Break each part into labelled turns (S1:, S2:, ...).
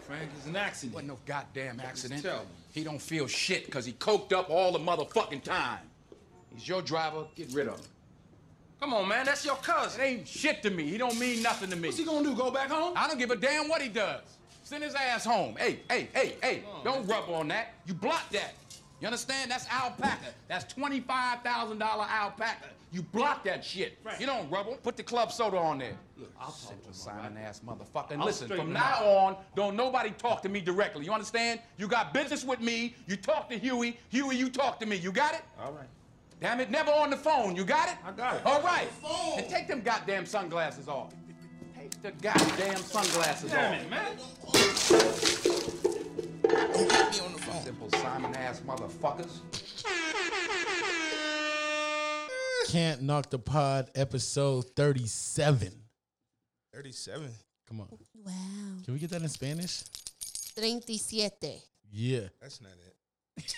S1: Frank, it's an accident.
S2: Wasn't no goddamn accident.
S1: tell me.
S2: He don't feel shit because he coked up all the motherfucking time. He's your driver. Get rid of him.
S1: Come on, man, that's your
S2: It
S1: cousin.
S2: ain't shit to me. He don't mean nothing to me.
S1: What's he gonna do? Go back home?
S2: I don't give a damn what he does. Send his ass home. Hey, hey, hey, hey. don't rub on that. You block that. You understand? That's alpaca. That's $25,000 alpaca. You block that shit. You don't rub on. Put the club soda on there. Look, I'll talk to Simon ass motherfucker. And listen,
S1: straighten
S2: from
S1: him
S2: now on, don't nobody talk to me directly. You understand? You got business with me. You talk to Huey. Huey, you talk to me. You got it?
S1: All right.
S2: Damn it, never on the phone. You got it?
S1: I got it.
S2: All right.
S3: phone.
S2: And take them goddamn sunglasses off. Take the goddamn sunglasses
S1: Damn
S2: off.
S1: it, man.
S3: Don't get me on the phone.
S2: Simple Simon ass motherfuckers.
S4: Can't knock the pod episode 37.
S3: 37.
S4: Come on.
S5: Wow.
S4: Can we get that in Spanish?
S5: 37.
S4: Yeah.
S3: That's not it.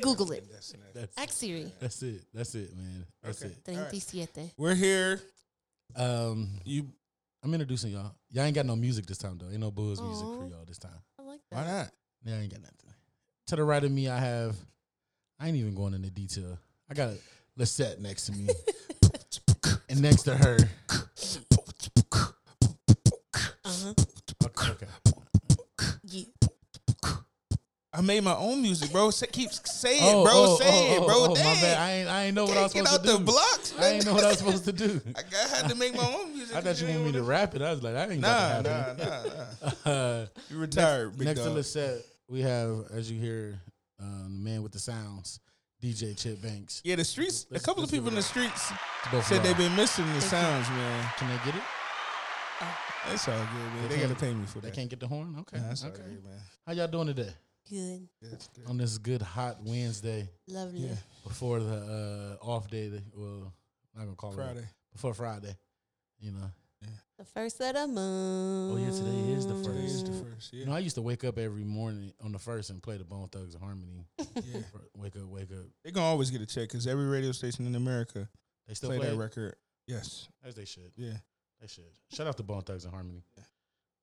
S5: Google it.
S3: That's not it.
S4: That's
S5: Ask Siri.
S4: that's it. That's it, man. That's
S3: Okay.
S4: it.
S5: 37.
S3: We're here.
S4: Um
S3: You
S4: I'm introducing y'all. Y'all ain't got no music this time though. Ain't no booze music for
S5: Aw.
S4: y'all this time.
S5: I like
S3: why
S5: that.
S3: not?
S4: Yeah, I ain't got nothing. To the right of me, I have. I ain't even going into detail. I got Lisette next to me, and next to her.
S5: Uh-huh.
S4: Okay, okay.
S5: Yeah.
S3: I made my own music, bro. Say, keep saying,
S4: Oh,
S3: bro.
S4: oh,
S3: say it,
S4: oh, oh,
S3: bro.
S4: oh, my
S3: Dang.
S4: bad. I ain't. I ain't know what I was
S3: Get
S4: supposed
S3: out
S4: to do.
S3: the blocks.
S4: I ain't know what I was supposed to do.
S3: I, got- I had to make my own music.
S4: I thought you wanted me to rap it. I was like, I ain't
S3: Nah,
S4: got to
S3: nah,
S4: happen.
S3: nah, nah.
S4: Uh,
S3: You retired, big
S4: next to
S3: dog.
S4: Lisette, we have, as you hear, um, the man with the sounds, DJ Chip Banks.
S3: Yeah, the streets.
S4: Let's-
S3: a couple
S4: let's
S3: of
S4: give
S3: people in
S4: it
S3: the
S4: a-
S3: streets
S4: To both of
S3: said
S4: y'all.
S3: they've been missing the sounds, man.
S4: Can they get it?
S3: That's all good, man. They,
S4: can't-
S3: gotta pay me for
S4: They
S3: that.
S4: can't get the horn. Okay.
S3: Nah, that's all
S4: okay.
S3: good, man.
S4: How y'all doing today?
S5: Good.
S3: That's good.
S4: on this good hot Wednesday
S5: Lovely.
S4: before the uh, off day. That, well, I'm not gonna call it
S3: Friday.
S4: that. before Friday. You know,
S5: The first of the
S3: Oh,
S5: month.
S4: Oh, yeah, today is the first.
S3: Today is the first.
S4: you
S3: Yeah,
S4: know, I used to wake up every morning on the first and play the Bone Thugs and Harmony.
S3: yeah.
S4: wake up, wake up.
S3: They gonna always get a check because every radio station in America
S4: They still
S3: play
S4: play,
S3: that
S4: it?
S3: record. Yes.
S4: as they should.
S3: Yeah.
S4: They should. Shout out to Bone Thugs and Harmony.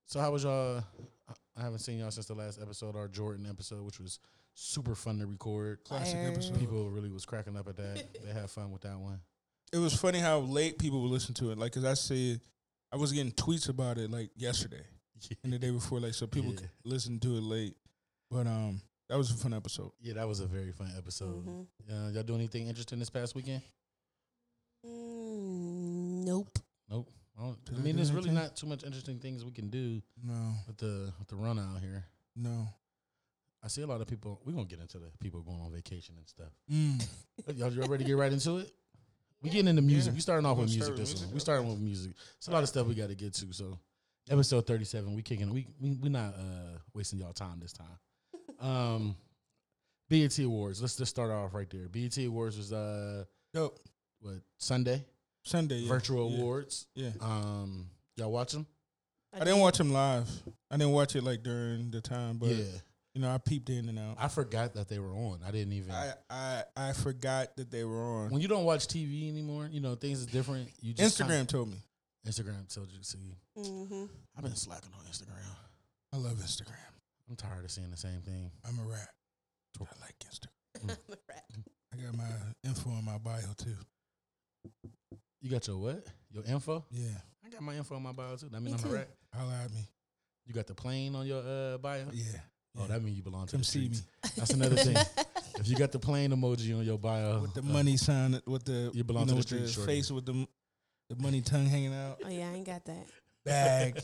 S4: So how was y'all? I- I haven't seen y'all since the last episode, our Jordan episode, which was super fun to record.
S3: Classic
S5: Fire.
S3: episode.
S4: People really was cracking up at that. they had fun with that one.
S3: It was funny how late people would listen to it. Like, cause I said, I was getting tweets about it like yesterday and the day before. Like, so people
S4: Yeah.
S3: could listen to it late. But um, that was a fun episode.
S4: Yeah, that was a very fun episode.
S5: Mhm.
S4: Uh, y'all do anything interesting this past weekend?
S5: Mm, nope.
S4: Nope. I, don't,
S3: Did
S4: I
S3: I
S4: mean,
S3: do
S4: there's really
S3: anything?
S4: not too much interesting things we can do
S3: No,
S4: with the with the run out here.
S3: no.
S4: I see a lot of people. We're gonna get into the people going on vacation and stuff.
S3: Mm.
S4: Y'all, y'all ready to get right into it? We getting into music.
S3: Yeah.
S4: We starting off
S3: We're
S4: with
S3: gonna
S4: music
S3: start with
S4: this
S3: music?
S4: one. We starting with music. It's a lot of stuff we got to get to. So, episode thirty seven. We kicking. We we we not uh, wasting y'all time this time. Um, BET Awards. Let's just start off right there. BET Awards was uh
S3: Dope.
S4: what Sunday
S3: Sunday. yeah.
S4: virtual
S3: Yeah.
S4: awards.
S3: Yeah.
S4: Um, y'all watch them?
S3: I didn't watch him live. I didn't watch it like during the time, but
S4: yeah,
S3: you know, I peeped in and out.
S4: I forgot that they were on. I didn't even.
S3: I I, I forgot that they were on.
S4: when you don't watch TV anymore, you know things is different. You just
S3: Instagram
S4: kinda-
S3: told me.
S4: Instagram tells you. See,
S5: Mm-hmm.
S4: I've been slacking on Instagram.
S3: I love Instagram.
S4: I'm tired of seeing the same thing.
S3: I'm a rat. I like Instagram.
S4: Mm.
S5: Right.
S3: I got my info in my bio too.
S4: You got your what? Your info?
S3: Yeah.
S4: I got my info on my bio too. That
S5: Me
S4: mean I'm
S5: too.
S4: a rat.
S3: Holla at me.
S4: You got the plane on your uh, bio?
S3: Yeah.
S4: Oh, that mean you belong to
S3: Come
S4: the
S3: see me
S4: streets. That's another thing. if you got the plane emoji on your bio,
S3: with the
S4: uh,
S3: money sign, with the
S4: You belong to the
S3: with
S4: street, shorty.
S3: face with the m- the money tongue hanging out
S5: Oh, yeah, I ain't got that.
S3: bag.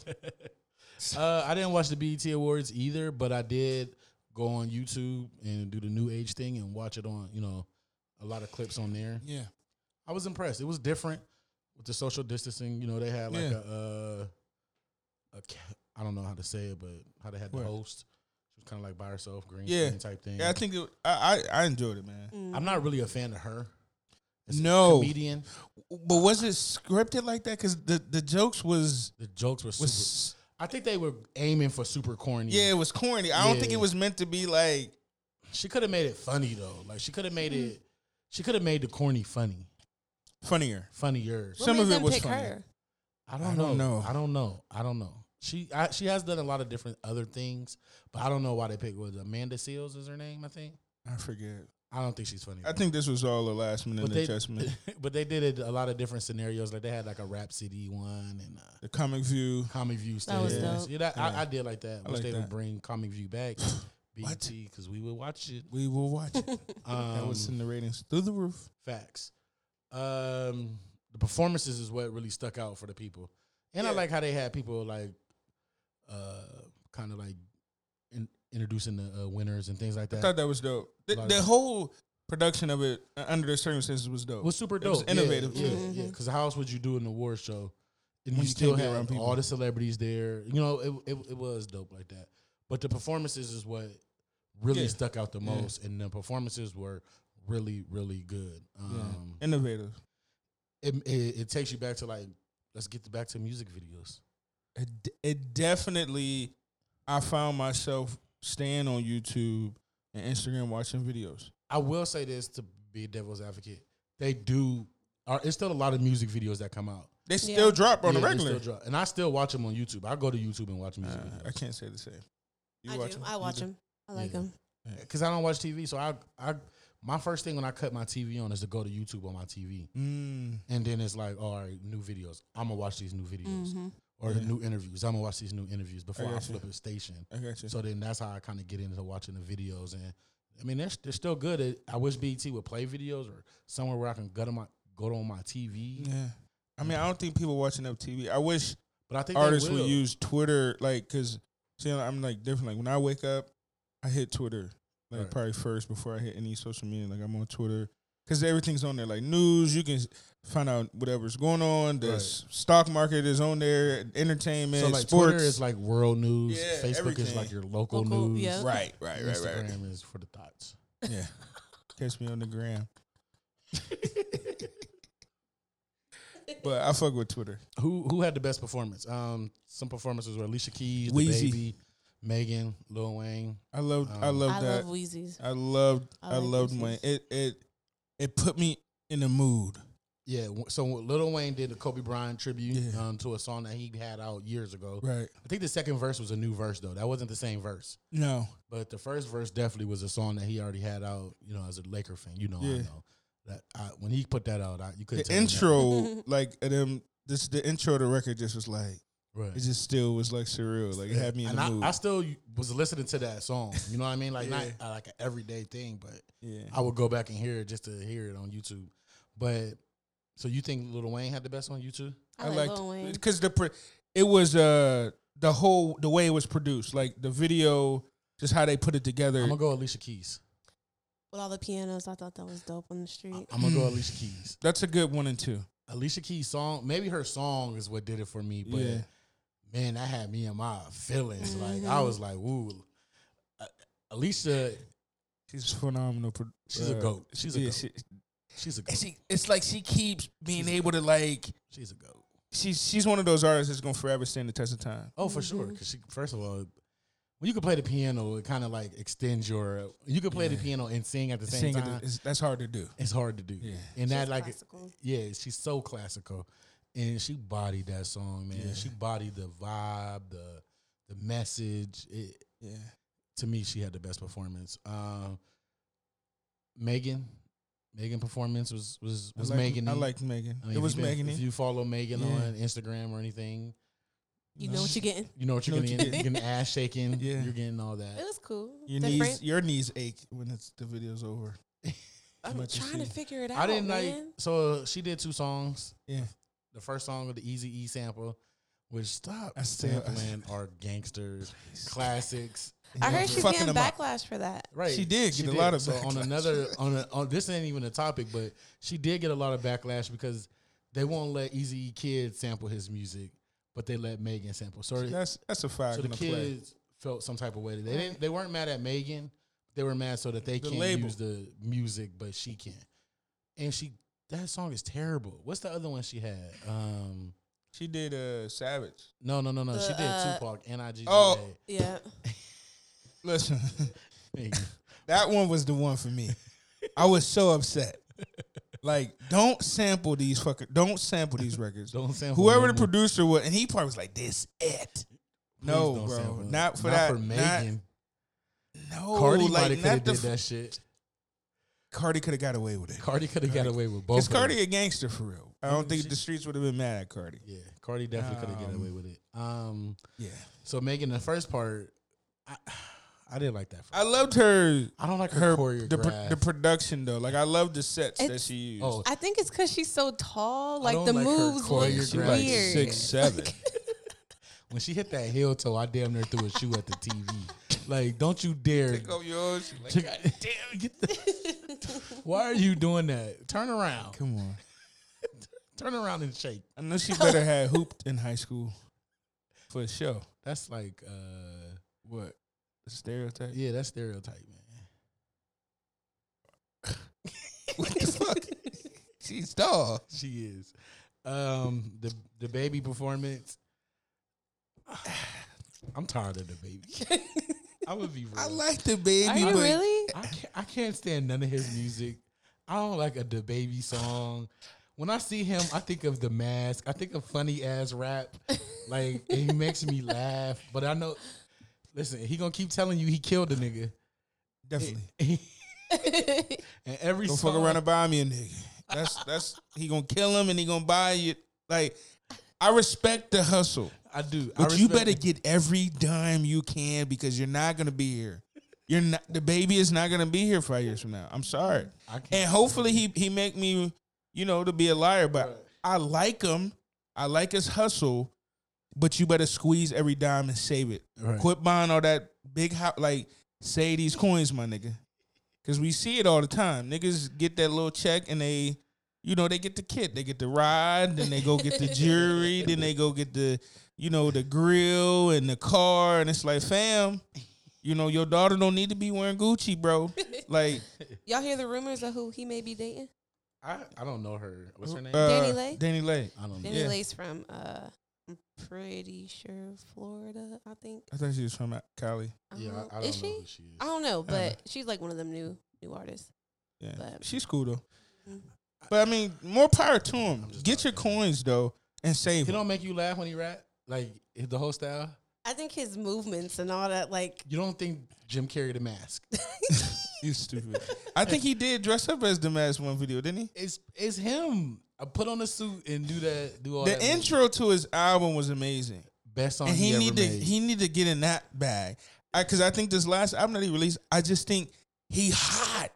S4: Uh, I didn't watch the BET Awards either, but I did go on YouTube and do the new age thing and watch it on, you know, a lot of clips on there.
S3: yeah.
S4: I was impressed. It was different with the social distancing. You know, they had like
S3: Yeah.
S4: a, uh, a, ca- I don't know how to say it, but how they had the
S3: What?
S4: host. She was kind of like by herself, green
S3: Yeah.
S4: screen type thing.
S3: Yeah, I think it, I, I I enjoyed it, man.
S4: I'm not really a fan of her. As a
S3: No.
S4: comedian.
S3: But was it scripted like that? Because the, the jokes was
S4: The jokes were super.
S3: was
S4: I think they were aiming for super corny.
S3: yeah, it was corny. I don't think
S4: Yeah.
S3: it was meant to be like
S4: she could have made it funny though. Like she could have made it. She could have made the corny funny,
S3: funnier.
S4: funnier.
S5: What
S3: Some
S5: made
S3: of it
S5: them
S3: was
S5: pick
S3: funny.
S5: her?
S4: I don't, know. I don't know. I don't know. She I, she has done a lot of different other things, but I don't know why they picked was it Amanda Seals is her name. I think
S3: I forget.
S4: I don't think she's funny.
S3: I think this was all a last minute
S4: but they
S3: adjustment.
S4: but they did it a lot of different scenarios. Like they had like a rap city one and uh,
S3: the comic view.
S4: comic view
S5: That was
S4: stands.
S5: dope.
S4: Yeah, that, I, I did like that.
S3: I
S4: Wish
S3: like
S4: they
S3: that.
S4: would bring comic view back. BT because we would watch it.
S3: We will watch it.
S4: Um,
S3: that would send the ratings through the roof.
S4: Facts. Um, the performances is what really stuck out for the people, and I
S3: Yeah.
S4: like how they had people like, uh, kind of like in, introducing the uh, winners and things like
S3: I
S4: that.
S3: thought that was dope. The,
S4: Like-
S3: the whole production of it uh, under the circumstances was dope.
S4: It was super
S3: It was
S4: dope,
S3: innovative,
S4: Yeah,
S3: too. Mm-hmm.
S4: yeah. Because how else would you do an award show? And
S3: When
S4: you
S3: you
S4: still
S3: can't be
S4: had
S3: around people.
S4: all the celebrities there. You know, it, it it was dope like that. But the performances is what really
S3: Yeah.
S4: stuck out the
S3: Yeah.
S4: most, and the performances were really really good. Um,
S3: innovative.
S4: it, it it takes you back to like let's get back to music videos.
S3: It, d- it definitely. I found myself staying on YouTube and Instagram watching videos.
S4: I will say this to be a devil's advocate. They do. Are, it's still a lot of music videos that come out
S3: They still drop on
S4: Yeah,
S3: the
S4: they
S3: regular.
S4: still drop. and I still watch them on YouTube. I go to YouTube and watch music
S3: Uh, I
S4: videos
S3: can't say the same.
S5: I do.
S3: 'em?
S5: I
S3: You
S5: watch
S3: do?
S5: them. I like
S4: Yeah.
S5: them.
S4: because I, don't watch TV. So I, I, my first thing when I cut my TV on is to go to YouTube on my TV,
S3: Mm,
S4: and then it's like, all right, new videos. I'm gonna watch these new videos or
S3: Yeah.
S4: new interviews. I'm gonna watch these new interviews before I,
S3: got you.
S4: flip a station.
S3: I got you.
S4: So then that's how I kind of get into watching the videos. And I mean, they're, they're still good. It- I wish BT would play videos or somewhere where I can go to my go to on my TV.
S3: yeah. I mean, I don't think people watching up TV. I wish
S4: But I think they
S3: artists would
S4: will.
S3: use Twitter, like, cause see, I'm like different. Like when I wake up, I hit Twitter, like
S4: Right.
S3: probably first before I hit any social media. Like I'm on Twitter, cause everything's on there. Like news, you can s- find out whatever's going on. The
S4: Right.
S3: s- stock market is on there. Entertainment,
S4: So like
S3: sports.
S4: Twitter is like world news.
S3: Yeah,
S4: Facebook is
S3: everything.
S4: like your local,
S5: Local,
S4: news.
S5: yeah.
S3: right, right, right,
S4: Instagram
S3: right.
S4: is for the thoughts.
S3: Yeah, catch me on the gram. but I fuck with Twitter.
S4: Who who had the best performance? Um, some performances were Alicia Keys,
S3: Weezy.
S4: the baby, Megan, Lil Wayne.
S3: I loved, I
S4: Um,
S3: loved
S5: I
S3: that.
S5: love Wheezy's.
S3: I loved,
S5: I
S3: I,
S5: like
S3: loved
S5: Weezy's.
S3: Wayne. It, it, it put me in the mood.
S4: Yeah, w- so Lil Wayne did the Kobe Bryant tribute
S3: Yeah.
S4: um, to a song that he had out years ago.
S3: Right.
S4: I think the second verse was a new verse though. That wasn't the same verse,
S3: No.
S4: but the first verse definitely was a song that he already had out. You know, as a Laker fan, you know, I
S3: Yeah.
S4: know that I, when he put that out, I, you couldn't
S3: The
S4: tell me nothing.
S3: intro, like of them, this the intro of the record just was like
S4: Right.
S3: it just still was like surreal. Like it had me in
S4: and
S3: the
S4: I,
S3: mood.
S4: I still was listening to that song. You know what I mean? Like
S3: Yeah.
S4: not uh, like an everyday thing, but
S3: yeah.
S4: I would go back and hear it just to hear it on YouTube. But so you think Lil Wayne had the best on YouTube?
S5: I, like Lil Wayne.
S3: because the pro- it was uh the whole the way it was produced, like the video, just how they put it together.
S4: I'm gonna go Alicia Keys.
S5: With all the pianos, I thought that was dope on the street.
S4: I'm
S3: Mm.
S4: gonna go Alicia Keys.
S3: That's a good one and two.
S4: Alicia Keys song, maybe her song is what did it for me. But
S3: Yeah.
S4: man, that had me in my feelings. Like I was like, ooh, Uh, Alicia,
S3: She's phenomenal. Pro- uh,
S4: She's a goat. She's a
S3: yeah,
S4: goat.
S3: She,
S4: she's a goat.
S3: and she, it's like she keeps being able to like.
S4: she's a goat.
S3: She's she's one of those artists that's gonna forever stand the test of time.
S4: Oh, for sure. Because she, first of all, when you can play the piano, it kind of like extends your. You can play the piano and sing at the same
S3: Sing it
S4: time.
S3: is- that's hard to do.
S4: It's hard to do. And that
S5: She's
S4: like
S5: classical.
S4: yeah, she's so classical. And she bodied that song, man. She bodied the vibe, the the message. It,
S3: Yeah.
S4: to me, she had the best performance. Um, Megan, Megan performance was was was
S3: I like,
S4: Megan. E.
S3: I like Megan. it was Megan. E.
S4: If you follow Megan
S3: Yeah.
S4: on Instagram or anything,
S5: You know what you're getting.
S4: you know what you're
S3: Know what
S4: gonna
S3: you
S4: get.
S3: get.
S4: You're getting ass shaking.
S3: Yeah.
S4: You're getting all that.
S5: It was cool.
S3: Your
S5: Different.
S3: knees, your knees ache when it's the video's over.
S5: I'm
S3: much you
S5: trying to
S3: see.
S5: figure it out.
S4: I didn't like.
S5: man.
S4: So she did two songs.
S3: Yeah,
S4: The first song with the Easy E sample, which stop
S3: I still- I-
S4: sampling our gangsters classics.
S5: I heard she's
S3: Fucking
S5: getting
S3: them up.
S5: backlash for that.
S4: Right,
S3: She did get a lot of
S4: so on
S3: backlash.
S4: another on, a, on this ain't even a topic, but she did get a lot of backlash because they won't let Easy E Kid sample his music, but they let Megan sample. So,
S3: that's that's a five.
S4: so the
S3: gonna play.
S4: kids felt some type of way. They didn't. They weren't mad at Megan. They were mad so that they
S3: The
S4: can't
S3: label.
S4: use the music, but she can. And she that song is terrible. What's the other one she had? Um,
S3: She did uh Savage.
S4: no, no, no, no. she
S5: The,
S4: did
S5: uh,
S4: Tupac, N.I.G.G.A.
S3: Oh.
S5: Yeah.
S3: Listen,
S4: Megan.
S3: that one was the one for me. I was so upset. Like, don't sample these fucking. Don't sample these records.
S4: Don't sample
S3: Whoever
S4: no
S3: the
S4: more.
S3: producer was, and he probably was like, "This it." No,
S4: don't
S3: bro,
S4: sample it.
S3: not for that,
S4: For
S3: not-
S4: Megan,
S3: No,
S4: Cardi might
S3: like
S4: have could have
S3: not the
S4: did
S3: f-
S4: that shit.
S3: Cardi could have got away with it.
S4: Cardi could have got away with both.
S3: Is
S4: of them.
S3: Cardi a gangster for real? I don't think
S4: she-
S3: the streets would have been mad at Cardi.
S4: Yeah, Cardi definitely could have got
S3: Um,
S4: away with it. Um,
S3: Yeah,
S4: so Megan, the first part, I, I didn't like that.
S3: I loved her.
S4: I don't like her,
S3: Her
S4: choreograph.
S3: the, pr- the production though, like I love the sets that
S5: It's-
S3: she used.
S4: oh,
S5: I think it's because she's so tall.
S4: I
S5: Like
S4: don't
S5: the
S4: like her
S5: moves look
S4: choreograph. She
S5: weird.
S4: like
S3: six, seven.
S4: when she hit that heel toe, I damn near threw a shoe at the TV. Like, don't you dare!
S3: Pick up yours. Like,
S4: Check- damn, get the, why are you doing that? Turn around,
S3: come on.
S4: turn around and shake.
S3: I know she better had hooped in high school for sure.
S4: That's like, uh,
S3: What the stereotype?
S4: yeah, that's stereotype, man.
S3: What the fuck? She's tall.
S4: She is. Um, the the baby performance. I'm tired of the baby. I would be real.
S3: I like the baby,
S5: Are you
S3: but
S5: really?
S4: I can't, I can't stand none of his music. I don't like a the baby song. When I see him, I think of the mask. I think of funny ass rap. Like and he makes me laugh. But I know, listen, he gonna keep telling you he killed the nigga.
S3: definitely
S4: and every
S3: don't
S4: song,
S3: fuck around and buy me a nigga. That's that's he gonna kill him and he gonna buy you. Like I respect the hustle.
S4: I do. I
S3: But you
S4: respect-
S3: better get every dime you can because you're not gonna be here. You're not the baby is not gonna be here five years from now. I'm sorry.
S4: I can't-
S3: And hopefully he he make me, you know, to be a liar. But I like him. I like his hustle. But you better squeeze every dime and save it.
S4: Right.
S3: Quit buying all that big house. Like save these coins, my nigga. Cause we see it all the time. Niggas get that little check and they, you know, they get the kit, they get the ride, then they go get the jewelry, then they go get the, you know, the grill and the car, and it's like, fam, you know, your daughter don't need to be wearing Gucci, bro. Like,
S5: Y'all hear the rumors of who he may be dating?
S4: I, I don't know her. What's her name?
S3: uh,
S5: Danny Lay?
S3: Danny Lay.
S4: I don't know.
S5: Danny
S3: Yeah.
S5: Lay's from, uh, I'm pretty sure Florida. I think.
S3: I thought she was from Cali.
S5: I
S4: Yeah,
S5: don't know.
S4: I, I don't
S5: is
S4: know
S5: she?
S4: who she is.
S5: I don't know,
S3: don't know.
S5: but she's like one of them new new artists.
S3: Yeah,
S5: But-
S3: she's cool though.
S5: Mm.
S3: But I mean, more power to him.
S4: I'm just
S3: Get your
S4: talking.
S3: coins though and save
S4: He
S3: them.
S4: don't make you laugh when he rap, like the whole style.
S5: I think his movements and all that, like
S4: You don't think Jim Carrey the mask?
S3: You stupid. I think he did dress up as the mask one video, didn't he?
S4: It's it's him. I put on a suit and do that. Do all
S3: The
S4: Oh, that
S3: intro to his album was amazing,
S4: best song
S3: and
S4: he,
S3: he,
S4: ever
S3: need to
S4: made.
S3: he need to get in that bag. Because I, think this last album that he released, I just think he hot.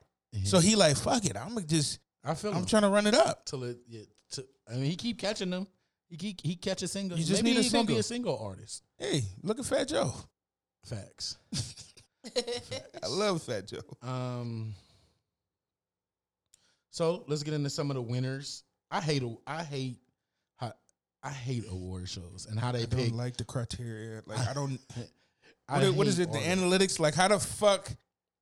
S3: So he like fuck it. I'm gonna just
S4: I feel
S3: I'm
S4: him
S3: trying to run it up.
S4: till it. Yeah, to, I mean, he keep catching them. He keep, he catches singles.
S3: You just
S4: Maybe
S3: need a
S4: he's gonna be
S3: single.
S4: a single artist.
S3: Hey, look at Fat Joe.
S4: Facts.
S3: I love Fat Joe.
S4: Um. So let's get into some of the winners. I hate a- I hate how I hate award shows and how they
S3: I
S4: pick.
S3: don't like the criteria. Like I don't.
S4: I
S3: what is- what is
S4: hate
S3: it? The
S4: artists.
S3: analytics? Like how the fuck?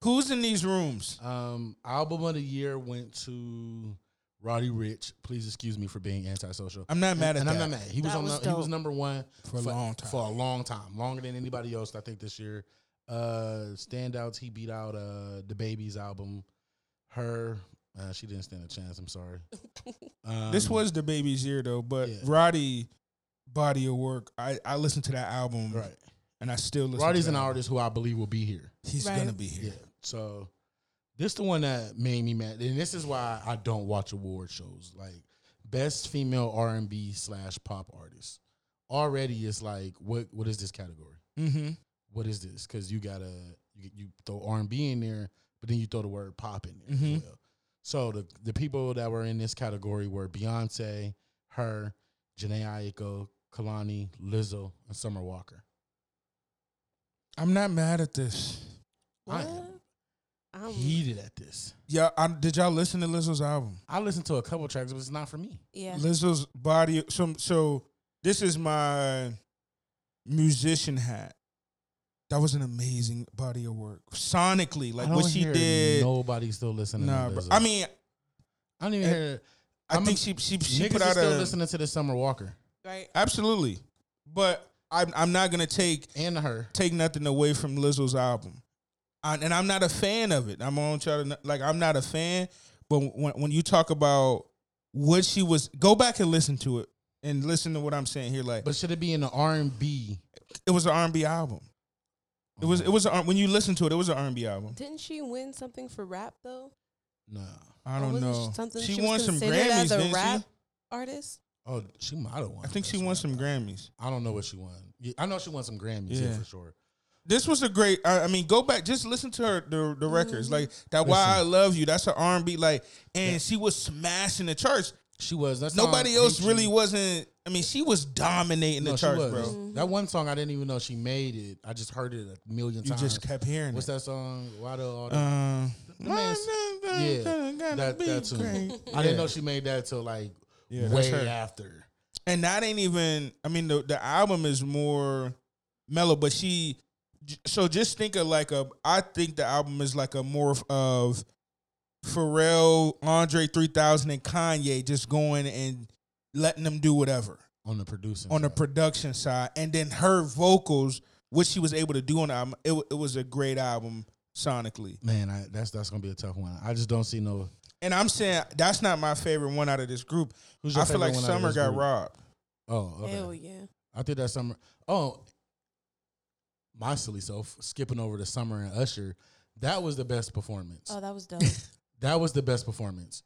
S3: Who's in these rooms?
S4: Um, album of the year went to Roddy Rich. Please excuse me for being antisocial.
S3: I'm not mad at
S4: and I'm
S3: that.
S4: not mad. He was
S5: That
S4: on.
S5: was
S4: the- he was
S5: dope.
S4: number one
S3: For a long time.
S4: For a long time, longer than anybody else. I think this year. Uh, standouts. He beat out uh the baby's album. Her. Uh, she didn't stand a chance. I'm sorry. Um,
S3: This was the baby's year though, but
S4: yeah.
S3: Roddy body of work. I I listened to that album
S4: right.
S3: and I still listen.
S4: Roddy's
S3: to
S4: an
S3: that.
S4: artist who I believe will be here.
S3: He's
S5: Right.
S3: gonna be here.
S4: Yeah. So this the one that made me mad, and this is why I don't watch award shows. Like best female R and B slash pop artist. Already, it's like what what is this category?
S3: Mm-hmm.
S4: What is this? Because you gotta you, you throw R and B in there, but then you throw the word pop in there as
S3: Mhm.
S4: well. So the the people that were in this category were Beyonce, her, Janae Aiko, Kalani, Lizzo, and Summer Walker.
S3: I'm not mad at this.
S4: I
S5: what?
S4: am
S5: I'm,
S4: Heated at this.
S3: Yeah, I, did y'all listen to Lizzo's album?
S4: I listened to a couple tracks, but it's not for me.
S5: yeah.
S3: Lizzo's body. So, so this is my musician hat. That was an amazing body of work, sonically, like
S4: I
S3: what
S4: don't
S3: she
S4: hear
S3: did.
S4: Nobody still listening.
S3: nah,
S4: to
S3: bro.
S4: Lizzo.
S3: I mean,
S4: I don't even
S3: eh,
S4: hear.
S3: I,
S4: I'm
S3: think
S4: a-
S3: she she she
S4: niggas
S3: put
S4: is
S3: out
S4: still
S3: a
S4: listening to the Summer Walker
S5: Right.
S3: absolutely, but I'm I'm not gonna take
S4: and her.
S3: take nothing away from Lizzo's album, I, and I'm not a fan of it. I'm on try to not- like I'm not a fan, but when when you talk about what she was, go back and listen to it and listen to what I'm saying here. Like
S4: But should it be in the R and B?
S3: it was an R&B album. It was it was a, um, when you listen to it, it was an R&B album.
S5: Didn't she win something for rap though?
S4: No.
S3: I
S5: Or
S3: don't
S5: Oh, wasn't
S3: know.
S5: Something
S3: She,
S5: she
S3: won
S5: was
S3: some
S5: considered
S3: Grammys,
S5: as a
S3: didn't
S5: rap
S3: she?
S5: artist.
S4: Oh, she might have won.
S3: I think she
S4: That's
S3: won
S4: what
S3: some
S4: thought.
S3: Grammys.
S4: I don't know what she won. Yeah, I know she won some Grammys yeah.
S3: Yeah.
S4: for sure.
S3: This was a great. I, I mean, go back, just listen to her the, the records like
S5: Mm-hmm.
S3: that. Why I love you. That's her R and B like, and she was smashing the charts.
S4: She was. That's
S3: Nobody else really wasn't. I mean, she was dominating the charts, bro.
S4: That one song I didn't even know she made it. I just heard it a million
S3: You
S4: times.
S3: just kept hearing
S4: What's
S3: it.
S4: that song? Why do all the
S3: Um,
S4: man's- yeah, that, that too. I didn't know she made that till like
S3: Yeah, that's
S4: way
S3: her.
S4: after.
S3: and that ain't even i mean the, the album is more mellow but she j- so just think of like a i think the album is like a morph of pharrell andre 3000 and kanye just going and letting them do whatever
S4: On the producing.
S3: on the
S4: side.
S3: production side and then her vocals which she was able to do on the album it, wa- it was a great album sonically
S4: man, I, that's that's gonna be a tough one. I just don't see no.
S3: and i'm saying that's not my favorite one out of this group
S4: Who's your
S3: i feel
S4: favorite
S3: like
S4: one out of
S3: summer
S4: this
S3: got
S4: group?
S3: robbed
S4: Oh, okay.
S5: Hell yeah.
S4: I think that's summer. Oh, my silly self skipping over to summer and Usher. That was the best performance.
S5: Oh, that was dope.
S4: That was the best performance.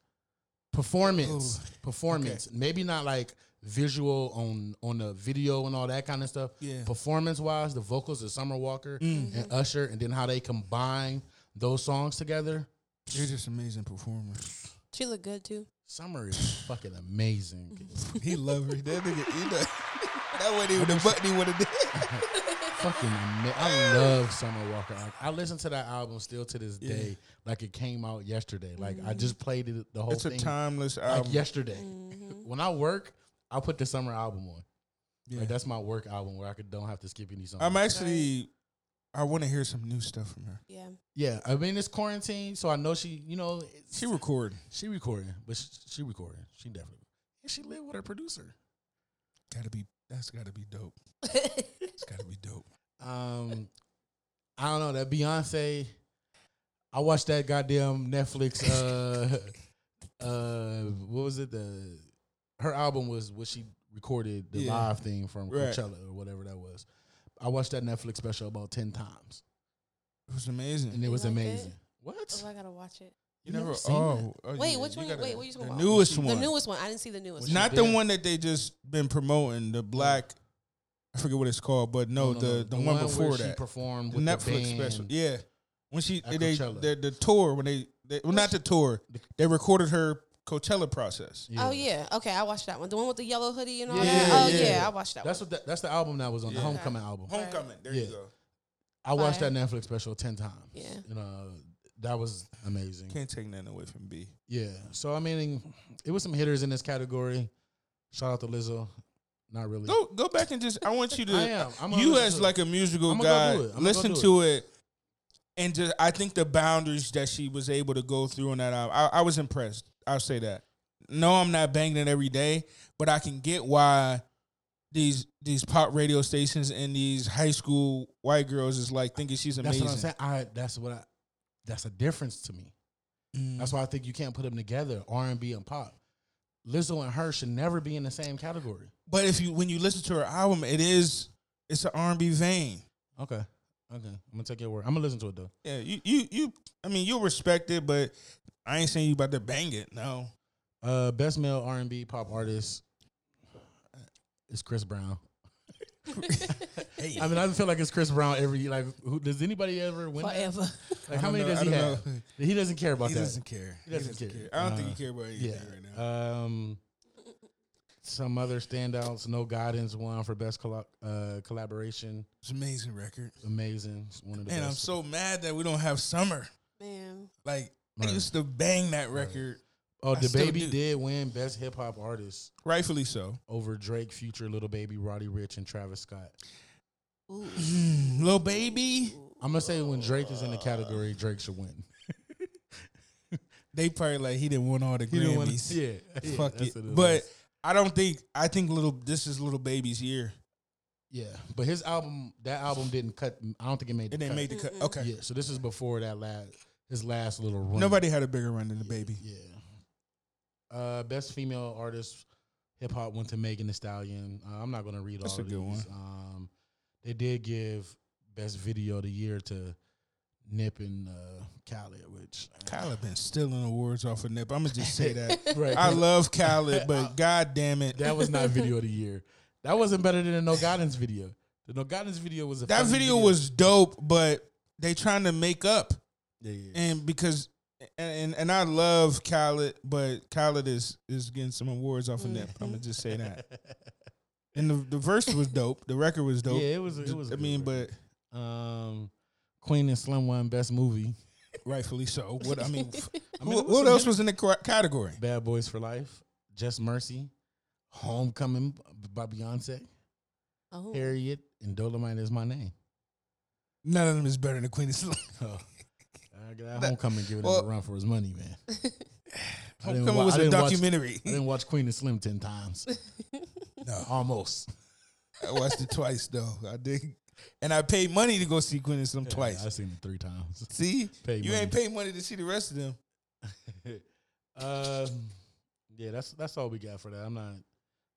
S4: Performance, performance. Maybe not like visual on on the video and all that kind of stuff.
S3: Yeah.
S4: Performance wise, the vocals of Summer Walker and Usher, and then how they combine those songs together.
S3: they're just amazing performers
S5: she looked good too.
S4: Summer is fucking amazing.
S3: He love her. That nigga, he done. That wasn't even the button he would have did.
S4: fucking ama- I love Summer Walker. Like, I listen to that album still to this day, like it came out yesterday. Like I just played it the whole
S3: It's a um,
S4: thing
S3: timeless
S4: like
S3: album.
S4: yesterday.
S5: Mm-hmm.
S4: When I work, I put the summer album on.
S3: Yeah.
S4: Like that's my work album where I could don't have to skip any songs.
S3: I'm actually, I want to hear some new stuff from her.
S4: yeah,
S5: Yeah.
S4: I mean it's quarantine, so I know she, you know, it's-
S3: She record.
S4: she recording, but she, she recording, she definitely, and she live with her producer.
S3: Gotta be. That's gotta be dope.
S5: Oh,
S3: It's gotta be dope.
S4: Um, I don't know that Beyonce. I watched that goddamn Netflix. Uh, uh, what was it? The her album was what she recorded the
S3: Yeah.
S4: live thing from
S3: Right.
S4: Coachella or whatever that was. I watched that Netflix special about ten times,
S3: It was
S4: and
S3: amazing.
S4: it was
S5: liked it?
S4: amazing. What?
S5: Oh, I gotta watch it.
S4: You never seen
S3: Oh, oh,
S5: Wait,
S3: yeah,
S5: which
S3: you
S5: one?
S3: gotta-
S5: wait, what you talking
S3: the
S5: about?
S3: newest one.
S5: The newest one. I didn't see the newest one.
S3: Not
S4: she
S3: the
S4: did.
S3: one that they just been promoting. The black. I forget what it's called, but no, Oh, the, the, one, before
S4: where she
S3: that.
S4: performed
S3: The
S4: with
S3: Netflix
S4: the band.
S3: special. Yeah. When she
S4: at
S3: they
S4: Coachella.
S3: the, the tour when they, they well not the tour they recorded her Coachella process.
S5: Oh yeah. Okay, I watched that one. The one with the yellow hoodie and all
S4: Yeah,
S5: that.
S4: yeah,
S5: Oh yeah.
S4: yeah.
S5: I watched that
S4: That's
S5: one.
S4: what that, that's the album that was on the Homecoming album.
S3: Homecoming. There
S4: Yeah.
S3: you go.
S4: I watched
S5: Fire.
S4: that Netflix special ten times.
S5: Yeah.
S4: you know that was amazing.
S3: Can't take nothing away from B.
S4: Yeah. So I mean, it was some hitters in this category. Shout out to Lizzo. Not really.
S3: Go go back and just I want you to
S4: I am. I'm gonna
S3: you
S4: listen
S3: as
S4: to it.
S3: like a musical
S4: I'ma go
S3: guy
S4: do it. I'ma
S3: listen
S4: go do
S3: to it. and just I think the boundaries that she was able to go through on that album I, I was impressed. I'll say that. No, I'm not banging it every day, but I can get why these these pop radio stations and these high school white girls is like thinking she's
S4: That's
S3: amazing.
S4: what I'm saying. I that's what I that's a difference to me. That's why I think you can't put them together, R and B and pop. Lizzo and her should never be in the same category.
S3: But if you when you listen to her album, it is it's an R and B vein.
S4: Okay. Okay. I'm gonna take your word. I'm gonna listen to it though.
S3: Yeah, you you you. I mean, you respect it, but I ain't saying you about to bang it. No,
S4: Uh best male R and B pop artist is Chris Brown. I mean, I feel like it's Chris Brown every like. Who does anybody ever win? that?
S5: Forever.
S4: Like,
S3: I
S4: how
S3: don't
S4: many
S3: know.
S4: does
S3: I
S4: he
S3: don't
S4: have? He doesn't care about that.
S3: care. He
S4: doesn't care.
S3: I don't think
S4: Uh,
S3: he care about anything
S4: Yeah.
S3: right now.
S4: Um, some other standouts. No guidance won for best collo- uh, collaboration.
S3: It's an amazing record,
S4: Amazing. It's One of the
S3: and I'm
S4: best.
S3: so mad that we don't have summer.
S5: Man.
S3: Like
S4: Right.
S3: I used to bang that record,
S4: oh,
S3: I
S4: the
S3: still
S4: baby
S3: do.
S4: did win best hip hop artist
S3: rightfully so.
S4: over Drake, Future, Little Baby, Roddy Rich, and Travis Scott.
S5: Ooh.
S3: Lil baby,
S4: I'm gonna say when Drake is in the category, Drake should win.
S3: they probably like he didn't win all the Grammys.
S4: yeah, yeah,
S3: Fuck
S4: that's
S3: it.
S4: what was.
S3: But I don't think I think little this is little baby's year.
S4: yeah, but his album, that album didn't cut. I don't think it made.
S3: It
S4: the
S3: didn't
S4: cut.
S3: make the cut. Okay,
S4: Yeah, so this is before that last his last little run.
S3: nobody had a bigger run than the baby.
S4: Yeah. Uh, best female artist, Hip hop went to Megan Thee Stallion. Uh, I'm not going to read
S3: That's
S4: all
S3: a
S4: of
S3: good one.
S4: these. Um, they did give best video of the year to Nip and uh, Khaled, which
S3: Khaled been stealing awards off of Nip. I'm gonna just say that.
S4: right,
S3: I love Khaled, but god damn it,
S4: that was not video of the year. That wasn't better than the No Guidance video. The No Guidance video was a
S3: that
S4: funny
S3: video was dope. But they trying to make up,
S4: Yeah, yeah.
S3: and because and and I love Khaled, but Khaled is is getting some awards off of Nip. I'm gonna just say that. And the, the verse was dope. The record was dope.
S4: Yeah, it was- it was a
S3: I
S4: good
S3: mean,
S4: record. Um, Queen and Slim won best movie.
S3: but rightfully so. What I mean,
S4: I mean,
S3: who,
S4: it was
S3: what
S4: some
S3: else
S4: good-
S3: was in the cor- category?
S4: Bad Boys for Life, Just Mercy, Homecoming by Beyonce,
S5: Oh,
S4: Harriet, and Dolomite is my name.
S3: None of them is better than Queen of Slim.
S4: Oh, I got Homecoming giving
S3: well-
S4: him a run for his money, man. I didn't
S3: Homecoming
S4: wa-
S3: was
S4: I
S3: a
S4: didn't watch-
S3: documentary.
S4: I didn't watch Queen and Slim ten times.
S3: No.
S4: almost.
S3: I watched it twice though. I did, and I paid money to go see Queen and Slim twice.
S4: I've seen it three times.
S3: see,
S4: Paid
S3: you
S4: money.
S3: ain't paid money to see the rest of them.
S4: um, yeah, that's that's all we got for that. I'm not I'm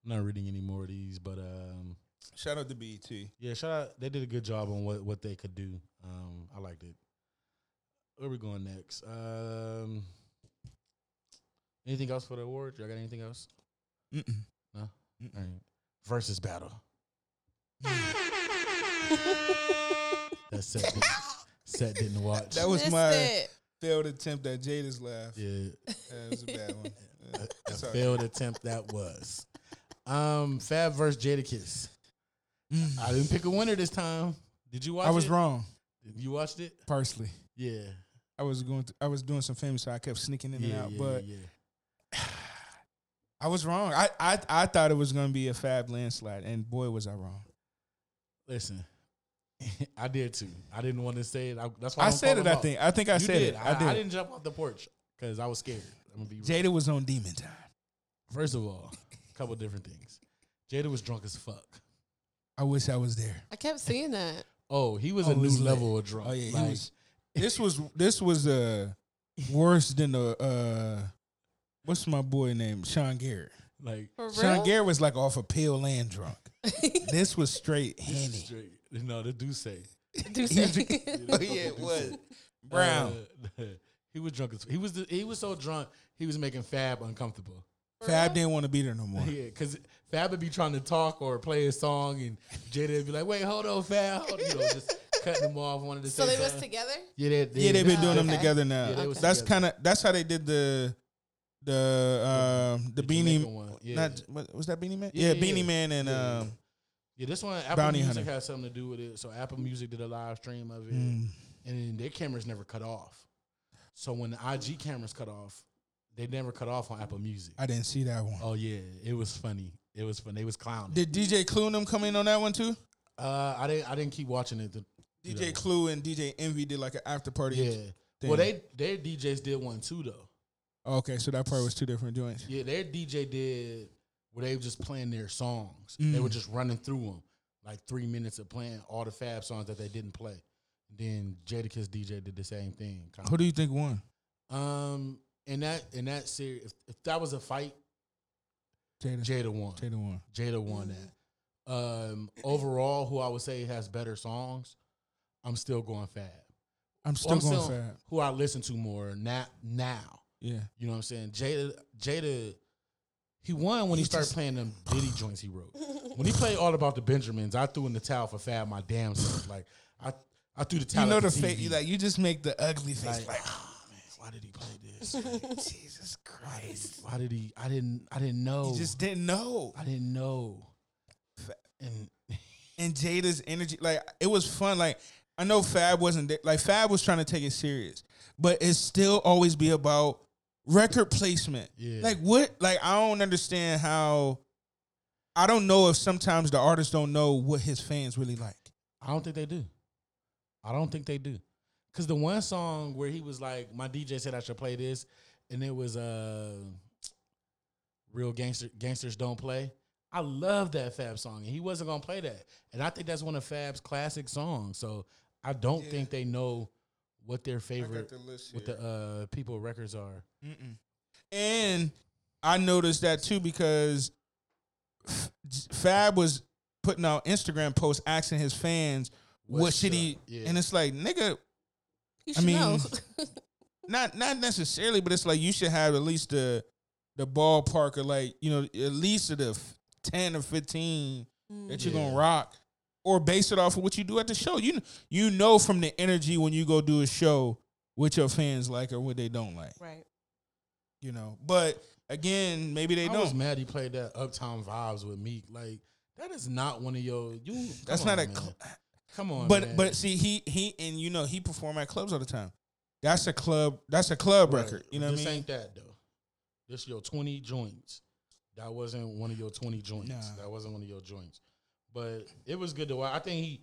S4: not reading any more of these, but um,
S3: Shout out to E BET.
S4: yeah, shout out. They did a good job on what what they could do. Um, I liked it. Where we going next? Um, anything else for the awards? Y'all got anything else?
S3: Mm-mm.
S4: No. All right. Versus battle. That set didn't, set didn't watch.
S3: That was
S5: Missed
S3: my
S5: it.
S3: failed attempt at Jada's laugh.
S4: yeah.
S3: That was a bad one. Yeah,
S4: a
S3: it's all right.
S4: failed attempt that was. Um, Fab versus Jadakiss. I didn't pick a winner this time. Did you watch?
S3: Mm. I was
S4: it?
S3: wrong.
S4: You watched it?
S3: Parsley.
S4: Yeah.
S3: I was going. th- I was doing some famous, so I kept sneaking in and
S4: yeah,
S3: out.
S4: yeah,
S3: but
S4: yeah.
S3: I was wrong. I, I I thought it was gonna be a Fab landslide, and boy was I wrong.
S4: listen, I did too. I didn't want to say it. I, that's why
S3: I,
S4: I, don't
S3: said
S4: call
S3: it.
S4: them
S3: I
S4: out.
S3: think. I think I
S4: You
S3: said
S4: did.
S3: it.
S4: I,
S3: I did.
S4: I didn't jump off the porch because I was scared. I'm gonna be real.
S3: Jada was on demon time.
S4: First of all, a couple different things. Jada was drunk as fuck.
S3: I wish I was there.
S5: I kept seeing that.
S4: Oh, he was
S3: Oh,
S4: a new
S3: he's lit.
S4: level of drunk.
S3: Oh yeah,
S4: Like,
S3: he was. This was this was uh worse than the uh what's my boy name Sean Garrett.
S4: like
S5: For
S3: Sean
S5: real?
S3: Garrett was like off a pill and drunk. this was straight
S4: this is
S3: Henny.
S4: straight. No, the Uh, do say.
S5: Do say.
S3: Oh yeah, it was Brown.
S4: Uh, he was drunk. As, he was the, he was so drunk he was making Fab uncomfortable.
S3: Fab didn't want to be there no more.
S4: Uh, Yeah, because Fab would be trying to talk or play a song, and Jada would be like, "Wait, hold on, Fab," you know, just cutting them off. Wanted to
S5: so
S4: say
S5: they was
S3: uh,
S4: something.
S5: together?
S4: Yeah, they, they,
S3: Yeah, they've been
S5: Oh,
S3: doing them
S5: okay.
S3: together now.
S4: Yeah, they was
S3: that's kind
S4: together.
S3: of that's how they did the the um
S4: The
S3: the, beanie.
S4: Jamaican one, yeah.
S3: Not what- was that Beanie Man?
S4: Yeah,
S3: Yeah,
S4: yeah,
S3: Beanie
S4: yeah.
S3: Man and
S4: Yeah.
S3: um
S4: Yeah, this one Apple
S3: Bounty
S4: Music
S3: Hunter.
S4: has something to do with it. So Apple Music did a live stream of it,
S3: mm,
S4: and then their cameras never cut off. So when the IG cameras cut off, they never cut off on Apple Music.
S3: I didn't see that one.
S4: oh yeah, it was funny. It was fun. They was clowning.
S3: Did DJ Clue and them come in on that one too?
S4: uh, I didn't. I didn't keep watching it. to- you
S3: DJ
S4: know.
S3: Clue and DJ Envy did like an after party.
S4: Yeah. Well,
S3: thing.
S4: they their DJs did one too though.
S3: Oh, Okay, so that part was two different joints.
S4: Yeah, their DJ did where they were just playing their songs. They
S3: Mm.
S4: were just running through them, like three minutes of playing all the Fab songs that they didn't play. Then Jadakiss DJ did the same thing. kinda.
S3: Who do you think won?
S4: um in that in that series, if, if that was a fight,
S3: Jada.
S4: Jada won.
S3: Jada won.
S4: Jada won that. Um, overall, who I would say has better songs, I'm still going Fab.
S3: I'm still
S4: I'm
S3: going
S4: still-
S3: Fab.
S4: Who I listen to more now? Now,
S3: Yeah.
S4: You know what I'm saying? Jada, Jada, he won when he,
S3: He
S4: started
S3: just-
S4: playing them Diddy joints he wrote. When he played All About the Benjamins, I threw in the towel for Fab my damn self. Like I, I threw the towel.
S3: you know
S4: at
S3: the
S4: TV.
S3: face. You like you just make the ugly face.
S4: Like,
S3: Like,
S4: "Ah, man, why did he play this? Like,
S3: Jesus Christ!
S4: why did he? I didn't. I didn't know.
S3: You just didn't know.
S4: I didn't know. And
S3: And Jada's energy, like it was fun. Like I know Fab wasn't there. Like Fab was trying to take it serious, but it still always be about record placement.
S4: Yeah.
S3: Like what? Like I don't understand how. I don't know if sometimes the artists don't know what his fans really like.
S4: I don't think they do. I don't think they do. Cause the one song where he was like, "My DJ said I should play this," and it was uh, "Real Gangster Gangsters Don't Play." I love that Fab song, and he wasn't gonna play that. And I think that's one of Fab's classic songs. So I don't
S3: Yeah.
S4: think they know what their favorite,
S3: list
S4: what the uh, people records are.
S3: Mm-mm. And I noticed that too because Fab was putting out Instagram posts asking his fans what,
S4: What's
S3: should he,
S4: up? Yeah.
S3: and it's like nigga,
S5: You
S3: I
S5: should know.
S3: not not necessarily, but it's like you should have at least the the ballpark or like you know at least of the f- ten or fifteen that you're gonna
S4: Yeah.
S3: rock, or base it off of what you do at the show. You kn- you know from the energy when you go do a show what your fans like or what they don't like.
S5: right.
S3: You know, but again, maybe they
S4: I was
S3: don't.
S4: mad he played that Uptown Vibes with Meek. Like that is not one of your. You
S3: That's
S4: come
S3: not
S4: on,
S3: a.
S4: man.
S3: Cl-
S4: come on,
S3: but
S4: man.
S3: but see he he and you know he perform at clubs all the time. That's a club. That's a club
S4: Right.
S3: record. You know what I
S4: This
S3: mean?
S4: ain't that though. This your twenty joints. That wasn't one of your twenty joints.
S3: Nah.
S4: That wasn't one of your joints. But it was good to watch. I think he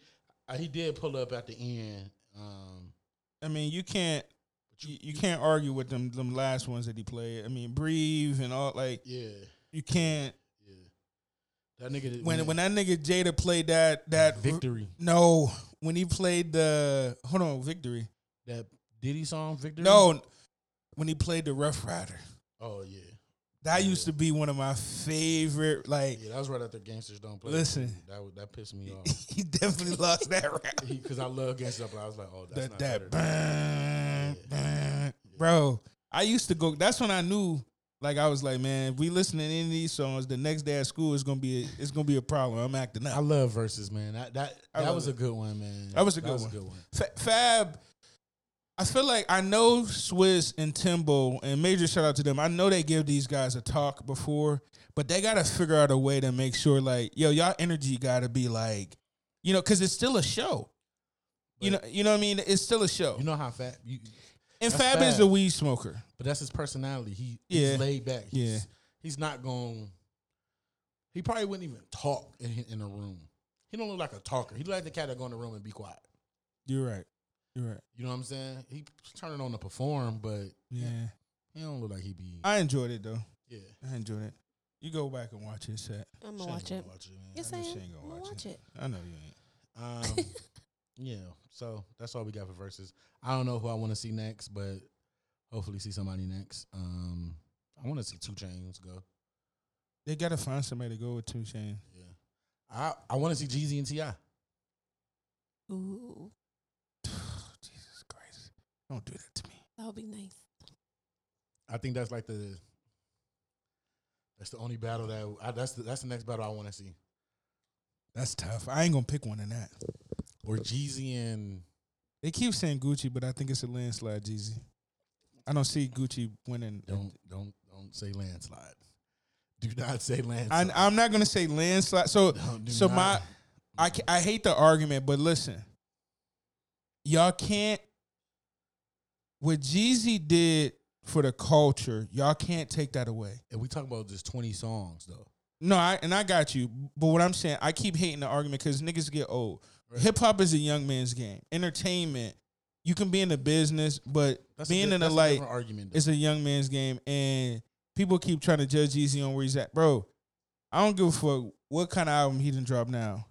S4: uh, he did pull up at the end. Um,
S3: I mean you can't you, you can't argue with them them last ones that he played. I mean breathe and all like
S4: yeah,
S3: you can't
S4: yeah. That nigga did-
S3: when
S4: man,
S3: when that nigga Jada played that that
S4: victory
S3: No, when he played the hold on victory.
S4: that Diddy song victory.
S3: No, when he played the Rough Rider.
S4: Oh yeah.
S3: That
S4: Yeah.
S3: used to be one of my favorite. Like
S4: Yeah, that was right after Gangsters Don't Play.
S3: Listen.
S4: that was- that pissed me off
S3: he definitely lost that round.
S4: because I love Gangsters Don't Play. I was like, oh, that's
S3: that
S4: not
S3: that
S4: better than-
S3: bang, bang. bro. I used to go. That's when I knew. Like I was like, man, if we listening to any of these songs, the next day at school is gonna be a, it's gonna be a problem. I'm acting
S4: I
S3: up.
S4: love verses, man. That that
S3: I
S4: that
S3: love
S4: was a
S3: it.
S4: good one, man.
S3: That was a good one. Fa- Fab, I feel like I know Swiss and Timbo and major shout out to them. I know they give these guys a talk before, but they gotta figure out a way to make sure like, yo, y'all energy gotta be like, you know, because it's still a show. You know, you know what I mean. It's still a show.
S4: You know how fat you,
S3: and
S4: that's
S3: Fab is
S4: Fab.
S3: a weed smoker.
S4: but that's his personality. He
S3: Yeah.
S4: he's laid back. He's,
S3: Yeah.
S4: he's not going. He probably wouldn't even talk in in a room. He don't look like a talker. He look like the cat that go in the room and be quiet.
S3: You're right. You're right.
S4: You know what I'm saying? He turning on to perform, but
S3: Yeah.
S4: he don't look like he be.
S3: I enjoyed it though.
S4: yeah,
S3: I enjoyed it. You go back and watch his set.
S5: I'm
S4: She
S5: gonna
S4: ain't
S5: watch
S4: gonna
S5: it.
S4: Watch it, man.
S5: Yes,
S3: I
S5: I
S3: know
S5: am.
S3: she ain't gonna
S5: I'm gonna
S3: watch
S5: watch it.
S3: I know you ain't.
S4: Um, yeah. So that's all we got for verses. I don't know who I want to see next, but hopefully see somebody next. Um, I want to see Two Chains go.
S3: They gotta find somebody to go with Two Chainz.
S4: Yeah. I I want to see Jeezy and Ti.
S5: Ooh,
S3: Jesus Christ! Don't do that to me.
S5: that would be nice.
S4: I think that's like the that's the only battle that I, that's the, that's the next battle I want to see.
S3: That's tough. I ain't gonna pick one in that.
S4: Or Jeezy and
S3: They keep saying Gucci, but I think it's a landslide, Jeezy. I don't see Gucci winning.
S4: don't don't don't say landslide. Do not say
S3: I,
S4: landslide.
S3: I'm not gonna say landslide. So,
S4: Don't do
S3: so
S4: not.
S3: my, I ca- I hate the argument, but listen, y'all can't. What Jeezy did for the culture, y'all can't take that away.
S4: and we talk about just twenty songs though.
S3: No, I and I got you. But what I'm saying, I keep hating the argument because niggas get old. Hip hop is a young man's game. Entertainment, you can be in the business, but
S4: That's a
S3: being
S4: di-
S3: in the
S4: that's a
S3: light
S4: different argument. Though.
S3: it's a young man's game, and people keep trying to judge Easy on where he's at, bro. I don't give a fuck what kind of album he didn't drop now.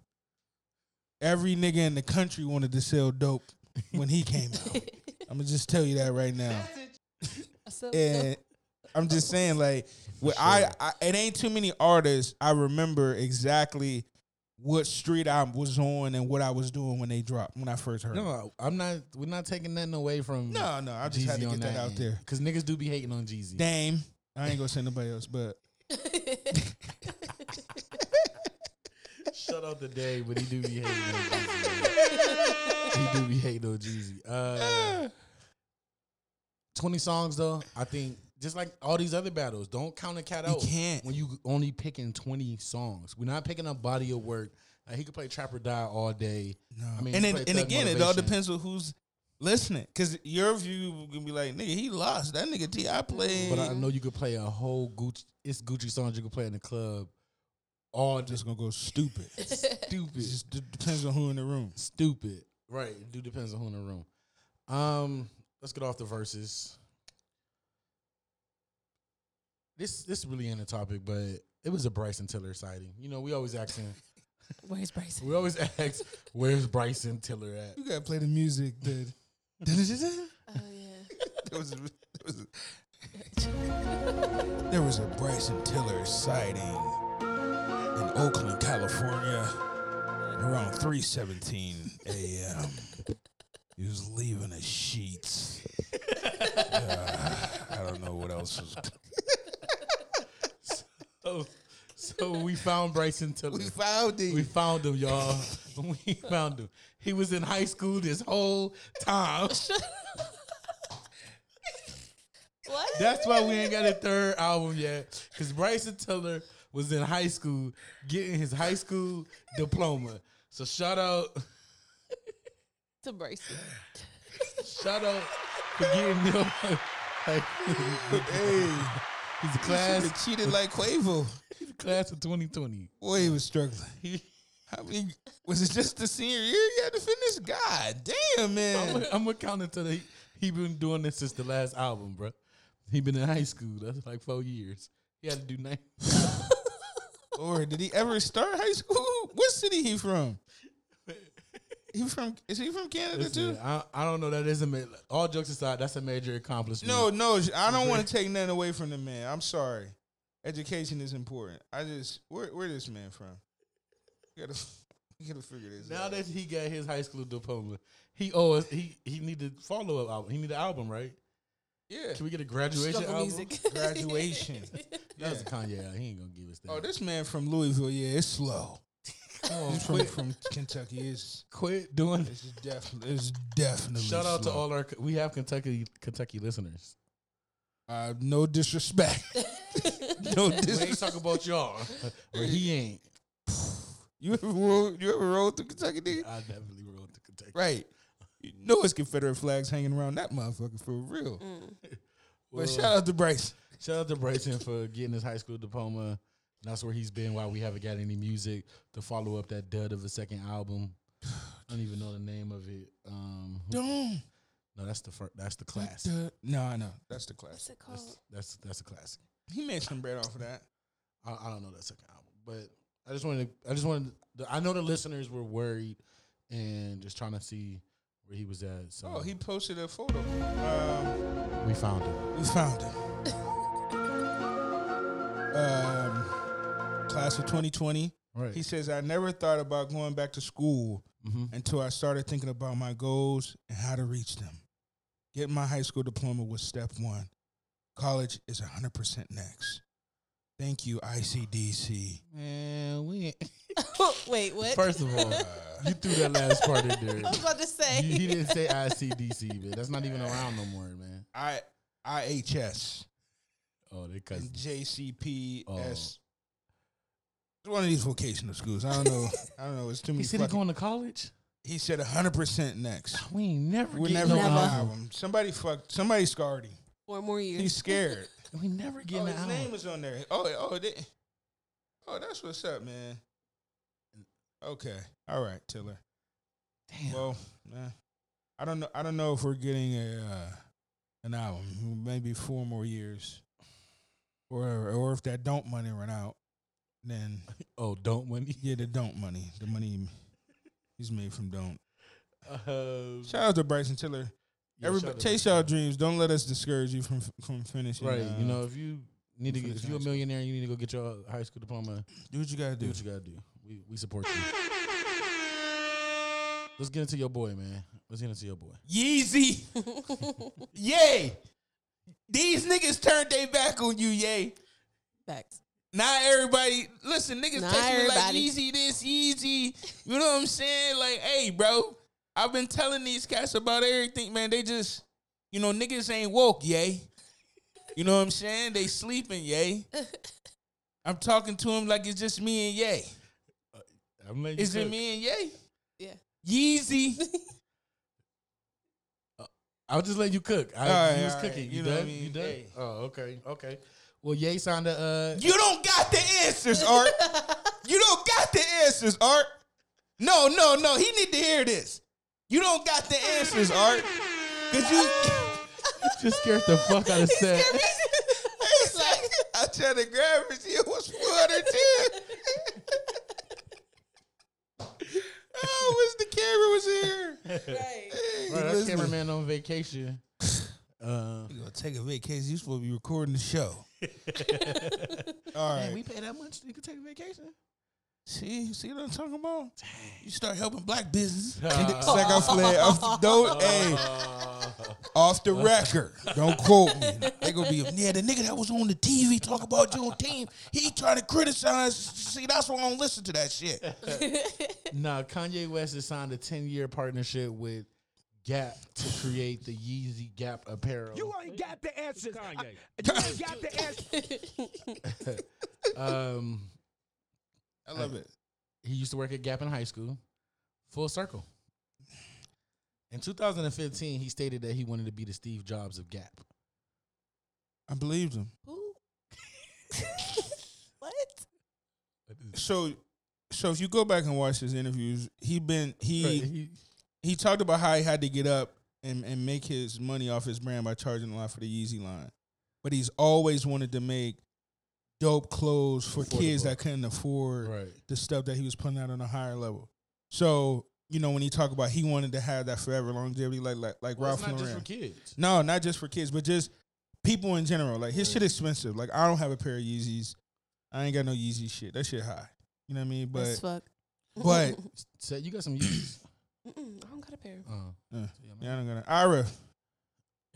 S3: Every nigga in the country wanted to sell dope when he came out. I'm gonna just tell you that right now,
S5: So,
S3: and I'm just saying, like, what I, I it ain't too many artists I remember exactly what street I was on and what I was doing when they dropped when I first heard. it.
S4: No, I'm not. We're not taking nothing away from.
S3: no, no, I just had to get that out there.
S4: because niggas do be hating on Jeezy.
S3: Dame, I ain't gonna say nobody else, but
S4: Shut out the day, but he do be hating. on Jeezy. he do be hating on Jeezy. Uh, Twenty songs though, I think just like all these other battles, don't count a cat
S3: You
S4: out.
S3: can't.
S4: when you only picking twenty songs. We're not picking a body of work. Like, he could play Trap or Die all day.
S3: No.
S4: I mean,
S3: and
S4: you
S3: it,
S4: play
S3: and
S4: Thug
S3: again, it all
S4: Motivation.
S3: depends on who's listening. Because your view can be like, nigga, he lost. That nigga T.I. played.
S4: But I know you could play a whole Gucci. It's Gucci songs you could play in the club all day.
S3: just gonna go stupid.
S4: Stupid.
S3: It just d- depends on who in the room.
S4: stupid. Right. It do depends on who in the room. Um, let's get off the verses. This this really ain't a topic, but it was a Bryson Tiller sighting. You know, we always asking,
S5: Where's Bryson?
S4: we always ask, where's Bryson Tiller at?
S3: You gotta play the music, dude. there,
S5: Oh yeah.
S3: was a, there, was a, there was a Bryson Tiller sighting. in Oakland, California, around 3:17 a.m. He was leaving the sheets. Uh, I don't know what else was.
S4: Oh, so we found Bryson Tiller.
S3: found
S4: We found him, y'all. we found him. He was in high school this whole time.
S5: What?
S4: That's why we ain't got a third album yet. Because Bryson Tiller was in high school getting his high school diploma. So shout out,
S5: to brace it.
S4: shout out for getting your like,
S3: Hey,
S4: his
S3: he
S4: class
S3: cheated like Quavo.
S4: his class of 2020.
S3: Boy, he was struggling. How many? Was it just the senior year you had to finish? God damn, man.
S4: I'm gonna count it to the he been doing this since the last album, bro. He been in high school. That's like four years. He had to do nine.
S3: Lord, did he ever start high school? What city he from? He from? Is he from Canada
S4: Listen,
S3: too?
S4: I, I don't know. That is a ma- all jokes aside. That's a major accomplishment.
S3: No, no. I don't want to take nothing away from the man. I'm sorry. Education is important. I just where where this man from? We gotta we gotta figure this
S4: Now
S3: out.
S4: that he got his high school diploma, he owes he he need to follow up album. He need an album, right?
S3: yeah.
S4: Can we get a graduation
S5: Struggle
S4: album?
S5: music.
S3: Graduation.
S4: That was a Kanye. album. He ain't gonna give us that.
S3: Oh, this man from Louisville. Yeah, it's slow.
S4: Come on,
S3: He's from,
S4: quit,
S3: from Kentucky. It's
S4: quit doing.
S3: it's definitely it's definitely.
S4: Shout out to
S3: slow.
S4: all our we have Kentucky Kentucky listeners.
S3: Uh, no disrespect. no
S4: We
S3: disrespect.
S4: ain't talk about y'all, but he ain't.
S3: You ever rode, you ever rode through Kentucky, nigga?
S4: I definitely rode to Kentucky.
S3: Right. You know it's Confederate flags hanging around that motherfucker for real.
S4: Well,
S3: But shout out to Bryce.
S4: Shout out to Bryson for getting his high school diploma. That's where he's been while we haven't got any music to follow up that dud of a second album. I don't even know the name of it. Um,
S3: Don't.
S4: no, that's the fir- that's the classic.
S3: No, I know. That's the
S5: What's
S3: class.
S5: it called?
S4: That's that's a classic.
S3: He made some bread off of that.
S4: I, I don't know that second album, but I just wanted to, I just wanted to, I know the listeners were worried and just trying to see where he was at. So
S3: Oh, he posted a photo. Um,
S4: we found him.
S3: we found him. um, class of 2020.
S4: Right. Mm-hmm.
S3: He says, I never thought about going back to school until I started thinking about my goals and how to reach them. Getting my high school diploma was step one. College is 100% next. Thank you, ICDC.
S4: man, we ain't-
S5: Wait, what?
S4: First of all, you threw that last part in there.
S5: I was about to say.
S4: You- he didn't say ICDC, man. That's not even around no more, man.
S3: I, IHS
S4: Oh, they cut.
S3: and JCPS.
S4: Oh.
S3: It's one of these vocational schools. I don't know. I don't know. It's too many.
S4: He said he's
S3: fucking-
S4: going to college.
S3: he said 100% next.
S4: We ain't never.
S3: We're
S4: get
S3: never
S4: an
S3: gonna
S5: Never.
S3: have him. Somebody fucked. Somebody scarred him.
S5: Four more years.
S3: He's scared.
S4: We never get an
S3: oh, his
S4: album.
S3: name was on there. Oh, oh, they, oh, that's what's up, man. Okay, all right, Tiller.
S4: Damn.
S3: Well, nah, I don't know. I don't know if we're getting a uh, an album. Maybe four more years, or or if that don't money run out, then
S4: oh, don't money.
S3: yeah, the don't money, the money he's made from don't.
S4: Um,
S3: Shout out to Bryson Tiller.
S4: yeah, shout
S3: Everybody,
S4: out
S3: chase
S4: to-
S3: y'all dreams. Don't let us discourage you from from finishing.
S4: Right.
S3: uh,
S4: you know, if you need to,
S3: finish
S4: get, if you're
S3: high
S4: a
S3: school.
S4: millionaire, you need to go get your high school diploma.
S3: do what you gotta
S4: Do
S3: do.
S4: what you gotta do. We we support you. Let's get into your boy, man. Let's get into your boy.
S3: Yeezy. yay. These niggas turned their back on you, yay.
S5: Facts.
S3: Now everybody, listen, niggas
S5: Not
S3: texting me like
S5: everybody.
S3: Yeezy this, Yeezy. You know what I'm saying? Like, hey, bro, I've been telling these cats about everything, man. They just, you know, niggas ain't woke, yay. You know what I'm saying? They sleeping, yay. I'm talking to them like it's just me and yay.
S4: I'm letting
S3: Is
S4: you
S3: it
S4: cook.
S3: me and yay?
S5: Yeah.
S3: Yeezy.
S4: I'll just let you cook. I,
S3: All right,
S4: you was
S3: all right.
S4: cooking. You,
S3: You know
S4: done?
S3: what I mean?
S4: You done?
S3: Hey.
S4: Oh, okay, okay. Well, Ye signed a. Uh,
S3: You don't got the answers, Art. you don't got the answers, Art. No, no, no. He need to hear this. You don't got the answers, Art. Cause you.
S4: just scared the fuck out of Seth.
S3: I tried to grab her. She was water too. oh, wish the camera was here.
S5: Right.
S3: Hey,
S4: Bro, that
S3: listen.
S4: cameraman on vacation. Uh,
S3: You gonna take a vacation? You supposed to be recording the show. All right.
S4: pay that much? You can take a vacation.
S3: See, see what I'm talking about? You start helping black business. Second flare off the door. Hey, off the record. Don't quote me. They gonna be yeah. The nigga that was on the TV talking about Juneteenth, he trying to criticize. See, that's why I don't listen to that shit.
S4: Nah, Kanye West has signed a 10 year partnership with Gap to create the Yeezy Gap apparel.
S6: You ain't got the answers. I-
S4: Kanye.
S6: you ain't got the answers.
S4: Um,
S3: I love it.
S4: Uh, he used to work at Gap in high school. Full circle. In 2015, he stated that he wanted to be the Steve Jobs of Gap.
S3: I believed him.
S5: Who? what?
S3: So, so if you go back and watch his interviews, he been he
S4: Right, he-
S3: he talked about how he had to get up and, and make his money off his brand by charging a lot for the Yeezy line. But he's always wanted to make dope clothes for kids
S4: Affordable.
S3: that couldn't afford
S4: right.
S3: the stuff that he was putting out on a higher level. So, you know, when he talked about he wanted to have that forever longevity, like like, like
S4: Well, it's
S3: Ralph
S4: not just
S3: Lauren.
S4: for kids.
S3: No, not just for kids, but just people in general. Like his shit expensive. Like I don't have a pair of Yeezys. I ain't got no Yeezy shit. That shit high. You know what I mean?
S5: That's fuck.
S3: But but
S4: So you got some Yeezys.
S5: Mm-mm, I don't got a pair.
S4: Uh,
S3: Uh,
S4: yeah, man.
S3: yeah, I'm gonna Ira.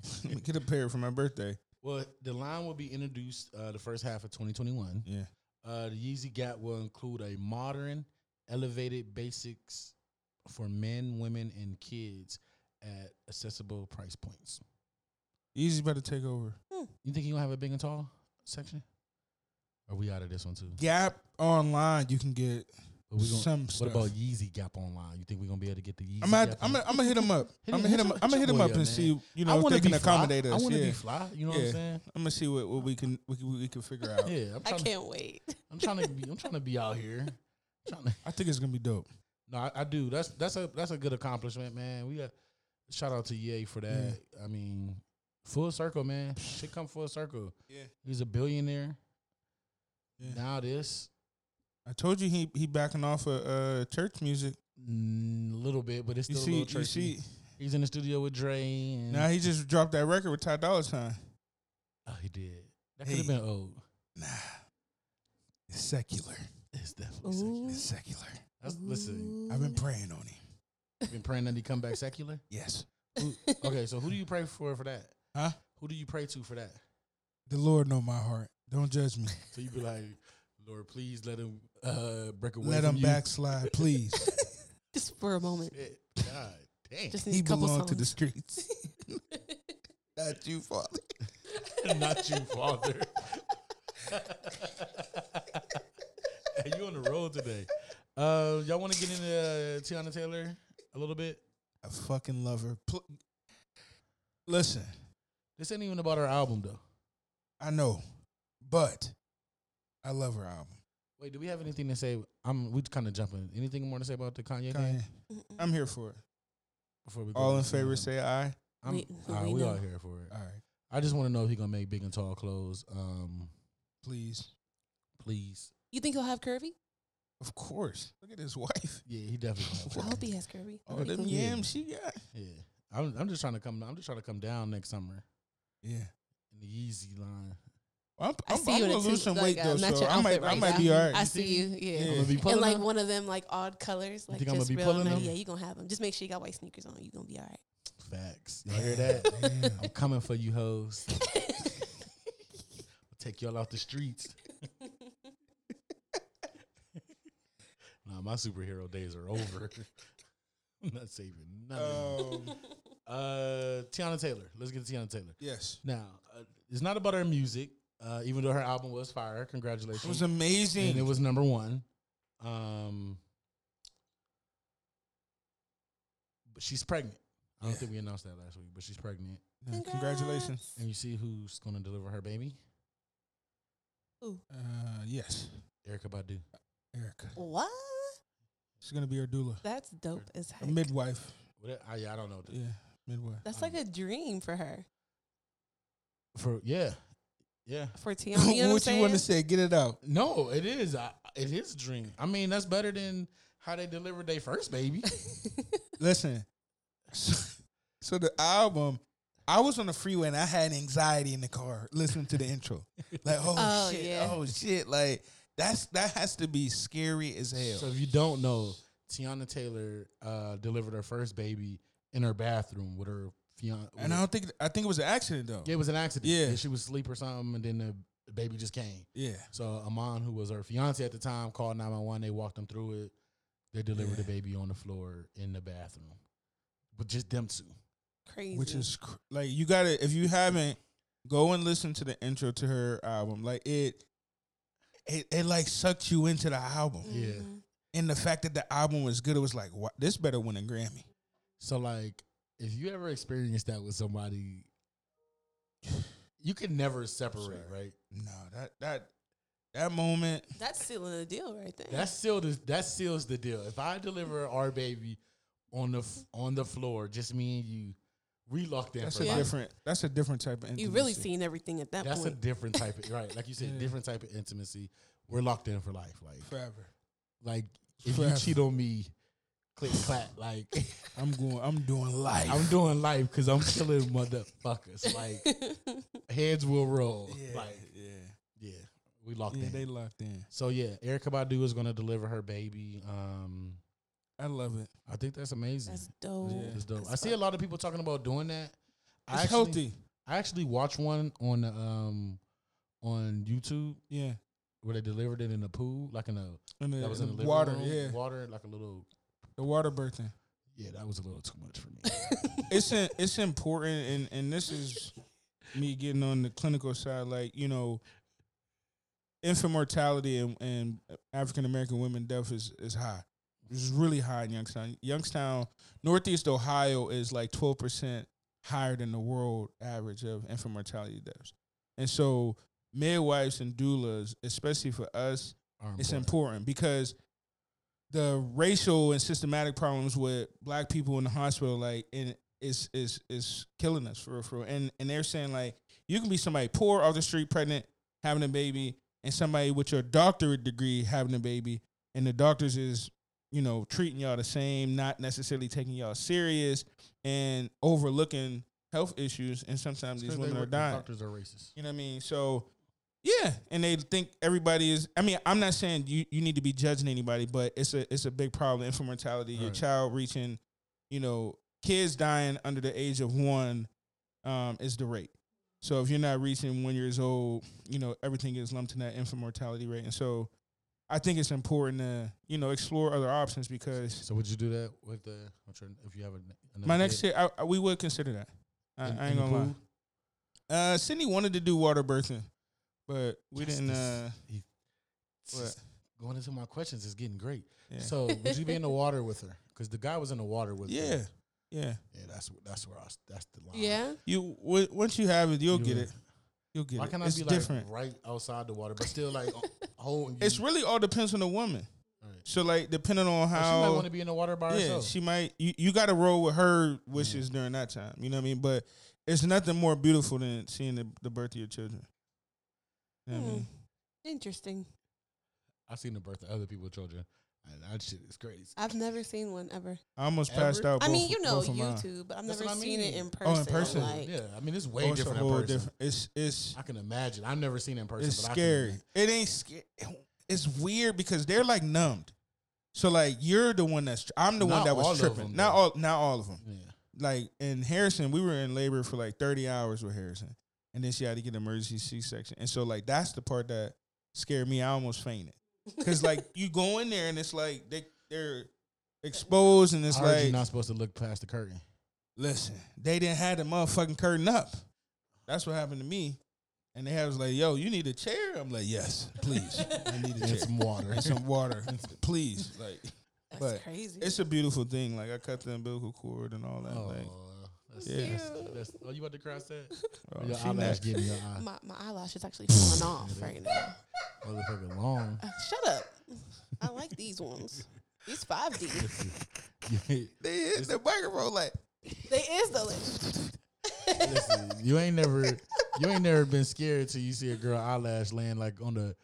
S3: Let me get a pair for my birthday.
S4: Well, the line will be introduced uh, the first half of 2021.
S3: Yeah.
S4: Uh, the Yeezy Gap will include a modern, elevated basics for men, women, and kids at accessible price points.
S3: Yeezy about to take over.
S4: You think you gonna have a big and tall section? Are we out of this one too?
S3: Gap online, you can get.
S4: But we gonna-
S3: Some
S4: what
S3: stuff.
S4: about Yeezy Gap online? You think we're gonna be able to get the Yeezy?
S3: I'm at,
S4: Gap
S3: I'm
S4: on-
S3: gonna I'm hit him up.
S4: Hit
S3: I'm
S4: him-
S3: gonna hit
S4: hit
S3: him.
S4: your- hit
S3: I'm gonna hit
S4: your
S3: him
S4: boy up,
S3: up and
S4: man.
S3: see. You
S4: I
S3: know if
S4: wanna
S3: they can
S4: be fly.
S3: accommodate us.
S4: I want to
S3: yeah.
S4: be fly. You know what
S3: Yeah. Uh,
S4: I'm saying?
S3: I'm gonna see what, what we can we, can- we can figure out.
S4: Yeah, I'm
S5: I
S4: trying, to,
S5: can't wait.
S4: I'm trying to be. I'm trying to be out here. Trying to,
S3: I think it's gonna be dope.
S4: no, I, I do. That's that's a that's a good accomplishment, man. We got shout out to Ye for that.
S3: Mm.
S4: I mean, full circle, man. Shit come full circle.
S3: Yeah.
S4: he's a billionaire.
S3: Yeah.
S4: Now this
S3: I told you he he backing off of uh, church music.
S4: a little bit, but it's
S3: You
S4: still a
S3: see,
S4: little
S3: you
S4: churchy.
S3: see.
S4: He's in the studio with Dre. And
S3: Now he just dropped that record with Ty Dolla Sign.
S4: oh, he did. That could have
S3: Hey.
S4: been old.
S3: Nah, it's secular.
S4: It's definitely secular.
S5: Ooh.
S3: It's secular.
S4: That's, listen,
S3: I've been praying on him.
S4: you've been praying that he come back secular.
S3: Yes,
S4: Who- okay, so who do you pray for for that?
S3: Huh?
S4: Who do you pray to for that?
S3: the Lord know my heart. Don't judge me.
S4: So you be like, Lord, please let him uh, break away.
S3: Let
S4: from
S3: him
S4: you."
S3: backslide, please.
S5: Just for a moment.
S4: Shit, God damn.
S5: Just need
S3: he
S5: a couple songs.
S3: belongs to the streets. Not you, Father.
S4: Not you, Father. hey, you on the road today? Uh, y'all want to get into uh, Tiana Taylor a little bit?
S3: I fucking love her. Pl- Listen,
S4: This ain't even about her album though.
S3: I know, but I love her album.
S4: Wait, do we have anything to say? I'm we kind of jumping. Anything more to say about the Kanye, game
S3: Kanye, I'm here for it.
S4: before we go
S3: All in
S4: into the
S3: favor,
S4: album?
S3: say aye.
S4: I'm,
S5: We-
S4: all right,
S5: we
S4: we
S5: know.
S4: all here for it.
S3: All right,
S4: I just want to know if he gonna make big and tall clothes. Um,
S3: please.
S4: please.
S5: You think he'll have curvy?
S3: Of course. Look at his wife.
S4: Yeah, he definitely. gonna
S5: I
S4: have
S5: hope
S4: that.
S5: he has curvy. That'd
S3: Oh,
S5: be
S3: them
S5: cool.
S3: yams she got.
S4: Yeah, I'm. I'm just trying to come. I'm just trying to come down next summer
S3: Yeah.
S4: in the Yeezy line.
S3: I'm,
S5: I
S3: I'm,
S5: see
S3: I'm
S5: you in
S3: gonna
S5: a
S3: lose
S5: suit,
S3: some
S5: like,
S3: weight
S5: uh,
S3: though,
S5: match
S3: so
S5: your
S3: I might,
S5: outfit
S3: I
S5: right
S3: might
S5: now.
S3: be all right.
S5: I
S3: You
S5: see
S3: think?
S5: you. Yeah.
S4: I'm gonna be pulling
S5: And like
S4: up.
S5: one of them, like odd colors, like
S4: think I'm gonna
S5: just
S4: be
S5: real
S4: pulling
S5: nice.
S4: them?
S5: Yeah, you gonna have them. Just make sure you got white sneakers on. You gonna be all right.
S4: Facts. Y'all hear that? I'm coming for you, hoes. I'll take y'all off the streets. nah, my superhero days are over. I'm not saving nothing.
S3: Um,
S4: uh, Tiana Taylor. Let's get to Tiana Taylor.
S3: yes.
S4: Now, uh, it's not about her music, uh, even though her album was fire. Congratulations.
S3: It was
S4: and it
S3: amazing.
S4: was number one. Um, but she's pregnant. I don't
S3: Yeah.
S4: think we announced that last week, but she's pregnant.
S3: Yeah, Congratulations.
S4: And you see who's going to deliver her baby?
S3: Uh, yes,
S4: Erica Badu.
S3: Erica.
S5: What?
S3: She's gonna be her doula,
S5: That's dope as
S3: Mm. a
S5: heck.
S3: midwife.
S4: What? I, yeah, I don't know. what the-
S3: Yeah, midwife.
S5: That's like a dream for her.
S4: For yeah, yeah.
S5: For Tiana. You know
S3: what
S5: what I'm
S3: you want to
S5: saying?
S3: say? Get it out.
S4: No, it is. I, it is a dream. I mean, that's better than how they delivered their first baby.
S3: Listen. So, so the album, I was on the freeway and I had anxiety in the car listening to the intro. Like, oh,
S5: Oh,
S3: shit,
S5: yeah.
S3: oh shit. Like, That's that has to be scary as hell.
S4: So if you don't know, Tiana Taylor uh, delivered her first baby in her bathroom with her fiance.
S3: and I don't think I think it was an accident though.
S4: it was an accident.
S3: Yeah.
S4: And she was asleep or something, and then the baby just came.
S3: Yeah.
S4: So Amon, who was her fiance at the time, called 911. They walked them through it. They delivered the baby on the floor in the bathroom. But just them two.
S5: Crazy.
S3: which is cr- like you gotta if you haven't go and listen to the intro to her album like it it, it like sucked you into the album
S4: Yeah.
S5: Mm-hmm.
S3: and the fact that the album was good it was like what this better win a grammy
S4: So like, if you ever experienced that with somebody, you can never separate, right?
S3: no that that that moment
S5: That's sealing the deal right there.
S4: That still the, that seals the deal. If I deliver our baby on the f- on the floor, just me and you, we locked in
S3: that's
S4: for
S3: a
S5: Yeah.
S4: life.
S3: different that's a different type of intimacy.
S5: you really seen everything at that
S4: That's a
S5: point.
S4: different type of right, like you said, different type of intimacy. We're locked in for life. Like
S3: forever
S4: like if
S3: Forever.
S4: you cheat on me, click clap. Like
S3: i'm going i'm doing life
S4: I'm doing life because I'm killing motherfuckers. Like heads will roll.
S3: yeah,
S4: Like
S3: yeah
S4: yeah, we locked
S3: yeah
S4: in.
S3: they locked in
S4: So yeah, Erica Badu is gonna deliver her baby. Um,
S3: i love it
S4: I think that's amazing.
S5: That's dope.
S3: Yeah.
S4: It's dope.
S5: That's
S4: I see a lot of people talking about doing that. I
S3: it's
S4: actually,
S3: healthy
S4: I actually watched one on the, um on YouTube
S3: yeah
S4: where they delivered it in a pool, like in a
S3: and the,
S4: that was
S3: the
S4: in the living
S3: water
S4: room,
S3: yeah
S4: water, like a little.
S3: the water birthing
S4: Yeah, that was a little too much for me.
S3: it's in, it's important and and this is me getting on the clinical side like you know infant mortality and, and african american women death is is high it's really high in youngstown youngstown northeast ohio is like 12% higher than the world average of infant mortality deaths and so midwives and doulas especially for us
S4: Arm
S3: it's
S4: bar.
S3: important because the racial and systematic problems with black people in the hospital, like, and is is is killing us for real, for real. And and they're saying like, you can be somebody poor off the street, pregnant, having a baby, and somebody with your doctorate degree having a baby, and the doctors is you know treating y'all the same, not necessarily taking y'all serious, and overlooking health issues, and sometimes
S4: It's 'cause
S3: these
S4: they
S3: women
S4: were-
S3: are
S4: the
S3: dying.
S4: Doctors are racist.
S3: You know what I mean? So yeah, and they think everybody is. I mean, I'm not saying you, you need to be judging anybody, but it's a it's a big problem. Infant mortality, your
S4: Right.
S3: child reaching, you know, kids dying under the age of one, um, is the rate. So if you're not reaching one years old, you know everything is lumped in that infant mortality rate, and so I think it's important to you know explore other options because
S4: So would you do that with the? what's your- If you have a, another
S3: my next
S4: kid
S3: kid, I, I- we would consider that. I,
S4: in-
S3: I
S4: in
S3: ain't
S4: the
S3: gonna lie.
S4: pool?
S3: Uh, Sydney wanted to do water birthing, but we
S4: Yes,
S3: didn't.
S4: this-
S3: Uh,
S4: he- it's
S3: what?
S4: just Going into my questions is getting great.
S3: Yeah.
S4: So would you be in the water with her? Because the guy was in the water with her.
S3: Yeah. Yeah.
S4: Yeah, that's wh- that's where I was, that's the line.
S5: Yeah.
S3: You w- once you have it, you'll
S4: You
S3: get
S4: will.
S3: it. You'll get
S4: Why
S3: it.
S4: can't
S3: it's
S4: I be
S3: different.
S4: like right outside the water, but still like o- holding?
S3: It's
S4: you?
S3: really all depends on the woman.
S4: Alright.
S3: So like depending
S4: But
S3: on
S4: she might
S3: how
S4: want to be in the water by
S3: yeah,
S4: herself.
S3: she might you, you got to roll with her wishes
S4: Mm.
S3: during that time. You know what I mean? But it's nothing more beautiful than seeing the, the birth of your children. You know what I
S5: Hmm.
S3: mean?
S5: Interesting.
S4: I've seen the birth of other people's children, and that shit is crazy.
S5: I've never seen one ever.
S3: I almost
S4: Ever?
S3: passed out.
S5: I
S3: both-
S5: mean, you know
S3: both uh, of mine.
S5: YouTube, but I've
S4: That's
S5: never
S4: what I
S5: seen it
S4: mean.
S5: in
S3: Oh,
S5: person.
S3: in person.
S5: Like,
S4: yeah, I mean it's way
S3: Oh, it's a
S4: different in
S3: whole
S4: person.
S3: different- It's it's
S4: I can imagine. I've never seen it in person.
S3: it's
S4: but
S3: scary. It ain't scary. It's weird because they're like numbed. So like you're the one that's. tr- I'm the one
S4: Not
S3: that
S4: all
S3: was
S4: of
S3: tripping.
S4: them,
S3: not
S4: though.
S3: all. Not all of them.
S4: I can, yeah.
S3: like in Harrison, we were in labor for like 30 hours with Harrison. And then she had to get an emergency C section. And so like that's the part that scared me. I almost fainted. Cause like you go in there and it's like they they're exposed and it's
S4: I heard you're
S3: like
S4: not supposed to look past the curtain.
S3: listen, they didn't have the motherfucking curtain up. That's what happened to me. And they had was like, yo, you need a chair? I'm like, yes, please. I need a
S4: And
S3: chair.
S4: some water.
S3: and some water. Please. Like
S5: that's
S3: but
S5: crazy.
S3: it's a beautiful thing. Like I cut the umbilical cord and all that.
S4: Oh,
S3: Like,
S4: that's,
S3: Yeah.
S4: that's, that's, oh, you about to cross that?
S3: oh,
S4: your
S3: she
S4: eyelash
S3: nasty.
S4: getting your eye.
S5: my, my eyelash is actually falling off right now.
S4: Motherfucker long.
S5: Uh, shut up. I like these ones. These 5D.
S4: You-
S3: They hit the microphone like
S5: They is the
S4: Listen, you ain't never you ain't never been scared till you see a girl eyelash laying like on the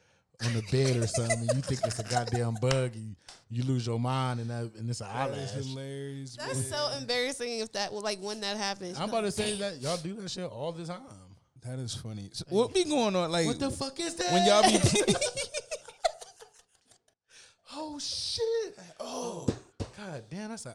S4: on the bed or something and you think it's a goddamn bug and you lose your mind and that and it's an eyelash.
S3: hilarious.
S5: That's so embarrassing if that was like when that happens.
S4: I'm about to say that y'all do that shit all the time.
S3: that is funny. So what be going on? Like
S4: What the fuck is that?
S3: when y'all be
S4: oh shit. Oh god damn, that's a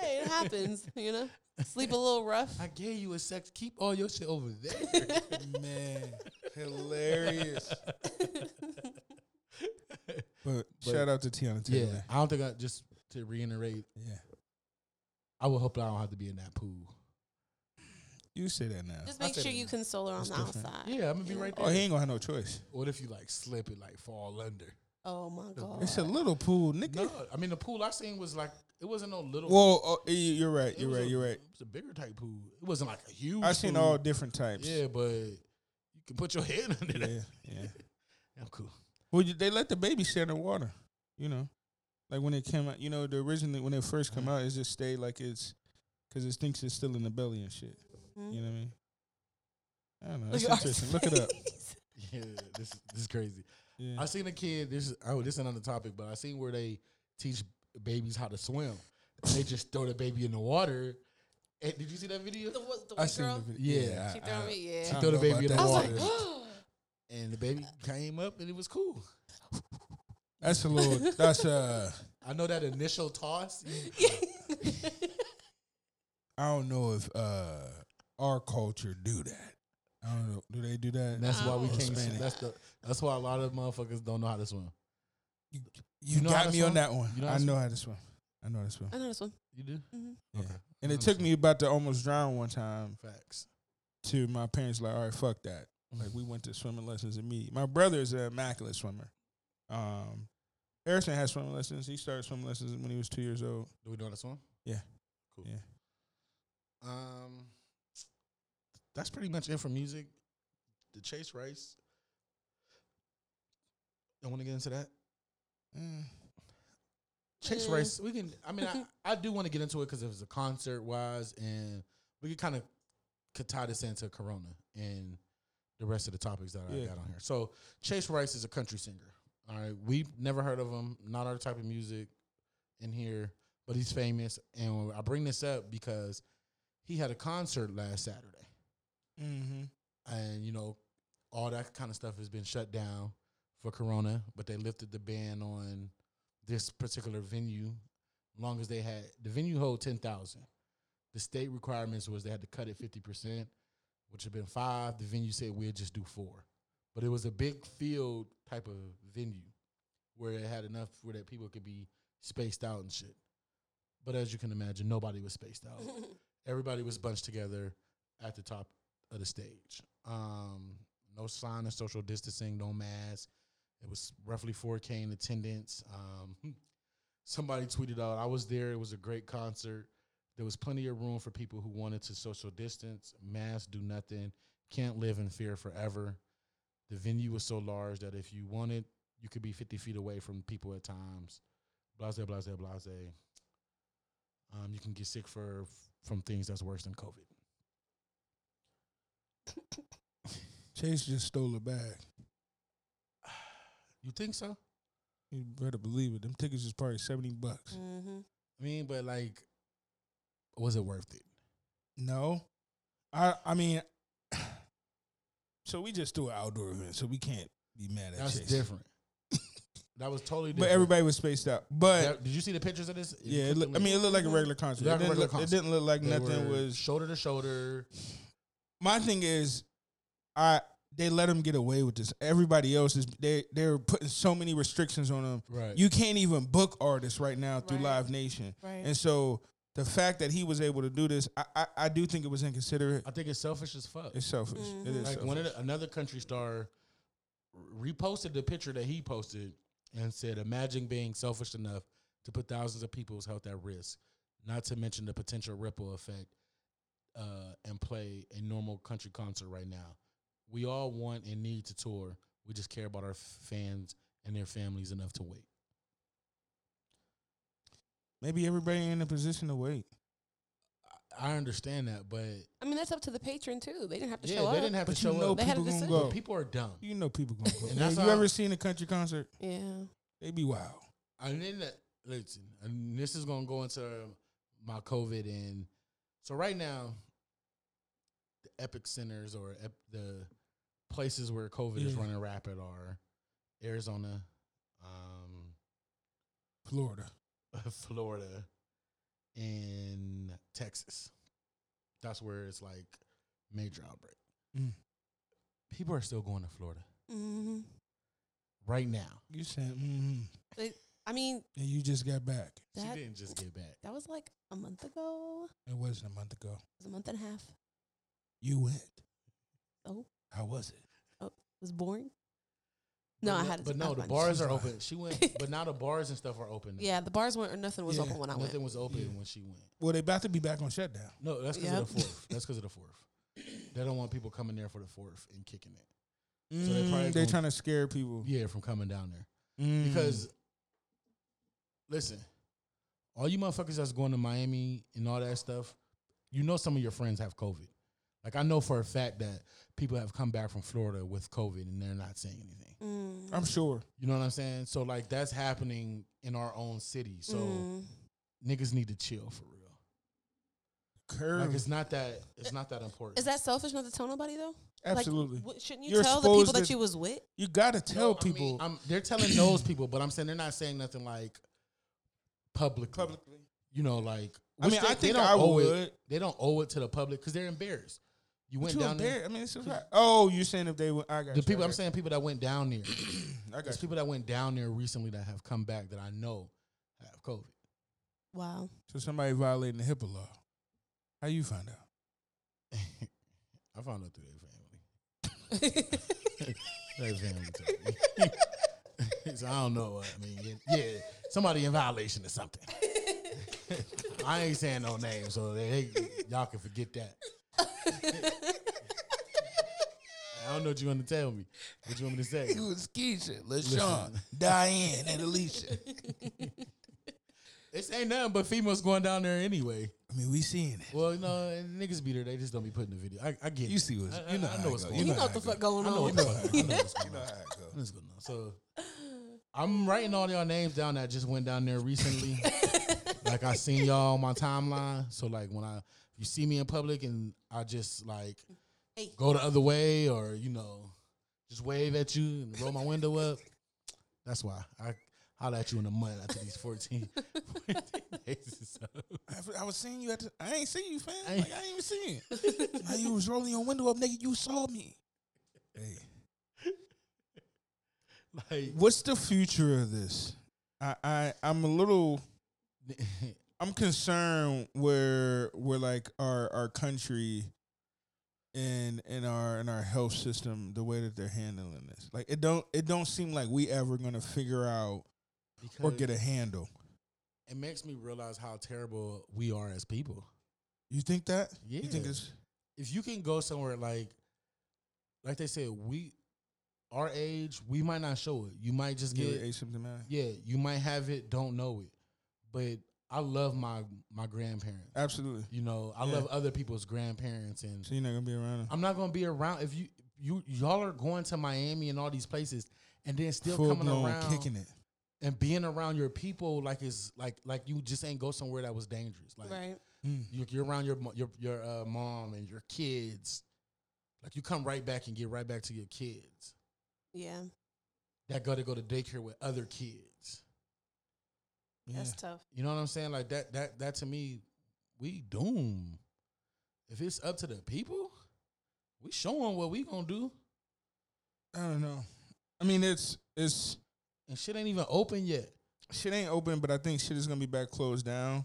S5: Hey, it happens, you know? Sleep a little rough.
S4: I gave you a sex. Keep all your shit over there.
S3: Man, hilarious. but, shout out to Tiana
S4: yeah.
S3: Taylor.
S4: I don't think I just to reiterate,
S3: Yeah.
S4: I would hope that I don't have to be in that pool.
S3: You say that now.
S5: Just make
S4: said
S5: sure
S4: it.
S5: you console her on
S3: That's
S5: the
S3: different.
S5: outside.
S4: Yeah, I'm gonna be right there.
S3: Oh, he ain't gonna have no choice.
S4: What if you like slip it like fall under?
S5: Oh my god.
S3: It's a little pool, nigga.
S4: No, I mean the pool I seen was like it wasn't no little.
S3: Well, oh, y- you're right.
S4: it
S3: You're
S4: was
S3: right.
S4: a-
S3: You're right.
S4: It was a bigger type pool. It wasn't like a huge.
S3: I've seen
S4: pool.
S3: all different types.
S4: Yeah, but you can put your head under
S3: Yeah.
S4: that.
S3: yeah.
S4: I'm cool.
S3: Well, you- they let the baby stay in the water. You know, like when it came out. You know, the originally when it first came out, it just stayed like it's because it thinks it's still in the belly and shit.
S4: Mm-hmm.
S3: You know what I mean? I don't know. That's
S5: at our
S3: interesting. Look it up.
S5: face.
S4: Yeah, this this is crazy.
S3: Yeah.
S4: I seen a kid. This is oh, this is another topic, but I seen where they teach babies how to swim. They just throw the baby in the water. Eh, did you see that video?
S5: The, what, the
S3: I
S5: white
S3: seen
S5: girl.
S3: the video.
S4: Yeah,
S5: She
S4: I-
S5: throwing
S4: I-
S5: me, yeah.
S4: she threw
S3: I
S4: the
S3: don't know
S4: baby in the
S3: about
S5: I was
S4: water,
S5: like,
S4: and the baby came up, and it was cool.
S3: That's a little. That's uh.
S4: I know that initial toss.
S3: I don't know if uh our culture do that. I don't know. Do they do that?
S4: Oh, That's why we
S3: Or
S4: can't.
S3: Hispanic.
S4: Swim. That's the. That's why a lot of motherfuckers don't know how to swim.
S3: You, you
S4: know how
S3: got
S4: to
S3: me
S4: swim?
S3: on that one.
S4: You know how
S3: I
S4: to
S3: know how to swim. I know how to swim.
S5: I know this one.
S4: You do
S3: Yeah.
S4: Okay.
S3: And
S4: I
S3: it took
S4: understand.
S3: me about to almost drown one time
S4: facts.
S3: to my parents like, all right, fuck that. Like we went to swimming lessons immediately. My brother is an immaculate swimmer. Um, Harrison had swimming lessons. He started swimming lessons when he was two years old.
S4: Do we know how to swim?
S3: Yeah.
S4: Cool.
S3: Yeah.
S4: Um, that's pretty much it for music. The Chase Rice. Don't want to get into that.
S3: Mm.
S4: Chase
S5: Yeah.
S4: Rice. We can. I mean, I, I do want to get into it because it was a concert wise, and we could kind of could tie this into Corona and the rest of the topics that I
S3: Yeah.
S4: got on here. So Chase Rice is a country singer. All right, we've never heard of him. Not our type of music in here, but he's famous. And I bring this up because he had a concert last Saturday
S3: Mm-hmm.
S4: and you know all that kind of stuff has been shut down for corona but they lifted the ban on this particular venue long as they had the venue hold 10,000 the state requirements was they had to cut it 50% which had been 5 the venue said we'll just do 4 but it was a big field type of venue where it had enough where that people could be spaced out and shit but as you can imagine nobody was spaced out everybody was bunched together at the top of the stage. Um, no sign of social distancing, no mask. It was roughly 4K in attendance. Um, somebody tweeted out, I was there. It was a great concert. There was plenty of room for people who wanted to social distance, mask, do nothing, can't live in fear forever. The venue was so large that if you wanted, you could be 50 feet away from people at times. Blase, blase, blase. Um, you can get sick for from things that's worse than COVID.
S3: Chase just stole a bag.
S4: You think so?
S3: You better believe it. Them tickets is probably seventy bucks.
S5: mm-hmm.
S4: I mean, but like, was it worth it?
S3: No, I I mean, so we just do an outdoor event, so we can't be mad at
S4: That's
S3: Chase.
S4: different. that was totally
S3: But
S4: different.
S3: everybody was spaced out. But
S4: That- did you see the pictures of this? If you
S3: yeah, it
S4: click
S3: look,
S4: the
S3: I mean, it
S4: link,
S3: looked like a regular concert.
S4: Like
S3: It
S4: a
S3: didn't,
S4: regular
S3: look, it
S4: concert.
S3: didn't look like
S4: they
S3: nothing
S4: were
S3: was.
S4: shoulder to shoulder.
S3: My thing is, I they let them get away with this. Everybody else is they they're putting so many restrictions on them.
S4: Right.
S3: You can't even book artists right now through
S5: Right.
S3: Live Nation.
S5: Right.
S3: And so the fact that he was able to do this, I I, I do think it was inconsiderate.
S4: I think it's selfish as fuck.
S3: It's selfish. It is.
S5: Mm-hmm.
S4: like
S3: selfish.
S4: one of the, another country star reposted the picture that he posted and said, "Imagine being selfish enough to put thousands of people's health at risk, not to mention the potential ripple effect, uh, and play a normal country concert right now. We all want and need to tour. We just care about our f- fans and their families enough to wait."
S3: Maybe everybody ain't in a position to wait.
S4: I understand that, but
S5: I mean, that's up to the patron too. They didn't have to
S4: yeah,
S5: show
S4: they
S5: up.
S4: didn't have
S3: But
S4: to
S3: you
S4: show
S3: know
S4: up.
S5: They had
S3: people
S5: a
S3: gonna
S5: decision.
S3: go.
S4: But people are dumb.
S3: You know people gonna go.
S4: And
S3: Man,
S4: that's
S3: you
S4: how-
S3: ever seen a country concert?
S5: yeah.
S3: They be wild.
S4: And then that, listen, and this is gonna go into my COVID and so right now, the epic centers or ep, the places where COVID is
S3: Yeah.
S4: running rapid are Arizona, um,
S3: Florida.
S4: Florida, and Texas. That's where it's like major outbreak.
S3: Mm.
S4: People are still going to Florida
S5: hmm
S4: right now.
S3: You said, mm,
S5: I mean,
S3: and you just got back.
S5: that
S4: she didn't just get back.
S5: that was like a month ago.
S3: It wasn't a month ago.
S5: It was a month and a half. It
S3: You went.
S5: Oh.
S3: How was it?
S5: was boring. No,
S4: But
S5: I
S4: the-
S5: had. to-
S4: But
S5: I
S4: no,
S5: was
S4: the
S5: fine.
S4: bars
S3: She's
S4: are
S3: lying.
S4: open. She went, but now the bars and stuff are open. now.
S5: Yeah, the bars weren't. Nothing was
S3: Yeah,
S5: open when I
S4: nothing
S5: went.
S4: was open
S3: Yeah.
S4: when she went.
S3: Well, they about to be back on shutdown.
S4: No, that's because
S5: Yep.
S4: of the fourth. That's because of the fourth. They don't want people coming there for the fourth and kicking it. So they probably
S3: they're
S4: gonna-
S3: trying to Mm. scare people
S4: Yeah, from coming down there.
S3: Mm.
S4: Because listen, all you motherfuckers that's going to Miami and all that stuff, you know some of your friends have COVID. Like I know for a fact that people have come back from Florida with COVID and they're not saying anything.
S5: Mm,
S3: I'm sure.
S4: You know what I'm saying? So like that's happening in our own city. So
S5: mm.
S4: niggas need to chill for real.
S3: Curve.
S4: Like it's not that it's not that important.
S5: is that selfish not to tell nobody though? Like,
S3: Absolutely.
S5: w- shouldn't you
S3: You're
S5: tell the people
S3: supposed
S5: that
S3: to-
S5: you was with?
S3: you got to tell
S4: No, I mean,
S3: people.
S4: I'm- they're telling those people, but I'm saying they're not saying nothing like publicly.
S3: Publicly.
S4: you know, like
S3: I
S4: which
S3: mean,
S4: they,
S3: I
S4: they
S3: think
S4: don't
S3: I
S4: owe
S3: would.
S4: It, they don't owe it to the public because they're embarrassed. You
S3: But
S4: went
S3: you
S4: down
S3: embarrassed.
S4: there.
S3: I mean, it's a fact. Oh, you're saying if they went, I got
S4: The
S3: you,
S4: people
S3: I
S4: I'm
S3: got
S4: saying people that went down there.
S3: you, I
S4: There's
S3: got you.
S4: people that went down there recently that have come back that I know have COVID.
S5: Wow.
S3: So somebody violating the HIPAA law. How you find out?
S4: I found out through their family. their family told me. so I don't know. I mean, yeah, yeah, somebody in violation of something. I ain't saying no names, so they, they y'all can forget that. I don't know what you want to tell me. What you want me to say?
S3: was Keisha,
S4: Listen.
S3: Diane, and Alicia.
S4: This ain't nothing but females going down there anyway.
S3: I mean, we seeing it.
S4: Well, no, and niggas be there. They just don't be putting the video. I, I get
S3: You
S4: it.
S3: see what's-
S4: I,
S3: you know
S4: I,
S3: how
S4: I
S3: it
S4: know what's
S3: go.
S4: going
S5: you
S4: on.
S5: know what the fuck going
S4: I know
S5: on.
S4: what's going on. I know what's going on.
S3: Right,
S4: That's good enough. So I'm writing all y'all names down that just went down there recently. like I seen y'all on my timeline. So like when I you see me in public and I just like
S5: Hey.
S4: go the other way or you know just wave at you and roll my window up. That's why I holler at you in a month after these 14, 14 days. or so.
S3: I, I was seeing you at the. I ain't seen you, fam.
S4: I
S3: I
S4: ain't-
S3: ain't, like, I ain't even seen you. now you was rolling your window up, nigga. You saw me. Hey,
S4: Like
S3: what's the future of this? I, I I'm a little I'm concerned where where like our our country and and our and our health system the way that they're handling this. Like it don't it don't seem like we ever gonna figure out or
S4: because
S3: get a handle.
S4: it makes me realize how terrible we are as people.
S3: You think that? You think
S4: Yeah.
S3: it's
S4: if you can go somewhere like like they said we our age we might not show it you might just
S3: you're
S4: get yeah,
S3: asymptomatic?
S4: you might have it don't know it but i love my my grandparents
S3: Absolutely.
S4: you know i
S3: Yeah.
S4: love other people's grandparents and
S3: So you're not gonna be around. them.
S4: i'm not gonna be around if you you y'all are going to miami and all these places and then still
S3: Full
S4: coming
S3: blown
S4: around
S3: kicking it.
S4: and being around your people like is like like you just ain't go somewhere that was dangerous like
S5: Right.
S4: you, you're around your mo- your your uh, mom and your kids. Like you come right back and get right back to your kids
S5: Yeah.
S4: that got to go to daycare with other kids.
S3: Yeah.
S5: That's tough.
S4: You know what I'm saying? Like that that that to me, we doom. If it's up to the people, we showing what we gonna do,
S3: I don't know. I mean it's it's
S4: and shit ain't even open yet.
S3: shit ain't open, but I think shit is gonna be back closed down.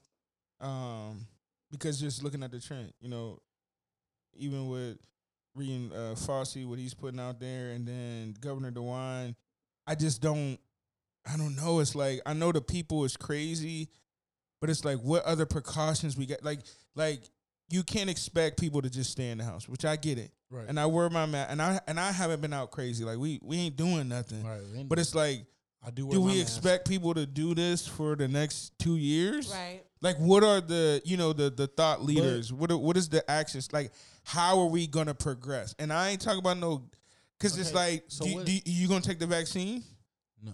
S3: Um, because just looking at the trend, you know, even with reading uh, Fossey, what he's putting out there, and then Governor DeWine, I just don't, I don't know. It's like I know the people is crazy, but it's like what other precautions we got? Like, like you can't expect people to just stay in the house, which I get it,
S4: Right.
S3: and I wear my mask, and I and I haven't been out crazy. Like we we ain't doing nothing,
S4: right. and
S3: but it's like
S4: I do. Wear
S3: do
S4: my
S3: we
S4: mask.
S3: expect people to do this for the next two years?
S5: Right.
S3: Like, what are the you know the the thought leaders? what are, what is the actions? Like, how are we gonna progress? And I ain't talking about no, because it's
S4: Okay,
S3: like,
S4: so
S3: do,
S4: what-
S3: do, you gonna take the vaccine?
S4: No,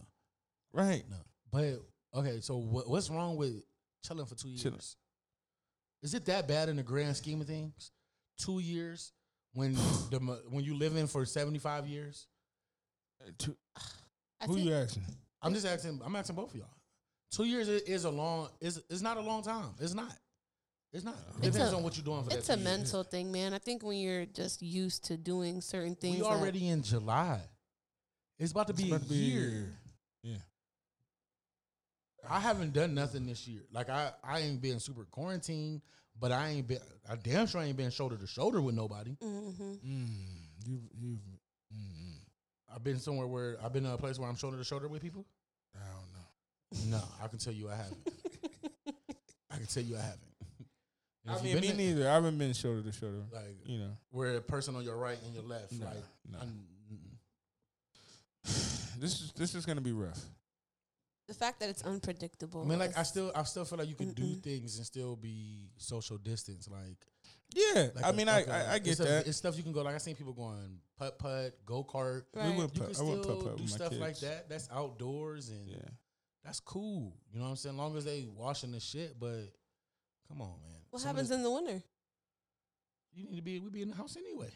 S3: Right.
S4: no. But okay, so what, what's wrong with chilling for two years?
S3: Chilling.
S4: Is it that bad in the grand scheme of things? Two years. when the mo- when you live in for seventy five years?
S5: I
S3: Who
S5: think
S3: you asking?
S4: I'm just asking. I'm asking both of y'all. Two years i- is a long. Is is not a long time. It's not. It's not. It
S5: It's
S4: depends
S5: a-
S4: on what you're doing for that
S5: it's a
S4: two years.
S5: mental thing, man. I think when you're just used to doing certain things,
S4: We
S5: like-
S4: already in July. It's about to be
S3: about to
S4: a
S3: be a
S4: year.
S3: year. Yeah.
S4: I haven't done nothing this year. Like I, I ain't been super quarantined, but I ain't been. I damn sure ain't been shoulder to shoulder with nobody.
S5: Mhm.
S3: You you.
S4: mm-hmm. I've been somewhere where I've been in a place where I'm shoulder to shoulder with people.
S3: I don't know.
S4: No, I can tell you I haven't. I can tell you I haven't. And if
S3: I
S4: you
S3: mean, me
S4: been there,
S3: neither. I haven't been shoulder to shoulder.
S4: Like
S3: You know,
S4: where a person on your right and your left,
S3: Nah,
S4: like
S3: nah.
S4: I'm-
S3: this is this is gonna be rough.
S5: The fact that it's unpredictable.
S4: I mean, like I
S5: is-
S4: still, I still feel like you could do
S5: Mm-mm.
S4: things and still be social distance. Like,
S3: Yeah,
S4: like
S3: I
S4: a-
S3: mean,
S4: like
S3: I,
S4: a-
S3: I, I get
S4: it's a-
S3: that.
S4: it's stuff you can go. Like I seen people going putt putt, go kart.
S5: Right.
S3: We went
S4: You
S3: putt,
S4: can
S3: I went
S4: still
S3: putt putt
S4: do
S3: with my
S4: stuff
S3: kids.
S4: like that. That's outdoors and
S3: Yeah,
S4: that's cool. You know what I'm saying? long as they washing the shit, but come on, man.
S5: What
S4: Some of
S5: happens
S4: this-
S5: in the winter?
S4: you need to be. We be in the house anyway.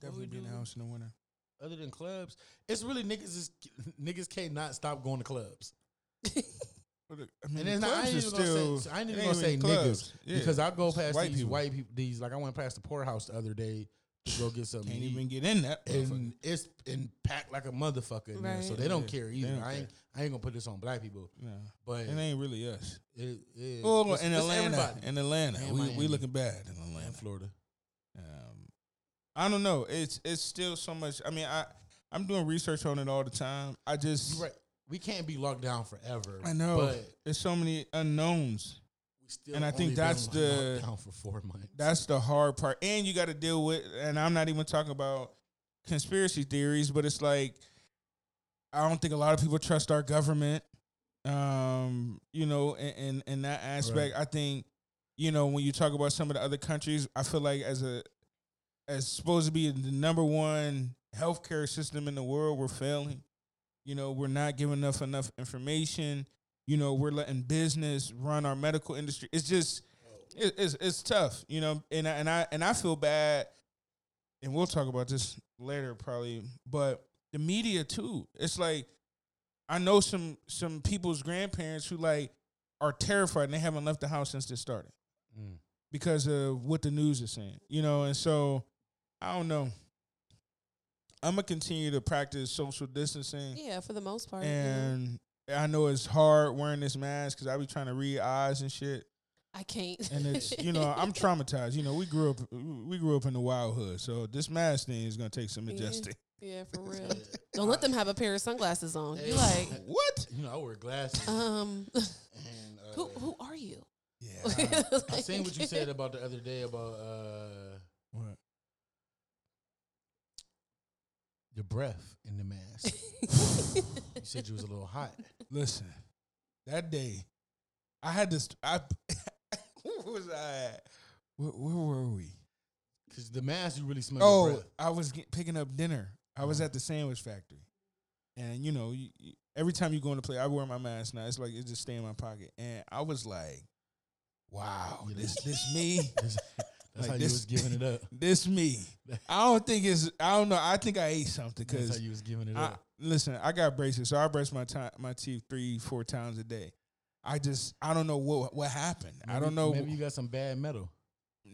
S3: definitely be in the
S4: do-
S3: house in the winter.
S4: Other than clubs, it's really niggas. Is, niggas can't not stop going to clubs.
S3: But, uh, I mean,
S4: And it's not, I ain't even gonna say, I ain't even gonna say niggas because I go past these white people. These like I went past the poorhouse the other day to go get something.
S3: can't
S4: to eat,
S3: even get in that.
S4: and it's and packed like a motherfucker. In there, so
S5: Right.
S4: they don't
S3: Yeah,
S4: care
S3: they
S4: either.
S3: don't
S4: I ain't I ain't gonna put this on black people,
S3: no,
S4: but
S3: it ain't really us.
S4: it, it,
S3: Oh,
S4: it's-
S3: in
S4: it's
S3: Atlanta,
S4: everybody.
S3: in Atlanta,
S4: And
S3: we, we
S4: Miami.
S3: looking bad in Atlanta.
S4: in Florida.
S3: Um, I don't know. It's it's still so much. I mean, I I'm doing research on it all the time. I just
S4: You're right. We can't be locked down forever.
S3: I know
S4: but
S3: there's so many unknowns.
S4: we still
S3: And I
S4: only
S3: think
S4: been
S3: that's
S4: locked
S3: the-
S4: down for four months.
S3: That's the hard part. And you got to deal with, and I'm not even talking about conspiracy theories, but it's like, I don't think a lot of people trust our government, um, you know, in, in, in that aspect. I think, you know, when you talk about some of the other countries, I feel like as a, as supposed to be the number one healthcare system in the world, we're failing. You know, we're not giving enough enough information. You know, we're letting business run our medical industry. It's just, it, it's it's tough, you know, and I, and I and I feel bad, and we'll talk about this later probably, but the media too. It's like I know some some people's grandparents who like are terrified and they haven't left the house since this started
S4: Mm.
S3: because of what the news is saying, you know, and so I don't know. I'm gonna continue to practice social distancing,
S5: Yeah, for the most part. you know.
S3: and I know it's hard wearing this mask because I be trying to read eyes and shit
S5: I can't.
S3: and it's you know I'm traumatized. You know we grew up we grew up in the wild hood, so this mask thing is gonna take some
S5: Yeah.
S3: adjusting.
S5: yeah, for real. Don't let them have a pair of sunglasses on. You like,
S4: Hey.
S3: What?
S4: You know, I wear glasses.
S5: um,
S4: and, uh,
S5: who who are you?
S3: Yeah.
S4: I seen what you said about the other day about uh,
S3: What?
S4: your breath in the mask. you said you was a little hot.
S3: Listen, that day, I had this. I where was I? At? Where, where were we?
S4: Cause the mask, you really smell. your
S3: Oh,
S4: breath.
S3: I was get, picking up dinner. I was at the sandwich factory, and you know, you, you- every time you go into play, I wear my mask now. It's like it just stay in my pocket, and I was like, "Wow,
S4: You
S3: this this me."
S4: That's, that's
S3: Like
S4: how you
S3: this-
S4: was giving it up.
S3: This me. I don't think it's. I don't know. I think I ate something
S4: That's how
S3: because
S4: you was giving it
S3: I
S4: up.
S3: listen. I got braces, so I brush my time, my teeth three, four times a day. I just. I don't know what what happened. I
S4: Maybe-
S3: don't know.
S4: Maybe you got some bad metal.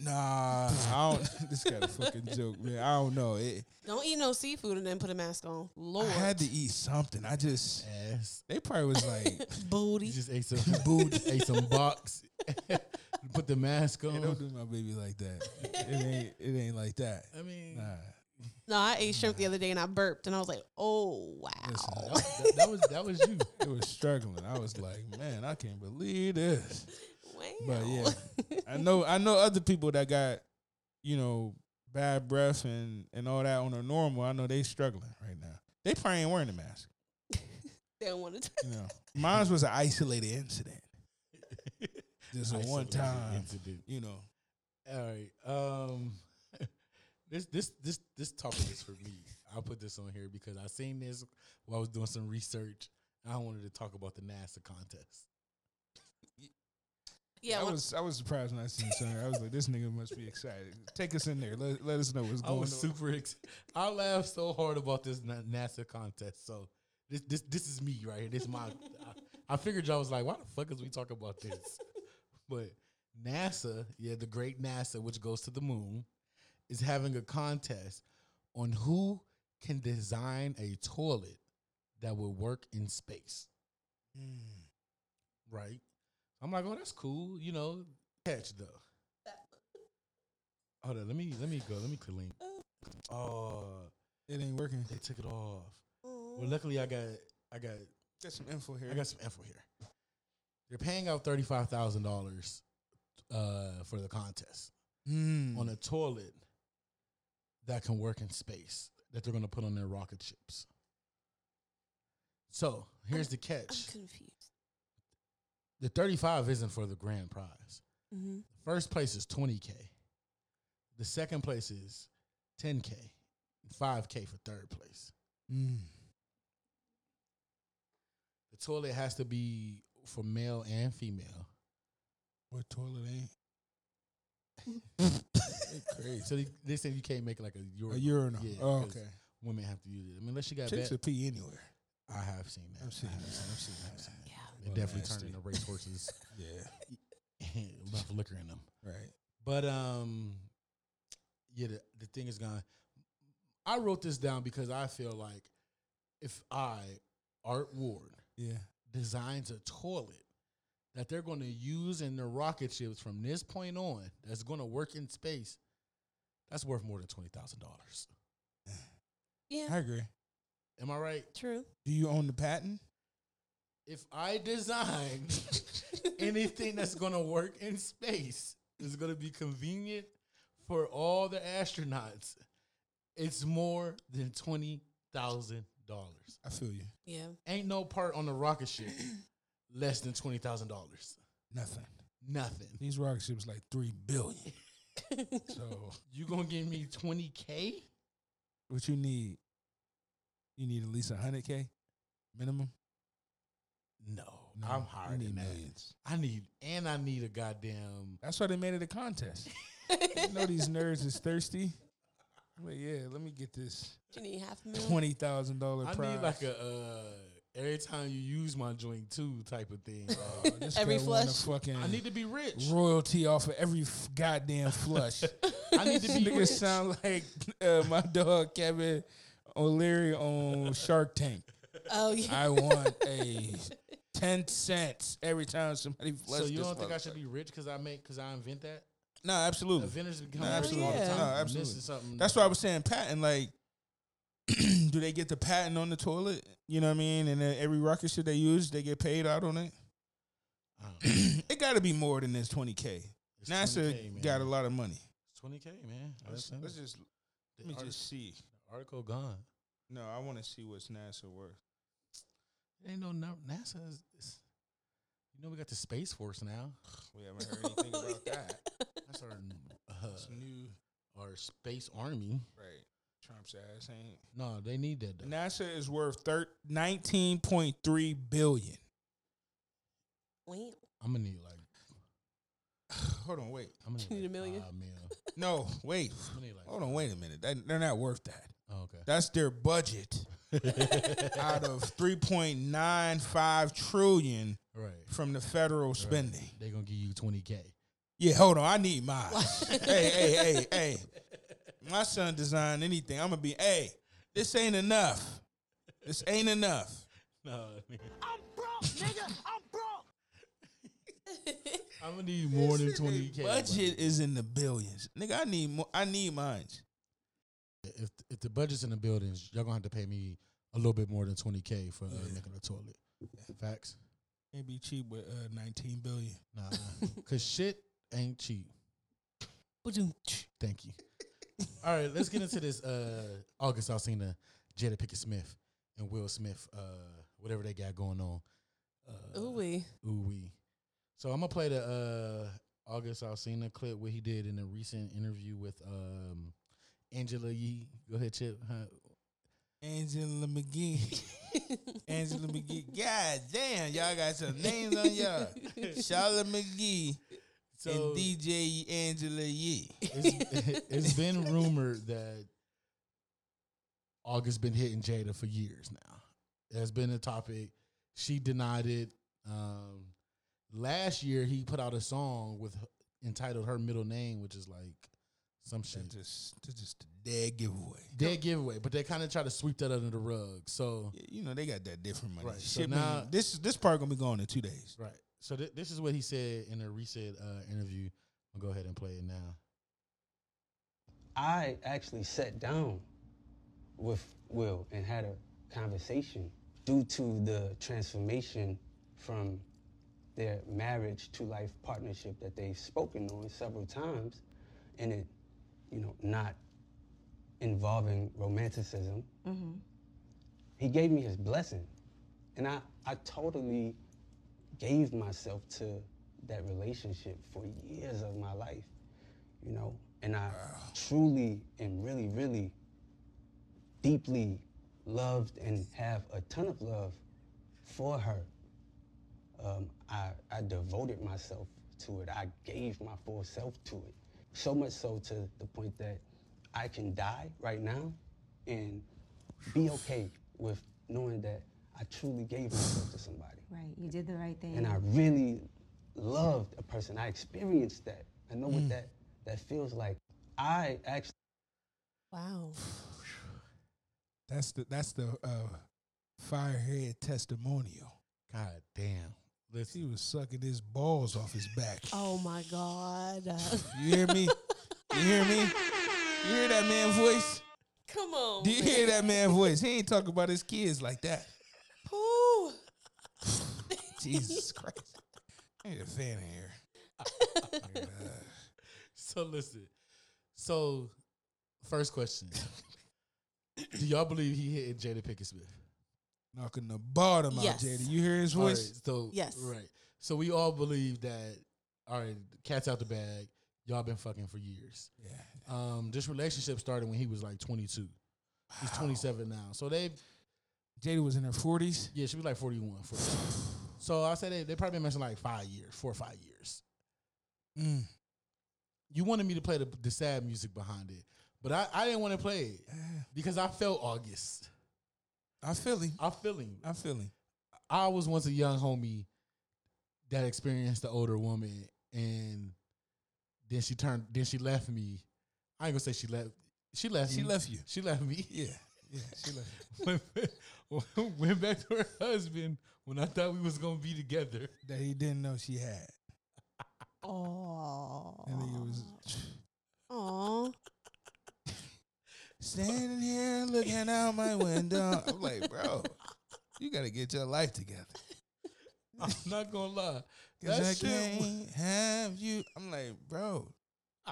S3: nah, I don't. this got a fucking joke, man. I don't know. It,
S5: Don't eat no seafood and then put a mask on.
S3: I
S5: Lord,
S3: had to eat something. I just.
S4: Ass.
S3: They probably was like,
S5: booty.
S4: You just ate some boot, ate some box, put the mask
S3: "Hey, don't
S4: on.
S3: do my baby like that. It ain't. It ain't like that.
S4: I mean,
S3: Nah.
S5: no, I ate shrimp the other day and I burped and I was like, oh wow.
S3: Listen,
S4: that, that- that was that was you.
S3: It was struggling. I was like, man, I can't believe this.
S5: wow.
S3: But yeah, I know I know other people that got, you know, bad breath and and all that on a normal. I know they struggling right now. They probably ain't wearing a mask.
S5: they don't want to.
S3: You know, mine was an isolated incident, just a one
S4: Isolated
S3: time.
S4: incident.
S3: You know,
S4: All right. Um, this this this this topic is for me. I'll put this on here because I seen this while I was doing some research. I wanted to talk about the NASA contest.
S5: Yeah,
S3: I
S5: when-
S3: was I was surprised when I seen Sonny. I was like, this nigga must be excited. Take us in there. Let, let us know what's
S4: I
S3: going on.
S4: was super excited. I laughed so hard about this Na- NASA contest. So this this this is me right here. This is my. I, I figured y'all was like, why the fuck is we talking about this? But NASA, yeah, the great NASA, which goes to the moon, is having a contest on who can design a toilet that will work in space.
S3: Hmm.
S4: Right. I'm like, oh, that's cool. You know, catch though. Hold on, let me let me go. Let me clean. Oh,
S3: It ain't working.
S4: they took it off.
S5: Mm.
S4: Well, luckily I got I got
S3: Got some info here.
S4: I got some info here. They're paying out thirty five thousand dollars uh, for the contest
S3: Mm.
S4: on a toilet that can work in space that they're going to put on their rocket ships. So here's the
S5: I'm
S4: catch:
S5: confused.
S4: the thirty five isn't for the grand prize.
S5: hmm
S4: First place is 20K. The second place is 10K. 5K for third place.
S3: Mm.
S4: The toilet has to be for male and female.
S3: What toilet ain't?
S4: Crazy. So they, they said you can't make like a urinal.
S3: A urinal.
S4: Yeah,
S3: oh,
S4: 'cause
S3: okay.
S4: Women have to use it. I mean, unless you got
S3: Chicks
S4: bad.
S3: will pee anywhere.
S4: I have seen that.
S3: I've seen
S4: I have
S3: that.
S4: seen
S3: I've seen that.
S5: Yeah.
S4: They
S3: Well,
S4: definitely
S3: nasty.
S4: turned into racehorses
S3: Yeah.
S4: with liquor in them.
S3: Right.
S4: But um, yeah, the, the thing is gone. I wrote this down because I feel like if I, Art Ward,
S3: Yeah.
S4: designs a toilet that they're going to use in their rocket ships from this point on that's going to work in space that's worth more than $20,000.
S5: Yeah.
S3: I agree.
S4: Am I right?
S5: True.
S3: Do you own the patent?
S4: If I design anything that's going to work in space, it's going to be convenient for all the astronauts. It's more than $20,000.
S3: I feel you.
S5: Yeah.
S4: Ain't no part on the rocket ship less than $20,000.
S3: Nothing.
S4: Nothing.
S3: These rocket ships like three billion. so
S4: You gonna give me twenty k?
S3: what you need? You need at least hundred k minimum.
S4: No, I'm higher
S3: You
S4: than
S3: need
S4: that.
S3: millions.
S4: I need, and I need a goddamn.
S3: That's why they made it a contest. you know these nerds is thirsty. I'm like, yeah, let me get this
S5: You need half a million.
S3: twenty thousand dollar
S4: I
S3: prize.
S4: need like a uh, every time you use my joint too type of thing.
S3: Oh, this
S5: Every
S3: girl want a
S5: flush.
S3: Fucking
S4: I need to be rich.
S3: royalty off of every f- goddamn flush.
S4: I need to be
S3: Nigga
S4: rich.
S3: sound like uh, my dog Kevin O'Leary on Shark Tank.
S5: Oh yeah.
S3: I want a ten cents every time somebody
S4: So
S3: flushes.
S4: you don't think I should be rich because I make because I invent that?
S3: No, absolutely.
S4: Inventors become
S3: No,
S4: rich
S3: absolutely.
S4: all the
S5: Yeah.
S4: time.
S3: No,
S4: And
S3: absolutely.
S4: This is something
S3: That's why I was saying patent. Like, do they get the patent on the toilet? You know what I mean? And then every rocket ship they use, they get paid out on it.
S4: I don't know.
S3: it got to be more than this twenty k.
S4: It's
S3: NASA
S4: 20K, man.
S3: got a lot of money.
S4: Twenty k, man.
S3: Let's,
S4: That's-
S3: let's just
S4: the
S3: let me
S4: arti-
S3: just see.
S4: article gone.
S3: No, I want to see what's NASA worth.
S4: Ain't no no- NASA. Is, is- you know we got the space force now.
S3: We haven't heard anything about that.
S4: That's our uh,
S3: It's new,
S4: our space army.
S3: right? Trump's ass ain't.
S4: No, they need that though.
S3: NASA is worth thir- 19.3 billion.
S5: Wait.
S4: I'm gonna need like
S3: Hold on, wait.
S4: I'm gonna
S5: You need a
S4: like
S5: million?
S4: five mil.
S3: No, wait.
S4: I'm gonna need like
S3: Hold on, wait a minute. That, they're not worth that.
S4: Oh, okay.
S3: That's their budget out of 3.95 trillion
S4: Right.
S3: from the federal spending.
S4: They gonna give you twenty k.
S3: Yeah, hold on. I need mine. hey, hey, hey, hey. My son designed anything. I'm gonna be. Hey, this ain't enough. This ain't enough.
S4: No, nigga.
S6: I'm broke, nigga. I'm broke.
S4: I'm gonna need more than twenty k.
S3: Budget is in the billions, nigga. I need more. I need mine.
S4: If if the budget's in the buildings, y'all gonna have to pay me a little bit more than twenty k for uh, making a toilet. Facts.
S3: Can't be cheap with uh, 19 billion.
S4: Nah, cause shit ain't cheap. Thank you. All right, let's get into this. Uh, August Alsina, Jada Pickett Smith, and Will Smith. Uh, whatever they got going on. Uh,
S5: Ooh wee.
S4: Ooh wee. So I'm gonna play the uh, August Alsina clip what he did in a recent interview with um, Angela Yee. Go ahead, Chip. Huh?
S3: Angela McGee. Angela McGee. God damn, y'all got some names on y'all. Charlotte McGee
S4: So
S3: and DJ Angela Yee.
S4: it's, it's been rumored that August been hitting Jada for years now. That's been a topic. She denied it. Um, last year, he put out a song with entitled her middle name, which is like some shit.
S3: That's just, that's just a dead giveaway.
S4: Dead giveaway, but they kind of try to sweep that under the rug. So
S3: Yeah, you know they got that different money.
S4: Right, so
S3: Shipment-
S4: now-
S3: this this part gonna be gone in two days.
S4: right. So th- this is what he said in a recent uh, interview. I'll go ahead and play it now.
S7: I actually sat down with Will and had a conversation due to the transformation from their marriage to life partnership that they've spoken on several times and it, you know, not involving romanticism. He gave me his blessing. And I, I totally gave myself to that relationship for years of my life, you know? And I truly and really, really deeply loved and have a ton of love for her. Um, I, I devoted myself to it. I gave my full self to it. So much so to the point that I can die right now and be okay with knowing that I truly gave myself to somebody
S8: Right, you did the right thing.
S7: and I really loved a person. I experienced that. I know what that that feels like. I actually
S5: Wow.
S3: That's the that's the uh, firehead testimonial.
S4: God damn. Listen.
S3: She was sucking his balls off his back.
S5: Oh my God.
S3: You hear me? You hear me? You hear that man voice?
S5: Come on.
S3: Do you hear that man voice? He ain't talking about his kids like that.
S5: Ooh.
S3: Jesus Christ. I ain't a fan of here.
S4: So listen. So first question. Do y'all believe he hit Jada Pickett Smith?
S3: Knocking the bottom
S5: Yes.
S3: out, JD. You hear his
S4: All
S3: voice?
S4: right, so
S5: Yes.
S4: Right. So we all believe that all right, cat's out the bag. Y'all been fucking for years.
S3: Yeah.
S4: Um, this relationship started when he was like twenty two. He's twenty seven now. So they
S3: JD was in her 40s.
S4: yeah, she was like 41, 42. So I said they they probably mentioned like five years, four or five years.
S3: Mm.
S4: You wanted me to play the, the sad music behind it, but I, I didn't want to play it because I felt August.
S3: I feel him.
S4: I feel him.
S3: I feel him.
S4: I was once a young homie that experienced the older woman, and then she turned, then she left me. I ain't gonna say she left. She left.
S3: She
S4: me.
S3: left you.
S4: She left me.
S3: Yeah. Yeah. She like,
S4: went, went back to her husband when I thought we was gonna be together.
S3: that he didn't know she had.
S5: Oh.
S3: And think it was
S5: Aw.
S3: standing here looking out my window. I'm like, bro, you got to get your life together.
S4: I'm not gonna lie.
S3: Cause
S4: That
S3: I
S4: shit was-
S3: can't have you. I'm like, bro,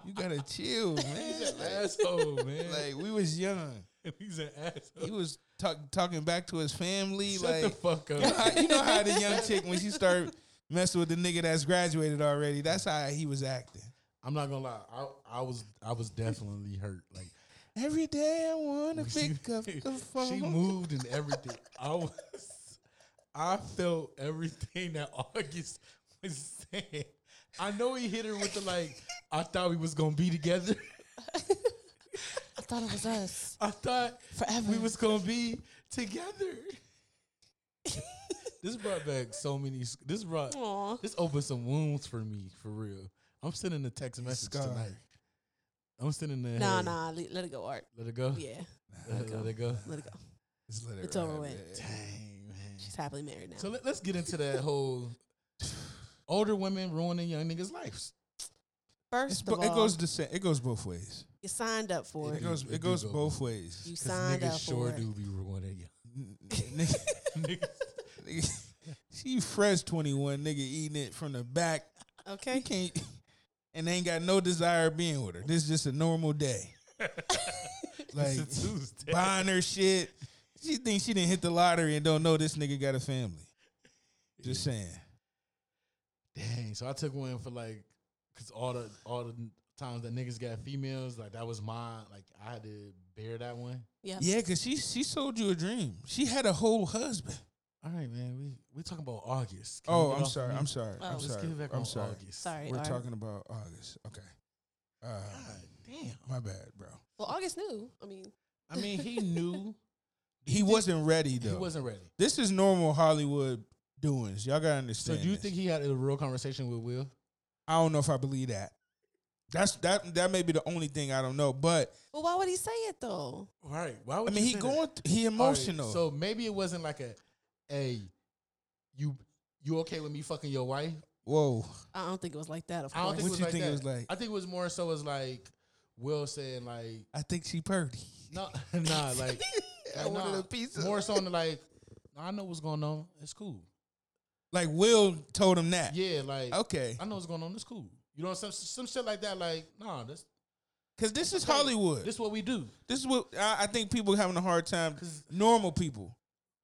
S3: you gotta chill, man.
S4: He's an
S3: Like-
S4: asshole, man.
S3: like, we was young.
S4: He's an asshole.
S3: He was talk, talking back to his family.
S4: Shut
S3: like
S4: the fuck
S3: you know,
S4: up.
S3: how, you know how the young chick when she started messing with the nigga that's graduated already. That's how he was acting.
S4: I'm not gonna lie. I, I was I was definitely hurt. Like
S3: Every day I wanna pick up
S4: she,
S3: the phone.
S4: She moved and everything. I was, I felt everything that August was saying. I know he hit her with the like. I thought we was gonna be together.
S5: I thought it was us.
S4: I thought
S5: Forever.
S4: we was gonna be together. this brought back so many. This brought
S5: Aw.
S4: this opened some wounds for me for real. I'm sending a text message
S3: scarred.
S4: tonight. I'm sending the
S5: Nah,
S4: hey,
S5: nah. le- Let it go, Art.
S4: Let it go.
S5: Yeah.
S4: Let, let it go.
S5: Let it go.
S3: Just let it
S5: It's over
S3: ride,
S5: with.
S3: man.
S4: Dang man.
S5: She's happily married now.
S4: So let, us get into that whole older women ruining young niggas' lives.
S3: It's
S5: First
S3: bo-
S5: of all,
S3: it goes the same. It goes both ways.
S5: you signed up for
S3: It
S5: it.
S4: do-
S3: goes.
S4: it
S3: It
S4: do
S3: goes
S4: go
S3: both
S4: both
S3: ways.
S5: You
S4: 'Cause
S5: signed up
S4: niggas sure
S5: for it.
S4: do be ruining young
S3: Nigga-
S4: niggas.
S3: nigga- she fresh twenty one nigga eating it from the back. You
S5: Okay.
S3: can't and ain't got no desire of being with her. This is just a normal day. like
S4: It's a Tuesday.
S3: buying her shit. She thinks she didn't hit the lottery and don't know this nigga got a family. Just saying.
S4: Dang. So I took one for like, cause all the all the times that niggas got females. Like that was mine. Like I had to bear that one.
S5: Yeah.
S3: Yeah, cause she she sold you a dream. She had a whole husband.
S4: All right, man. We we talking about August. Can we
S3: Oh,
S4: get
S3: I'm
S4: off of
S3: sorry.
S4: me?
S3: I'm sorry.
S5: Oh.
S3: I'm
S5: Let's
S4: Let's
S3: sorry.
S4: get back
S3: I'm
S4: on
S3: sorry.
S4: August.
S5: Sorry.
S3: We're
S5: Art.
S3: talking about August. Okay. Uh,
S4: God damn.
S3: my bad, bro.
S5: Well, August knew. I mean,
S4: I mean, he knew
S3: He wasn't ready though.
S4: he wasn't ready.
S3: This is normal Hollywood doings. Y'all gotta
S4: So
S3: understand.
S4: do you
S3: this.
S4: think he had a real conversation with Will?
S3: I don't know if I believe that. That's that. That may be the only thing I don't know. But
S5: well, why would he say it though?
S4: All right. Why
S3: I
S4: would
S3: mean,
S4: you
S3: he
S4: say that?
S3: going. Th- he
S4: All right,
S3: emotional.
S4: so maybe it wasn't like a, hey, you you okay with me fucking your wife?
S3: whoa.
S5: I don't think it was like that. Of
S4: I don't
S5: course.
S4: think,
S3: What
S4: it was,
S3: you
S4: like
S3: think it
S4: that.
S3: was like?
S4: I think it was more so as like Will saying like
S3: I think she purdy.
S4: no nah like,
S3: I
S4: like,
S3: wanted
S4: nah,
S3: a piece of-
S4: more so on the like nah, I know what's going on. It's cool.
S3: Like Will told him that.
S4: Yeah, like
S3: Okay.
S4: I know what's going on. It's cool. You know some some shit like that. Like nah, that's
S3: Because this is Hollywood.
S4: This what we do.
S3: This is what I, I think people having a hard time.
S4: 'Cause-
S3: Normal people,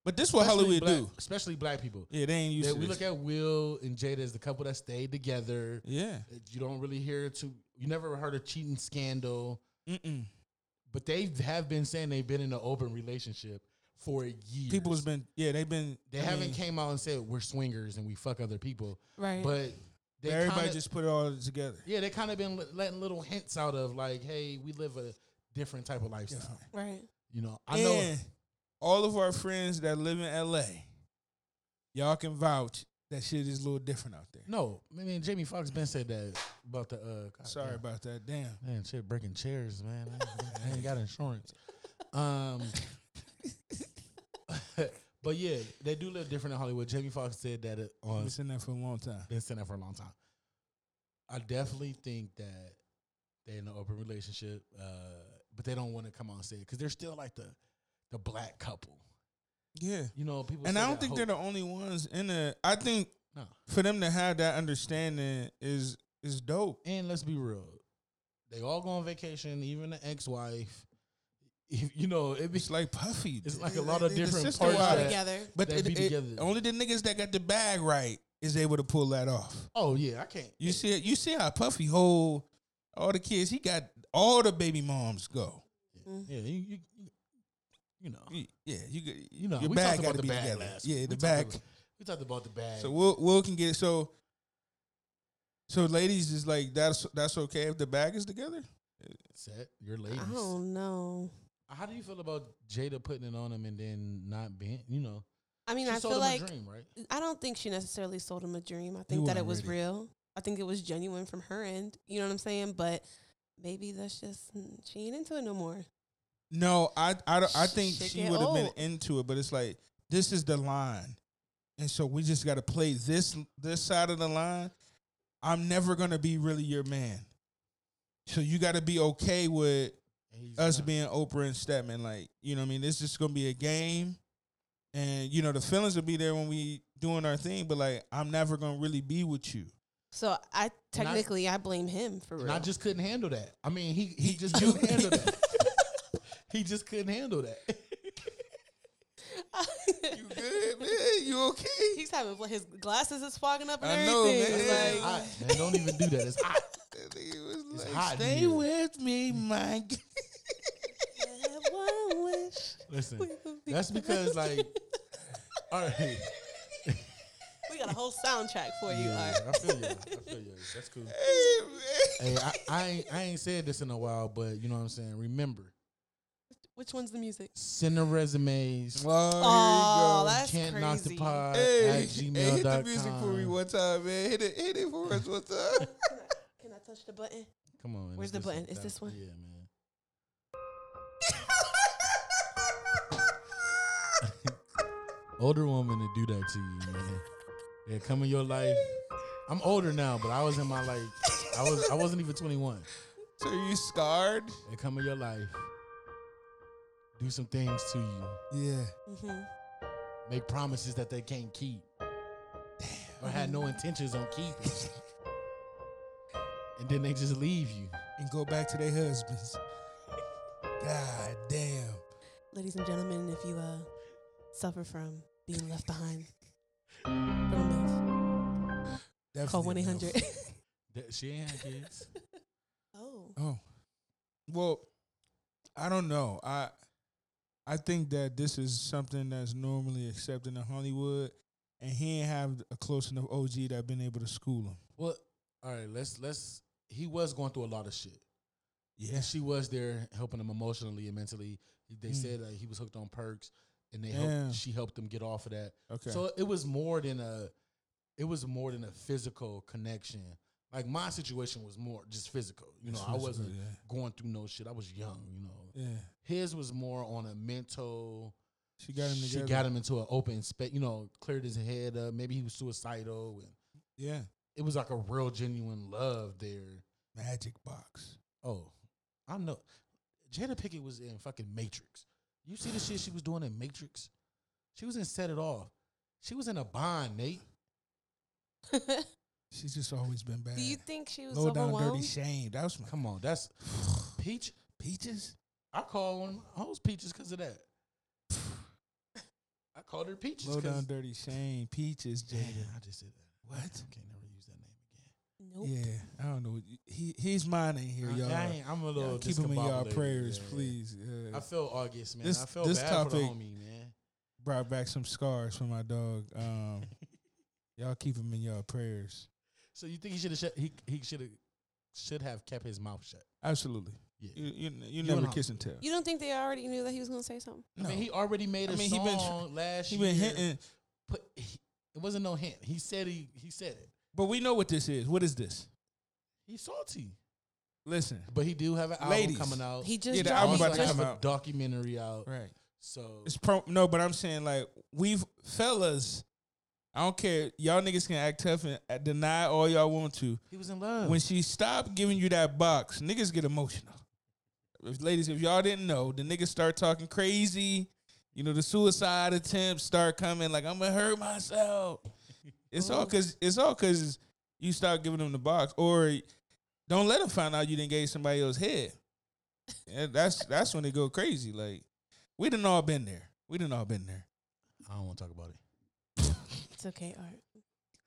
S3: but this what
S4: Especially
S3: Hollywood
S4: black,
S3: do.
S4: especially black people.
S3: Yeah, they ain't used
S4: That
S3: to
S4: we
S3: this.
S4: look at Will and Jada as the couple that stayed together.
S3: yeah,
S4: You don't really hear to you never heard a cheating scandal,
S3: Mm-mm.
S4: but they have been saying they've been in an open relationship for years.
S3: people's been yeah they've been
S4: they
S3: I
S4: haven't
S3: mean,
S4: came out and said we're swingers and we fuck other people,
S5: Right.
S4: but they
S3: everybody
S4: kinda-
S3: just put it all together.
S4: yeah they kind of been let- letting little hints out of like hey we live a different type of lifestyle.
S5: right.
S4: You know I know
S3: and all of our friends that live in LA, y'all can vouch that shit is a little different out there.
S4: no I mean Jamie Foxx been said that about the uh God
S3: Sorry
S4: damn.
S3: about that. Damn.
S4: Man, shit, breaking chairs, man. I, I ain't got insurance. Um, but yeah, they do live different in Hollywood. Jamie Foxx said that it-
S3: I've
S4: on
S3: been sitting there for a long time.
S4: been saying that for a long time. I definitely think that they're in an open relationship, uh, but they don't want to come out and say it because they're still like the the black couple.
S3: Yeah.
S4: You know, people.
S3: And
S4: say
S3: I don't
S4: that
S3: think
S4: hope-
S3: they're the only ones in the I think
S4: No.
S3: for them to have that understanding is is dope.
S4: And let's be real, they all go on vacation. Even the ex wife, you know, it be
S3: It's like puffy.
S4: It's like a lot of
S3: The
S4: different
S3: sister
S4: parts
S3: wives.
S5: All
S4: that-
S5: together.
S3: But
S4: that
S3: it,
S4: be
S3: it-
S4: together.
S3: only the niggas that got the bag right is able to pull that off.
S4: oh yeah, I can't.
S3: You see, you see how Puffy hold all the kids. He got all the baby moms go.
S4: Yeah, you, you, you- you know,
S3: You- Yeah, you could,
S4: Uh-huh. you know.
S3: your
S4: we
S3: bag
S4: talked
S3: got
S4: about
S3: to
S4: the
S3: be
S4: bag
S3: together.
S4: last.
S3: yeah,
S4: week.
S3: the
S4: We
S3: bag.
S4: Talked about, we talked about the bag.
S3: So Will Will can get so. So ladies is like that's that's okay if the bag is together.
S4: set your ladies.
S5: I don't know.
S4: How do you feel about Jada putting it on him and then not being? You know,
S5: I mean,
S4: she
S5: I
S4: sold
S5: feel
S4: him
S5: like
S4: a dream, right?
S5: I don't think she necessarily sold him a dream. I think that
S3: weren't
S5: it was
S3: ready.
S5: real. I think it was genuine from her end. You know what I'm saying? But maybe that's just mm, she ain't into it no more.
S3: No, I I don't- I think
S5: Shit
S3: she
S5: get
S3: would have been
S5: old.
S3: into it, but it's like this is the line, and so we just got to play this this side of the line. I'm never gonna be really your man, so you got to be okay with
S4: And he's
S3: us
S4: not.
S3: being Oprah and Stepman. Like, you know what I mean? It's just gonna be a game. And you know, the feelings will be there when we doing our thing, but like I'm never gonna really be with you.
S5: So I technically I, blame him for real.
S4: and I just couldn't handle that. I mean, he he just couldn't handle that. He just couldn't handle that.
S3: You good, man? You okay?
S5: He's having like, his glasses is fogging up and
S3: I know,
S5: everything.
S3: man.
S4: It's
S5: It's
S4: hot,
S5: Like,
S4: man. Don't even do that. It's hot. It's hot in
S3: Stay
S4: here.
S3: with me, Mike.
S5: "Have one wish.
S4: Listen, that's because like, all right.
S5: We got a whole soundtrack for you.
S4: Yeah,
S5: Art.
S4: I feel you. I feel you. That's cool. Hey, I, I ain't I ain't said this in a while, but you know what I'm saying. Remember,
S5: Which one's the music?
S4: send the resumes.
S5: Oh,
S3: oh, here you go.
S5: that's
S4: can't knock the
S5: crazy.
S4: pod
S3: Hey,
S4: at
S3: hey, hit the music for me
S4: gmail.com.
S3: one time, man. Hit it, hit it for us one time.
S5: Can I, can I touch the button?
S4: Come on, man.
S5: Where's
S4: It's
S5: the
S4: this-
S5: button? Is
S4: that-
S5: this one?
S4: Yeah, man. Older woman to do that to you, man. Yeah, come in your life. I'm older now, but I was in my like, I was I wasn't even 21.
S3: so are you scarred?
S4: They come in your life, do some things to you,
S3: Yeah.
S5: Mm-hmm.
S4: make promises that they can't keep, or had no intentions on keeping, and then they just leave you.
S3: and go back to their husbands. God damn.
S5: Ladies and gentlemen, if you uh, suffer from being left behind, don't move.
S3: Definitely
S5: Call 1
S3: no.
S5: 800.
S4: That she ain't had kids.
S5: Oh.
S3: Well, I don't know. I I think that this is something that's normally accepted in Hollywood, and he ain't have a close enough OG that been able to school him.
S4: Well, all right. Let's let's. He was going through a lot of shit.
S3: Yeah,
S4: And she was there helping him emotionally and mentally. They said like, he was hooked on perks, and they
S3: Hmm. Damn.
S4: helped, she helped him get off of that.
S3: Okay.
S4: So it was more than a, it was more than a physical connection. Like my situation was more just physical. You know,
S3: Just
S4: I
S3: physical,
S4: wasn't
S3: yeah.
S4: going through no shit. I was young. You know,
S3: yeah.
S4: his was more on a mental.
S3: She got him
S4: She
S3: together.
S4: got him into an open space. You know, cleared his head up. Maybe he was suicidal, and
S3: Yeah,
S4: it was like a real genuine love there.
S3: magic box.
S4: Oh, I know. Jada Pickett was in fucking Matrix. You see the shit she was doing in Matrix? She was in Set It Off. She was in a bond, Nate.
S3: She's just always been bad.
S5: Do you think she was
S3: Low down, dirty
S5: overwhelmed?
S3: shame. That was my
S4: Come on, that's Peach.
S3: peaches.
S4: I call one of my hoes Peaches because of that. I called her Peaches.
S3: Low
S4: 'cause-
S3: down, dirty shame. Peaches, Jada.
S4: Damn, I just did that.
S3: What?
S4: I can't never use that name again.
S5: Nope.
S3: Yeah, I don't know. He his mind ain't here,
S4: I-
S3: y'all.
S4: I ain't- I'm a little
S3: Y'all keep him in y'all
S4: discombobulated.
S3: prayers,
S4: Yeah, yeah.
S3: please. Yeah.
S4: I feel August, man.
S3: This-
S4: I feel
S3: this
S4: bad for the
S3: topic-
S4: homie, man.
S3: brought back some scars for my dog. Um, y'all keep him in y'all prayers.
S4: So you think he should have shut? He he should have should have kept his mouth shut.
S3: Absolutely.
S4: Yeah.
S3: You you, you
S4: and
S3: never
S4: I-
S3: kiss and tell.
S5: You don't think they already knew that he was going to say something?
S4: I
S3: No.
S4: mean, he already made a
S3: I mean, he
S4: song
S3: been tr-
S4: last
S3: He
S4: year.
S3: been hinting,
S4: Put, he, it wasn't no hint. He said he he said it.
S3: but we know what this is. What is this?
S4: He's salty,
S3: Listen,
S4: but he do have an album
S3: Ladies.
S4: coming out.
S5: He just
S4: He
S3: Yeah, the
S5: dropped.
S3: album
S5: He
S3: about to
S5: just-
S4: have
S3: come
S4: a
S3: out.
S4: documentary out.
S3: right?
S4: So
S3: It's pro. No, but I'm saying like we've fellas. I don't care. Y'all niggas can act tough and uh, deny all y'all want to.
S4: he was in love.
S3: When she stopped giving you that box, niggas get emotional. If, ladies, if y'all didn't know, the niggas start talking crazy. You know, the suicide attempts start coming. Like I'm gonna hurt myself. It's
S4: Oh.
S3: all cause it's all cause you start giving them the box, or don't let them find out you didn't gave somebody else head. And that's that's when they go crazy. Like we didn't all been there. We didn't all been there.
S4: I don't want to talk about it.
S5: It's okay, Art.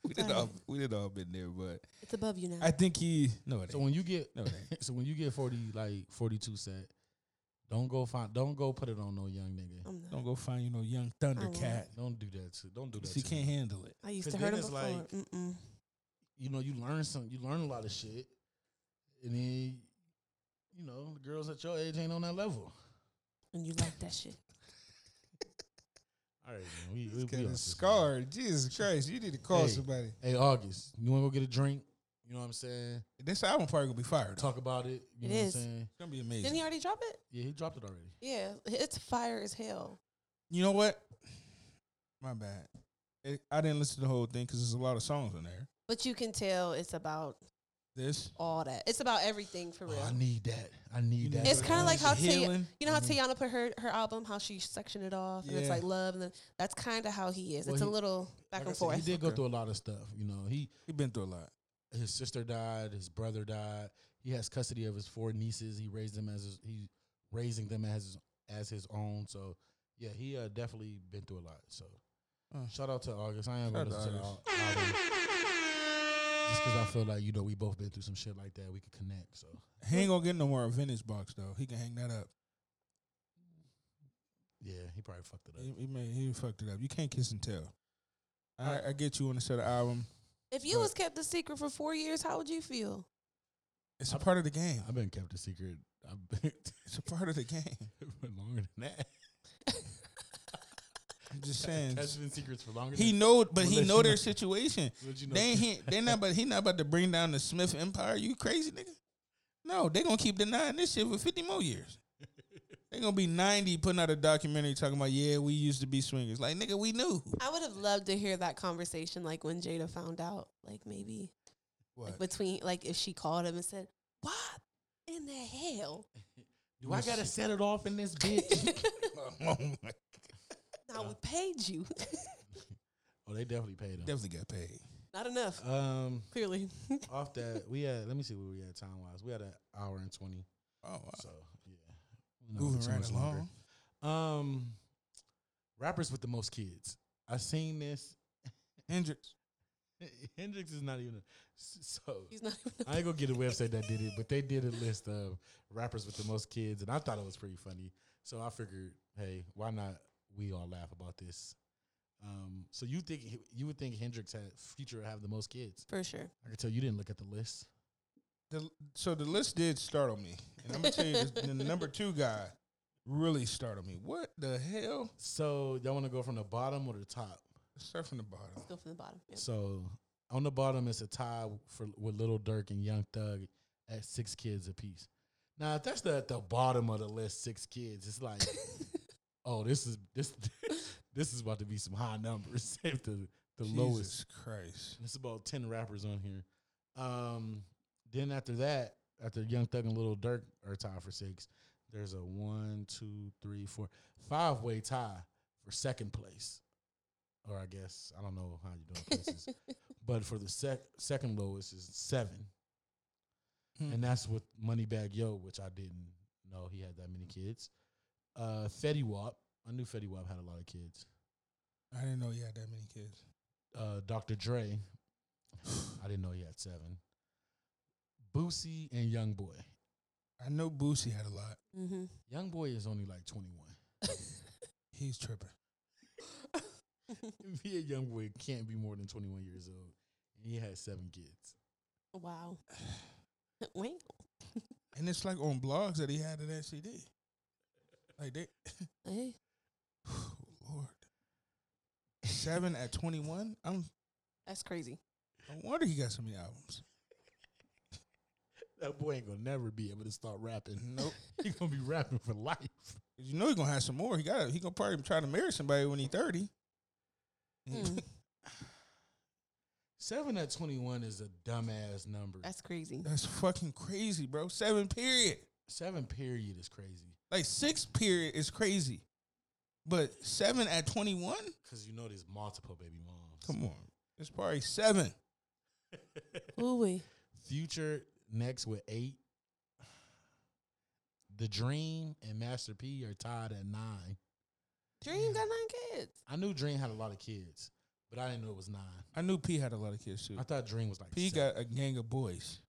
S3: We didn't all we didn't all been there. But
S5: It's above you now.
S3: I think he no. It
S4: So
S3: ain't.
S4: when you get
S3: No, it ain't.
S4: so when you get forty like forty two set, don't go find don't go put it on no young nigga.
S5: I'm not.
S3: Don't go find you no young
S5: won't.
S3: Thundercat.
S4: Don't do that. To, don't do that.
S3: She
S4: to
S3: can't
S4: him.
S3: handle it.
S5: I used
S4: 'Cause
S5: to hurt
S4: then
S5: him
S4: it's
S5: before.
S4: like-
S5: Mm-mm.
S4: you know, you learn some, you learn a lot of shit, and then, you know, the girls at your age ain't on that level.
S5: And you like that shit.
S4: All right, man, we, we,
S3: He's
S4: we
S3: got
S4: off
S3: a
S4: this one.
S3: scar. Jesus Christ, you need to call
S4: Hey.
S3: somebody.
S4: Hey, August, you want to go get a drink? You know what I'm saying?
S3: This album probably gonna be fired. It's
S4: Talk about it. You
S5: It
S4: know
S5: is.
S4: what I'm saying?
S3: gonna be
S5: Didn't he
S3: amazing.
S5: already drop it?
S4: Yeah, he dropped it already.
S5: Yeah, it's fire as hell.
S3: You know what? My bad. It, I didn't listen to the whole thing because there's a lot of songs on there.
S5: But you can tell it's about
S3: This
S5: all that. It's about everything for real.
S4: Oh, I need that. I need that.
S5: it's
S3: Like,
S5: kind of
S3: uh,
S5: like how
S3: the
S5: Tay-
S3: healing.
S5: you know how
S4: Mm-hmm.
S5: Tiana put her her album, how she sectioned it off, and
S3: Yeah.
S5: it's like love, and then that's kind of how he is.
S4: Well,
S5: it's
S4: he-
S5: a little back
S4: Like I
S5: and
S4: said,
S5: forth.
S4: He did go
S3: Okay.
S4: through a lot of stuff. You know, he
S3: he been through a lot.
S4: his sister died, his brother died. He has custody of his four nieces. He raised them as his, he raising them as his, as his own. So yeah, he uh, definitely been through a lot. So
S3: Uh.
S4: shout out to August. I am
S3: Shout
S4: gonna
S3: out to
S4: listen to the al- album just because I feel like you know we both been through some shit like that. We could connect. So
S3: He ain't gonna get no more vintage box though. He can hang that up.
S4: yeah, he probably fucked it
S3: He,
S4: up.
S3: he, made, he fucked it up. You can't kiss and tell. I, I get you on the set of album.
S5: if you
S3: but-
S5: was kept a secret for four years, how would you feel?
S3: It's a part of the game.
S4: I've been kept a secret. I've been
S3: It's a part of the game.
S4: for longer than that.
S3: I'm just saying.
S4: That's been secrets for longer.
S3: He
S4: than
S3: know, but he
S4: Unless
S3: know
S4: you
S3: their
S4: know-
S3: situation.
S4: Unless you know-
S3: They ain't, he- they not, but he not about to bring down the Smith Empire. You crazy nigga? No, they gonna keep denying this shit for fifty more years. They gonna be ninety putting out a documentary talking about yeah, we used to be swingers. Like nigga, we knew.
S5: I would have loved to hear that conversation, like when Jada found out, like maybe like, between, like if she called him and said, "What in the hell?
S4: Do I gotta set it off in this Oh bitch?
S5: Now we paid you,
S4: oh, they definitely paid him.
S3: Definitely got paid.
S5: not enough,
S4: um,
S5: clearly."
S4: off that we had. Let me see where we had time wise. We had an hour and twenty.
S3: Oh, wow.
S4: So yeah, We're not
S3: moving
S4: too
S3: right
S4: much
S3: along.
S4: longer. Um, rappers with the most kids. I seen this.
S3: Hendrix,
S4: Hendrix is not even a, so.
S5: He's not even
S4: I ain't gonna get a website that did it, but they did a list of rappers with the most kids, and I thought it was pretty funny. So I figured, hey, why not we all laugh about this? Um, so you think he- you would think Hendrix had future have the most kids?
S5: for sure.
S4: I could tell you didn't look at the list.
S3: The, so the list did startle me, and I'm gonna tell you this, the number two guy really startled me. What the hell?
S4: So y'all want to go from the bottom or the top?
S3: Let's start from the bottom.
S5: Let's go from the bottom. Yeah.
S4: So on the bottom is a tie for with Little Dirk and Young Thug at six kids apiece. Now if that's the at the bottom of the list, six kids. It's like, oh, this is this this is about to be some high numbers. if the the
S3: Jesus
S4: lowest,
S3: Christ.
S4: it's about ten rappers on here. Um, then after that, after Young Thug and Little Dirk are tied for six, there's a one, two, three, four, five way tie for second place. Or I guess I don't know how you're doing places. But for the sec- second lowest is seven. And that's with Moneybag Yo, which I didn't know he had that many kids. Uh, Fetty Wap. I knew Fetty Wap had a lot of kids.
S3: I didn't know you had that many kids.
S4: Uh, Dr. Dre. I didn't know he had seven. Boosie and Young Boy.
S3: I know Boosie had a lot.
S5: Mm-hmm.
S4: Young Boy is only like 21.
S3: He's tripping.
S4: Be a young boy can't be more than 21 years old. And he had seven kids.
S5: Wow. Wait.
S3: And it's like on blogs that he had an STD. Like they,
S5: Hey.
S3: oh Lord, seven at twenty one. I'm.
S5: That's crazy.
S3: I wonder he got so many albums.
S4: That boy ain't gonna never be able to start rapping.
S3: Nope.
S4: He gonna be rapping for life.
S3: 'Cause You know he gonna have some more. He got. He gonna probably try to marry somebody when he thirty.
S4: Hmm.
S5: Mm,
S4: Seven at 21 is a dumbass number.
S5: that's crazy.
S3: That's fucking crazy, bro. Seven period.
S4: seven period is crazy
S3: Like six period is crazy, but seven at twenty one.
S4: because you know there's multiple baby moms.
S3: Come on, it's probably seven.
S5: Ooh wee.
S4: Future next with eight. The Dream and Master P are tied at nine.
S5: Dream got nine kids.
S4: I knew Dream had a lot of kids, but I didn't know it was nine.
S3: I knew P had a lot of kids too.
S4: I thought Dream was like
S3: P
S4: seven.
S3: got a gang of boys.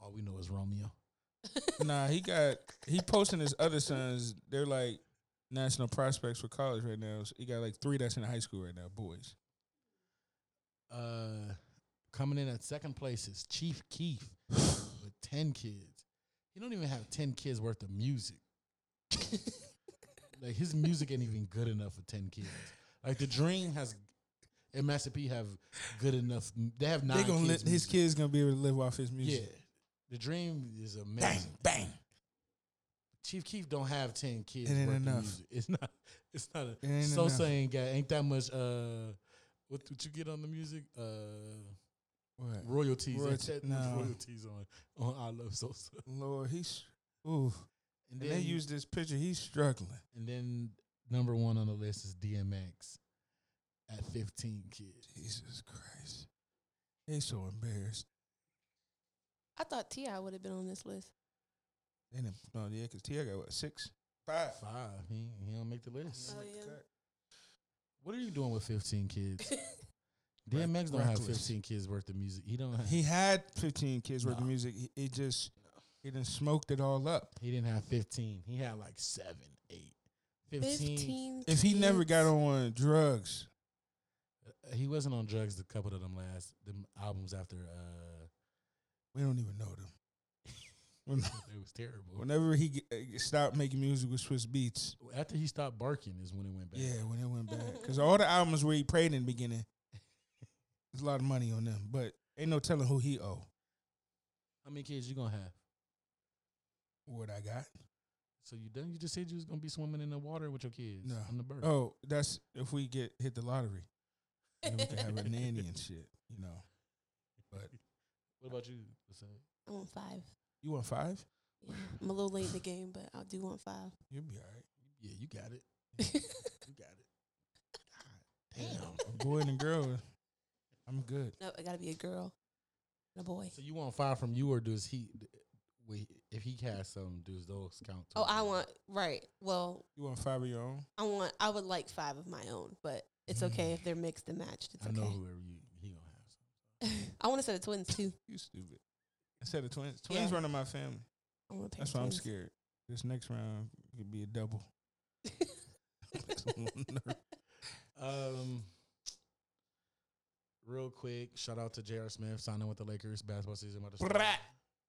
S4: All we know is Romeo.
S3: Nah, he got he posting his other sons. They're like national prospects for college right now. So he got like three that's in high school right now, boys.
S4: Uh, coming in at second place is Chief Keef with ten kids. He don't even have ten kids worth of music. like his music ain't even good enough for ten kids. Like the Dream has, and Master P have good enough. They have nine.
S3: They gonna
S4: kids
S3: let his
S4: music.
S3: kids gonna be able to live off his
S4: Yeah,
S3: music.
S4: the Dream is amazing.
S3: Bang, bang.
S4: Chief Keef don't have ten kids.
S3: It ain't
S4: worth of
S3: enough.
S4: Music. It's not. It's not a.
S3: It ain't
S4: so
S3: enough.
S4: saying, guy ain't that much. Uh, what what you get on the music? Uh,
S3: What?
S4: royalties. Ain't
S3: Royalty-
S4: that much
S3: no.
S4: royalties on on I Love Sosa.
S3: Lord, he's ooh.
S4: And
S3: And they
S4: then
S3: use this picture. He's struggling.
S4: and then number one on the list is DMX at fifteen kids.
S3: Jesus Christ, they so embarrassed.
S5: I thought Ti would have been on this list.
S3: They didn't, no, yeah, because T.I. got what six, five.
S4: Five. He, he don't make the list.
S3: Uh.
S5: Oh, yeah.
S4: What are you doing with fifteen kids? DMX don't have
S3: reckless.
S4: fifteen kids worth of music. He don't. Have,
S3: He had fifteen kids worth
S4: Nah.
S3: of music. He, he just he done smoked it all up.
S4: he didn't have fifteen. He had like seven, eight. 15
S5: Fifteen.
S3: If he never got
S5: kids.
S3: on drugs,
S4: Uh, he wasn't on drugs the couple of them last them albums after uh
S3: we don't even know them. When-
S4: it was terrible.
S3: Whenever he g- uh, stopped making music with Swiss Beats,
S4: After he stopped barking is when it went back.
S3: yeah, when it went back, because all the albums where he prayed in the beginning, there's a lot of money on them, but ain't no telling who he owe.
S4: How many kids you gonna have?
S3: What I got?
S4: So you done you just said you was gonna be swimming in the water with your kids
S3: No.
S4: on the bird.
S3: Oh, that's if we get hit the lottery, then we can have a nanny and shit, you know. But
S4: What about you? What's
S5: I want five.
S3: you want five?
S5: Yeah. I'm a little late in the game, but I do want five.
S3: You'll be all right.
S4: Yeah, you got it. You got it.
S3: Damn, a boy and a girl, I'm good.
S5: No, I gotta be a girl and a boy.
S4: So you want five from you or does he wait if he casts some, does those count
S5: Oh,
S4: towards
S5: I
S4: you?
S5: want right. Well,
S3: You want five of your own?
S5: I want. I would like five of my own, but It's okay if they're mixed and matched. It's
S4: I
S5: okay.
S4: know whoever you he gonna have.
S5: I want to say the twins too.
S3: You stupid. Instead of twins, twins
S5: Yeah.
S3: running my family.
S5: I want to
S3: That's why I'm scared. This next round could be a double.
S4: Um, real quick, shout out to J.R. Smith signing with the Lakers. Basketball season about to start.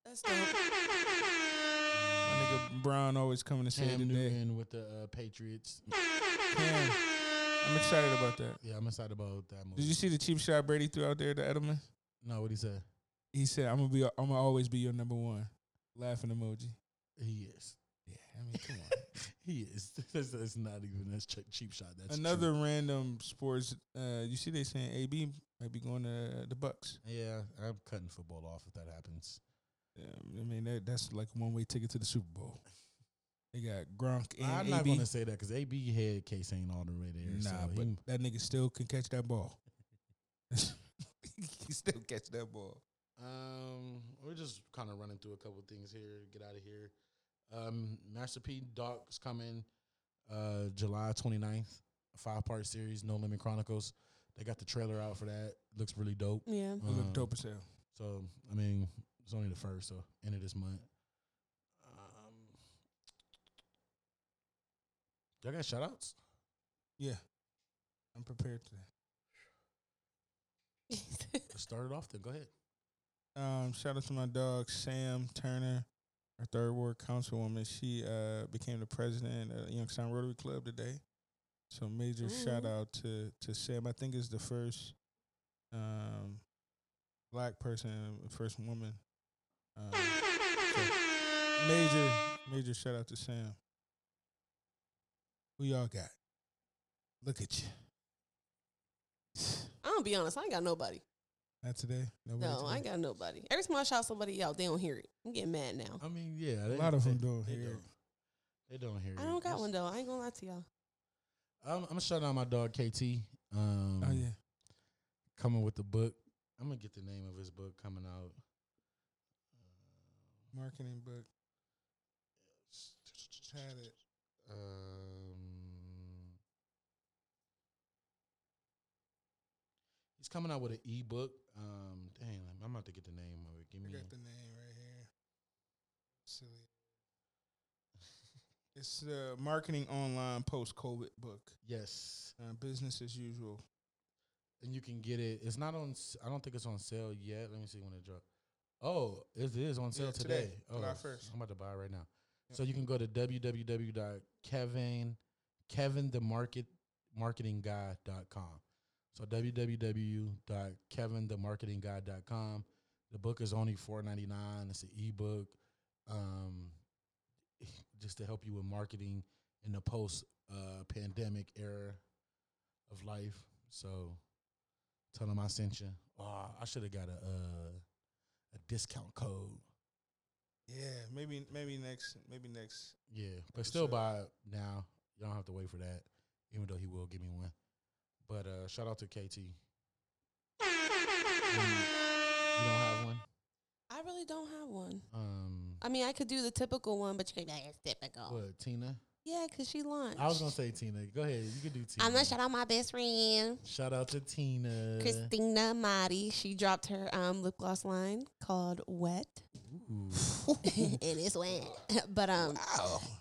S5: That's dope.
S3: My nigga Brown always coming to say
S4: Cam
S3: today.
S4: Newton with the uh, Patriots.
S3: Cam, I'm excited about that.
S4: Yeah, I'm excited about that movie.
S3: Did you see the cheap shot Brady threw out there to Edelman?
S4: No, what he said?
S3: He said, "I'm gonna be, I'm gonna always be your number one." Laughing emoji.
S4: He is.
S3: Yeah, I mean, come on.
S4: He is. That's, that's not even that's che- cheap shot. That's
S3: Another random sports. Uh, you see, they saying AB might be going to the Bucks.
S4: cheap. Yeah, I'm cutting football off if that happens.
S3: Yeah, I mean, that, that's like one way ticket to the Super Bowl. They got Gronk and
S4: I'm
S3: AB.
S4: not gonna say that because AB head case ain't all the way there.
S3: nah,
S4: so
S3: but
S4: he-
S3: that nigga still can catch that ball. he still catch that ball.
S4: Um, we're just kind of running through a couple things here. Get out of here. Um, Master P Doc's coming uh July 29th, a five part series, No Limit Chronicles. They got the trailer out for that. Looks really dope.
S5: Yeah.
S3: It look
S4: Um,
S3: dope as hell.
S4: So I mean, it's only the first, so end of this month. Um, y'all got shout outs?
S3: Yeah, I'm prepared to. that.
S4: Start it off then. Go ahead.
S3: Um, shout out to my dog Sam Turner, our third ward councilwoman. She uh became the president of Youngstown Rotary Club today. So major shout
S5: Ooh.
S3: out to to Sam. I think is the first um black person, first woman. Um, so major major shout out to Sam. Who y'all got? Look at you.
S5: I'm gonna be honest. I ain't got nobody.
S3: Not today. Nobody
S5: No, I
S3: today?
S5: ain't got nobody. Every time I shout somebody out, they don't hear it. I'm getting mad now.
S4: I mean, yeah,
S3: A lot of them don't hear it.
S4: They don't hear.
S5: I
S4: it.
S5: don't got
S4: That's-
S5: one though. I ain't gonna lie to y'all.
S4: I'm, I'm gonna shout out my dog KT. Um,
S3: Oh yeah.
S4: coming with the book. I'm gonna get the name of his book coming out.
S3: marketing book. Had it.
S4: Um, he's coming out with an ebook. Um, dang, I'm- I'm about to get the name of it. Give
S3: I
S4: me.
S3: got the name right here. Silly. it's the marketing online post COVID book.
S4: yes,
S3: Uh, business as usual.
S4: and you can get it. It's not on. s- I don't think it's on sale yet. Let me see when it drops. Oh, it is on sale
S3: Yeah,
S4: today.
S3: today,
S4: Oh,
S3: July
S4: s-
S3: 1st.
S4: I'm about to buy it right now.
S3: Yep.
S4: So you can go to www.kevin kevin the market marketing guy.com. So www.kevinthemarketingguy.com. The book is only $4.99. It's an ebook um, just to help you with marketing in the post uh, pandemic era of life. So tell them I sent you. Oh, I should have got a uh, a discount code.
S3: Yeah, maybe maybe next maybe next.
S4: Yeah,
S3: for
S4: but still
S3: sure.
S4: buy it now. You don't have to wait for that, even though he will give me one. But uh, shout out to KT. You don't have one.
S5: I really don't have one.
S4: Um,
S5: I mean, I could do the typical one, but you can't be like, it's typical.
S4: what Tina?
S5: Yeah, because she launched.
S4: I was gonna say Tina. Go ahead. You can do Tina.
S5: I'm gonna shout out my best friend,
S4: Shout out to Tina.
S5: Christina Madi. She dropped her um, lip gloss line called Wet,
S4: Ooh,
S5: and it's wet. but um,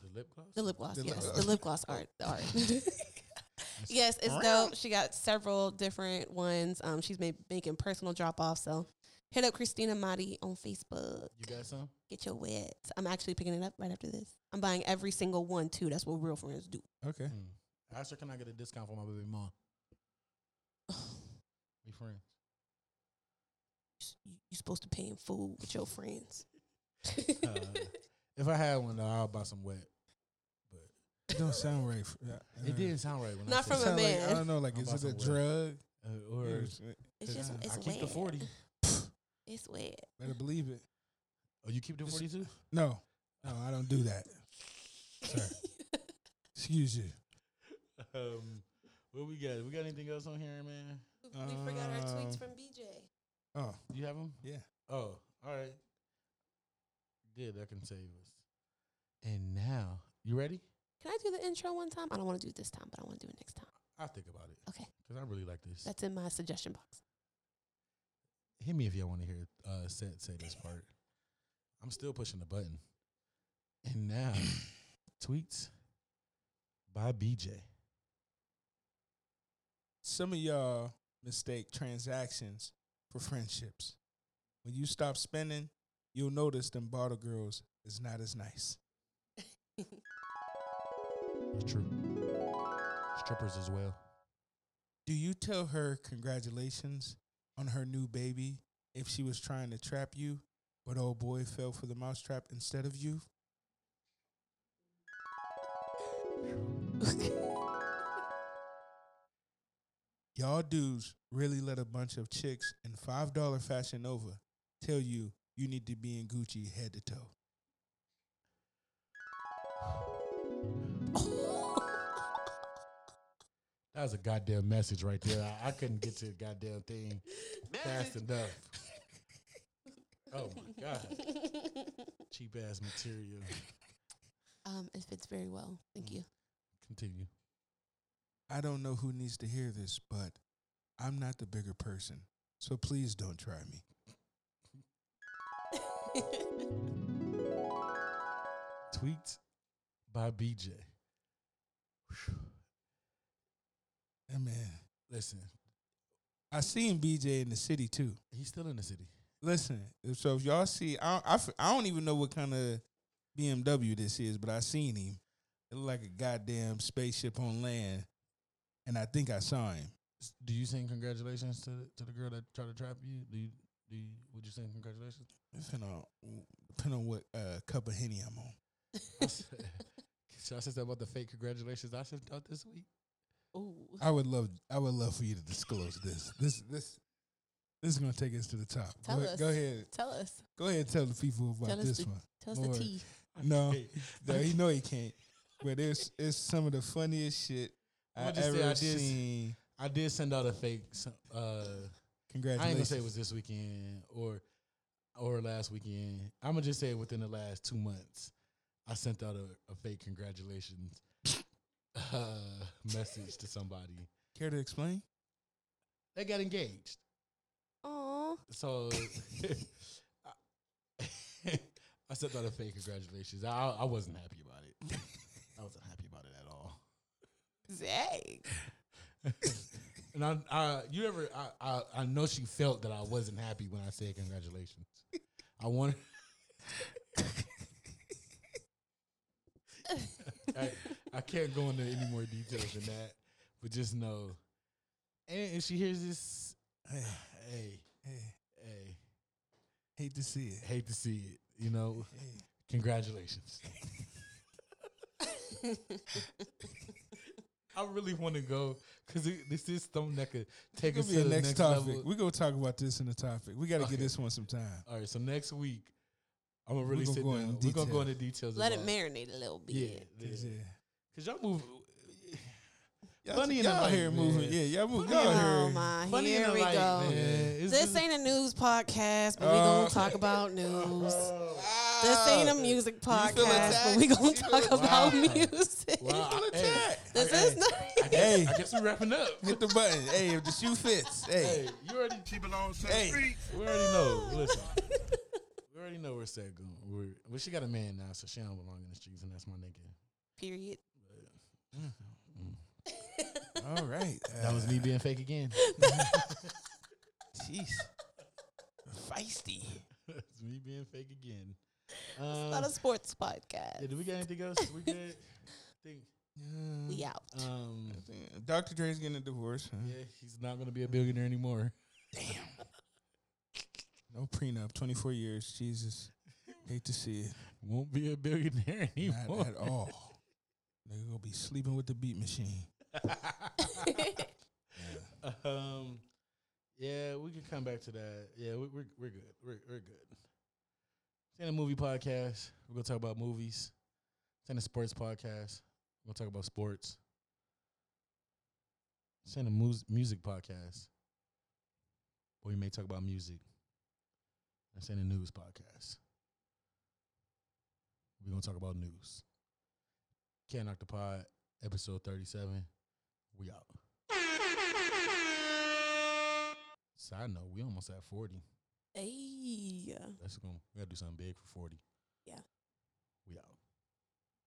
S4: the lip gloss.
S5: the lip gloss,
S3: The lip
S5: yes,
S3: gloss.
S5: the lip gloss art, the art. yes, it's dope. She got several different ones. Um, she's made making personal drop offs. So hit up Christina Madi on Facebook.
S4: You got some?
S5: Get your wet. I'm actually picking it up right after this. I'm buying every single one too. That's what real friends do.
S3: Okay.
S4: Mm. Ask her, can I get a discount for my baby mom? Be friends.
S5: you you supposed to pay in food with your friends.
S4: Uh, if I had one, though, I'll buy some wet. But
S3: It don't sound right. For, uh, yeah, I
S4: it
S3: don't know.
S4: didn't sound right when
S5: Not
S4: I
S5: from a
S4: said
S3: Sound like, I
S5: man.
S3: don't know. Like,
S4: I'm
S3: is
S4: about
S3: it a
S4: to
S3: drug?
S4: it. Uh, or
S3: Yeah,
S5: It's just
S4: I
S5: it's
S4: keep the
S5: wet.
S4: forty.
S5: It's wet.
S3: Better believe it.
S4: Oh, you keep the
S3: Just-
S4: forty too?
S3: No, no, I don't do that. Sorry. Excuse you.
S4: Um, what we got? We got anything else on here, man?
S5: we forgot our tweets
S3: Um,
S5: from BJ.
S3: Oh,
S4: Do you have them?
S3: yeah.
S4: Oh, all right. Good, that can save us. And now, you ready?
S5: Can I do the intro one time? I don't want to do it this time, but I want to do it next time.
S4: I'll think about it
S5: Okay,
S4: because I really like this.
S5: that's in my suggestion box.
S4: Hit me if y'all want to hear uh, Set say this part. I'm still pushing the button. And now, tweets by BJ.
S3: Some of y'all mistake transactions for friendships. When you stop spending, you'll notice them bottle girls is not as nice.
S4: It's true. Strippers as well.
S3: Do you tell her congratulations on her new baby if she was trying to trap you, but old boy fell for the mousetrap instead of you? Y'all dudes really let a bunch of chicks in $5 Fashion Nova tell you you need to be in Gucci head to toe.
S4: That was a goddamn message right there. I, I couldn't get to the goddamn thing fast enough. Oh my god. Cheap ass material.
S5: um, it fits very well.
S3: Mm.
S5: Thank you.
S4: Continue.
S3: I don't know who needs to hear this, but I'm not the bigger person, so please don't try me.
S4: Tweets by BJ.
S3: And man,
S4: Listen,
S3: I seen BJ in the city too.
S4: he's still in the city.
S3: Listen, if- so if y'all see, I don't, I, f- I don't even know what kind of BMW this is, but I seen him. It looked like a goddamn spaceship on land, and I think I saw him.
S4: S- Do you sing congratulations to the, to the girl that tried to trap you? Do you, do you, would you sing congratulations?
S3: Depending on, depending on what uh, cup of henny I'm on.
S4: I said, should I say something about the fake congratulations I sent out this week?
S5: Ooh.
S3: I would love, I would love for you to disclose this. This, this, this is gonna take us to the top.
S5: Tell
S3: go,
S5: us.
S3: Go ahead,
S5: Tell us.
S3: go ahead, and tell the people about
S5: Tell us
S3: this
S5: the-
S3: one.
S5: Tell us
S3: Lord.
S5: the tea.
S3: No, no, he know he can't. But it's it's some of the funniest shit
S4: I'ma
S3: I
S4: just say
S3: ever
S4: I did s-
S3: seen.
S4: I did send out a fake. so- Uh, I ain't gonna
S3: Congratulations.
S4: say it was this weekend or or last weekend. I'm gonna just say within the last two months, I sent out a, a fake congratulations uh, message to somebody.
S3: Care to explain?
S4: They got engaged.
S5: Aw.
S4: So I, I sent out a fake congratulations. I, I wasn't happy about it. I wasn't happy about it at all.
S5: Zay.
S4: And I, I you ever, I, I, I know she felt that I wasn't happy when I said congratulations. I wanted. I, I can't go into any more details than that, but just know. And if she hears this, hey,
S3: Hey,
S4: hey,
S3: hate to see it.
S4: hate to see it. You know, congratulations. I really want to go because this is something that could take
S3: This
S4: us
S3: could be
S4: to
S3: a
S4: the
S3: next,
S4: next
S3: topic.
S4: level.
S3: We gonna talk about this in the topic. We gotta
S4: Okay.
S3: get this one sometime.
S4: All right, so next week I'm gonna really
S3: gonna
S4: sit
S3: go
S4: down.
S3: in
S4: We're gonna go
S3: detail.
S4: into details.
S5: Let it
S4: about-
S5: marinate a little bit.
S4: Yeah,
S3: Cause,
S4: yeah.
S3: yeah.
S4: Cause y'all move.
S3: Y'all,
S4: Funny in the
S3: y'all out
S4: light,
S3: here moving.
S4: man.
S3: Yeah, y'all move.
S4: Funny
S3: Y'all
S4: in the-
S3: out
S5: Oh
S3: here.
S5: my,
S4: Funny in
S5: here
S4: the
S5: we
S4: light,
S5: go.
S4: man. It's
S5: This
S4: just-
S5: ain't a news podcast, but we
S3: Uh,
S5: gonna talk about news.
S3: Oh.
S5: This ain't a music podcast, but we gonna talk about
S4: Wow.
S5: music.
S4: Wow, I- hey,
S3: attacked.
S5: This
S4: I-
S5: is not.
S4: I guess,
S3: Hey.
S4: I guess we're wrapping up.
S3: Hit the button. hey, if the shoe fits. Hey,
S4: Hey, you already
S3: hey.
S4: We already know. Listen, we already know where Seth going. We're, well, she got a man now, so she don't belong in the streets, and that's my nigga.
S5: Period.
S3: All right. Uh,
S4: That was me being fake again.
S3: Jeez. Feisty.
S4: That's me being fake again.
S5: Not
S4: Um,
S5: a sports
S4: yeah,
S5: podcast.
S4: do we got anything else? We good. think.
S5: We out.
S3: Uh.
S4: Um,
S3: Dr. Dre's getting a divorce. Huh?
S4: yeah, he's not gonna be a billionaire anymore.
S3: No prenup. Twenty four years. Jesus. Hate to see it.
S4: Won't be a billionaire anymore.
S3: Not at all. Nigga gonna be sleeping with the beat machine.
S4: Um, yeah, we could come back to that. Yeah, we, we're we're good. We're we're good. It's in a movie podcast. We're gonna talk about movies. It's in a sports podcast. We're gonna talk about sports. It's in a mus- music podcast. Where we may talk about music. That's in a news podcast. We're gonna talk about news. Can't knock the pod, episode thirty-seven. We out. Side note, we almost at 40.
S5: Hey.
S4: That's going to we got to do something big for 40.
S5: Yeah.
S4: We out.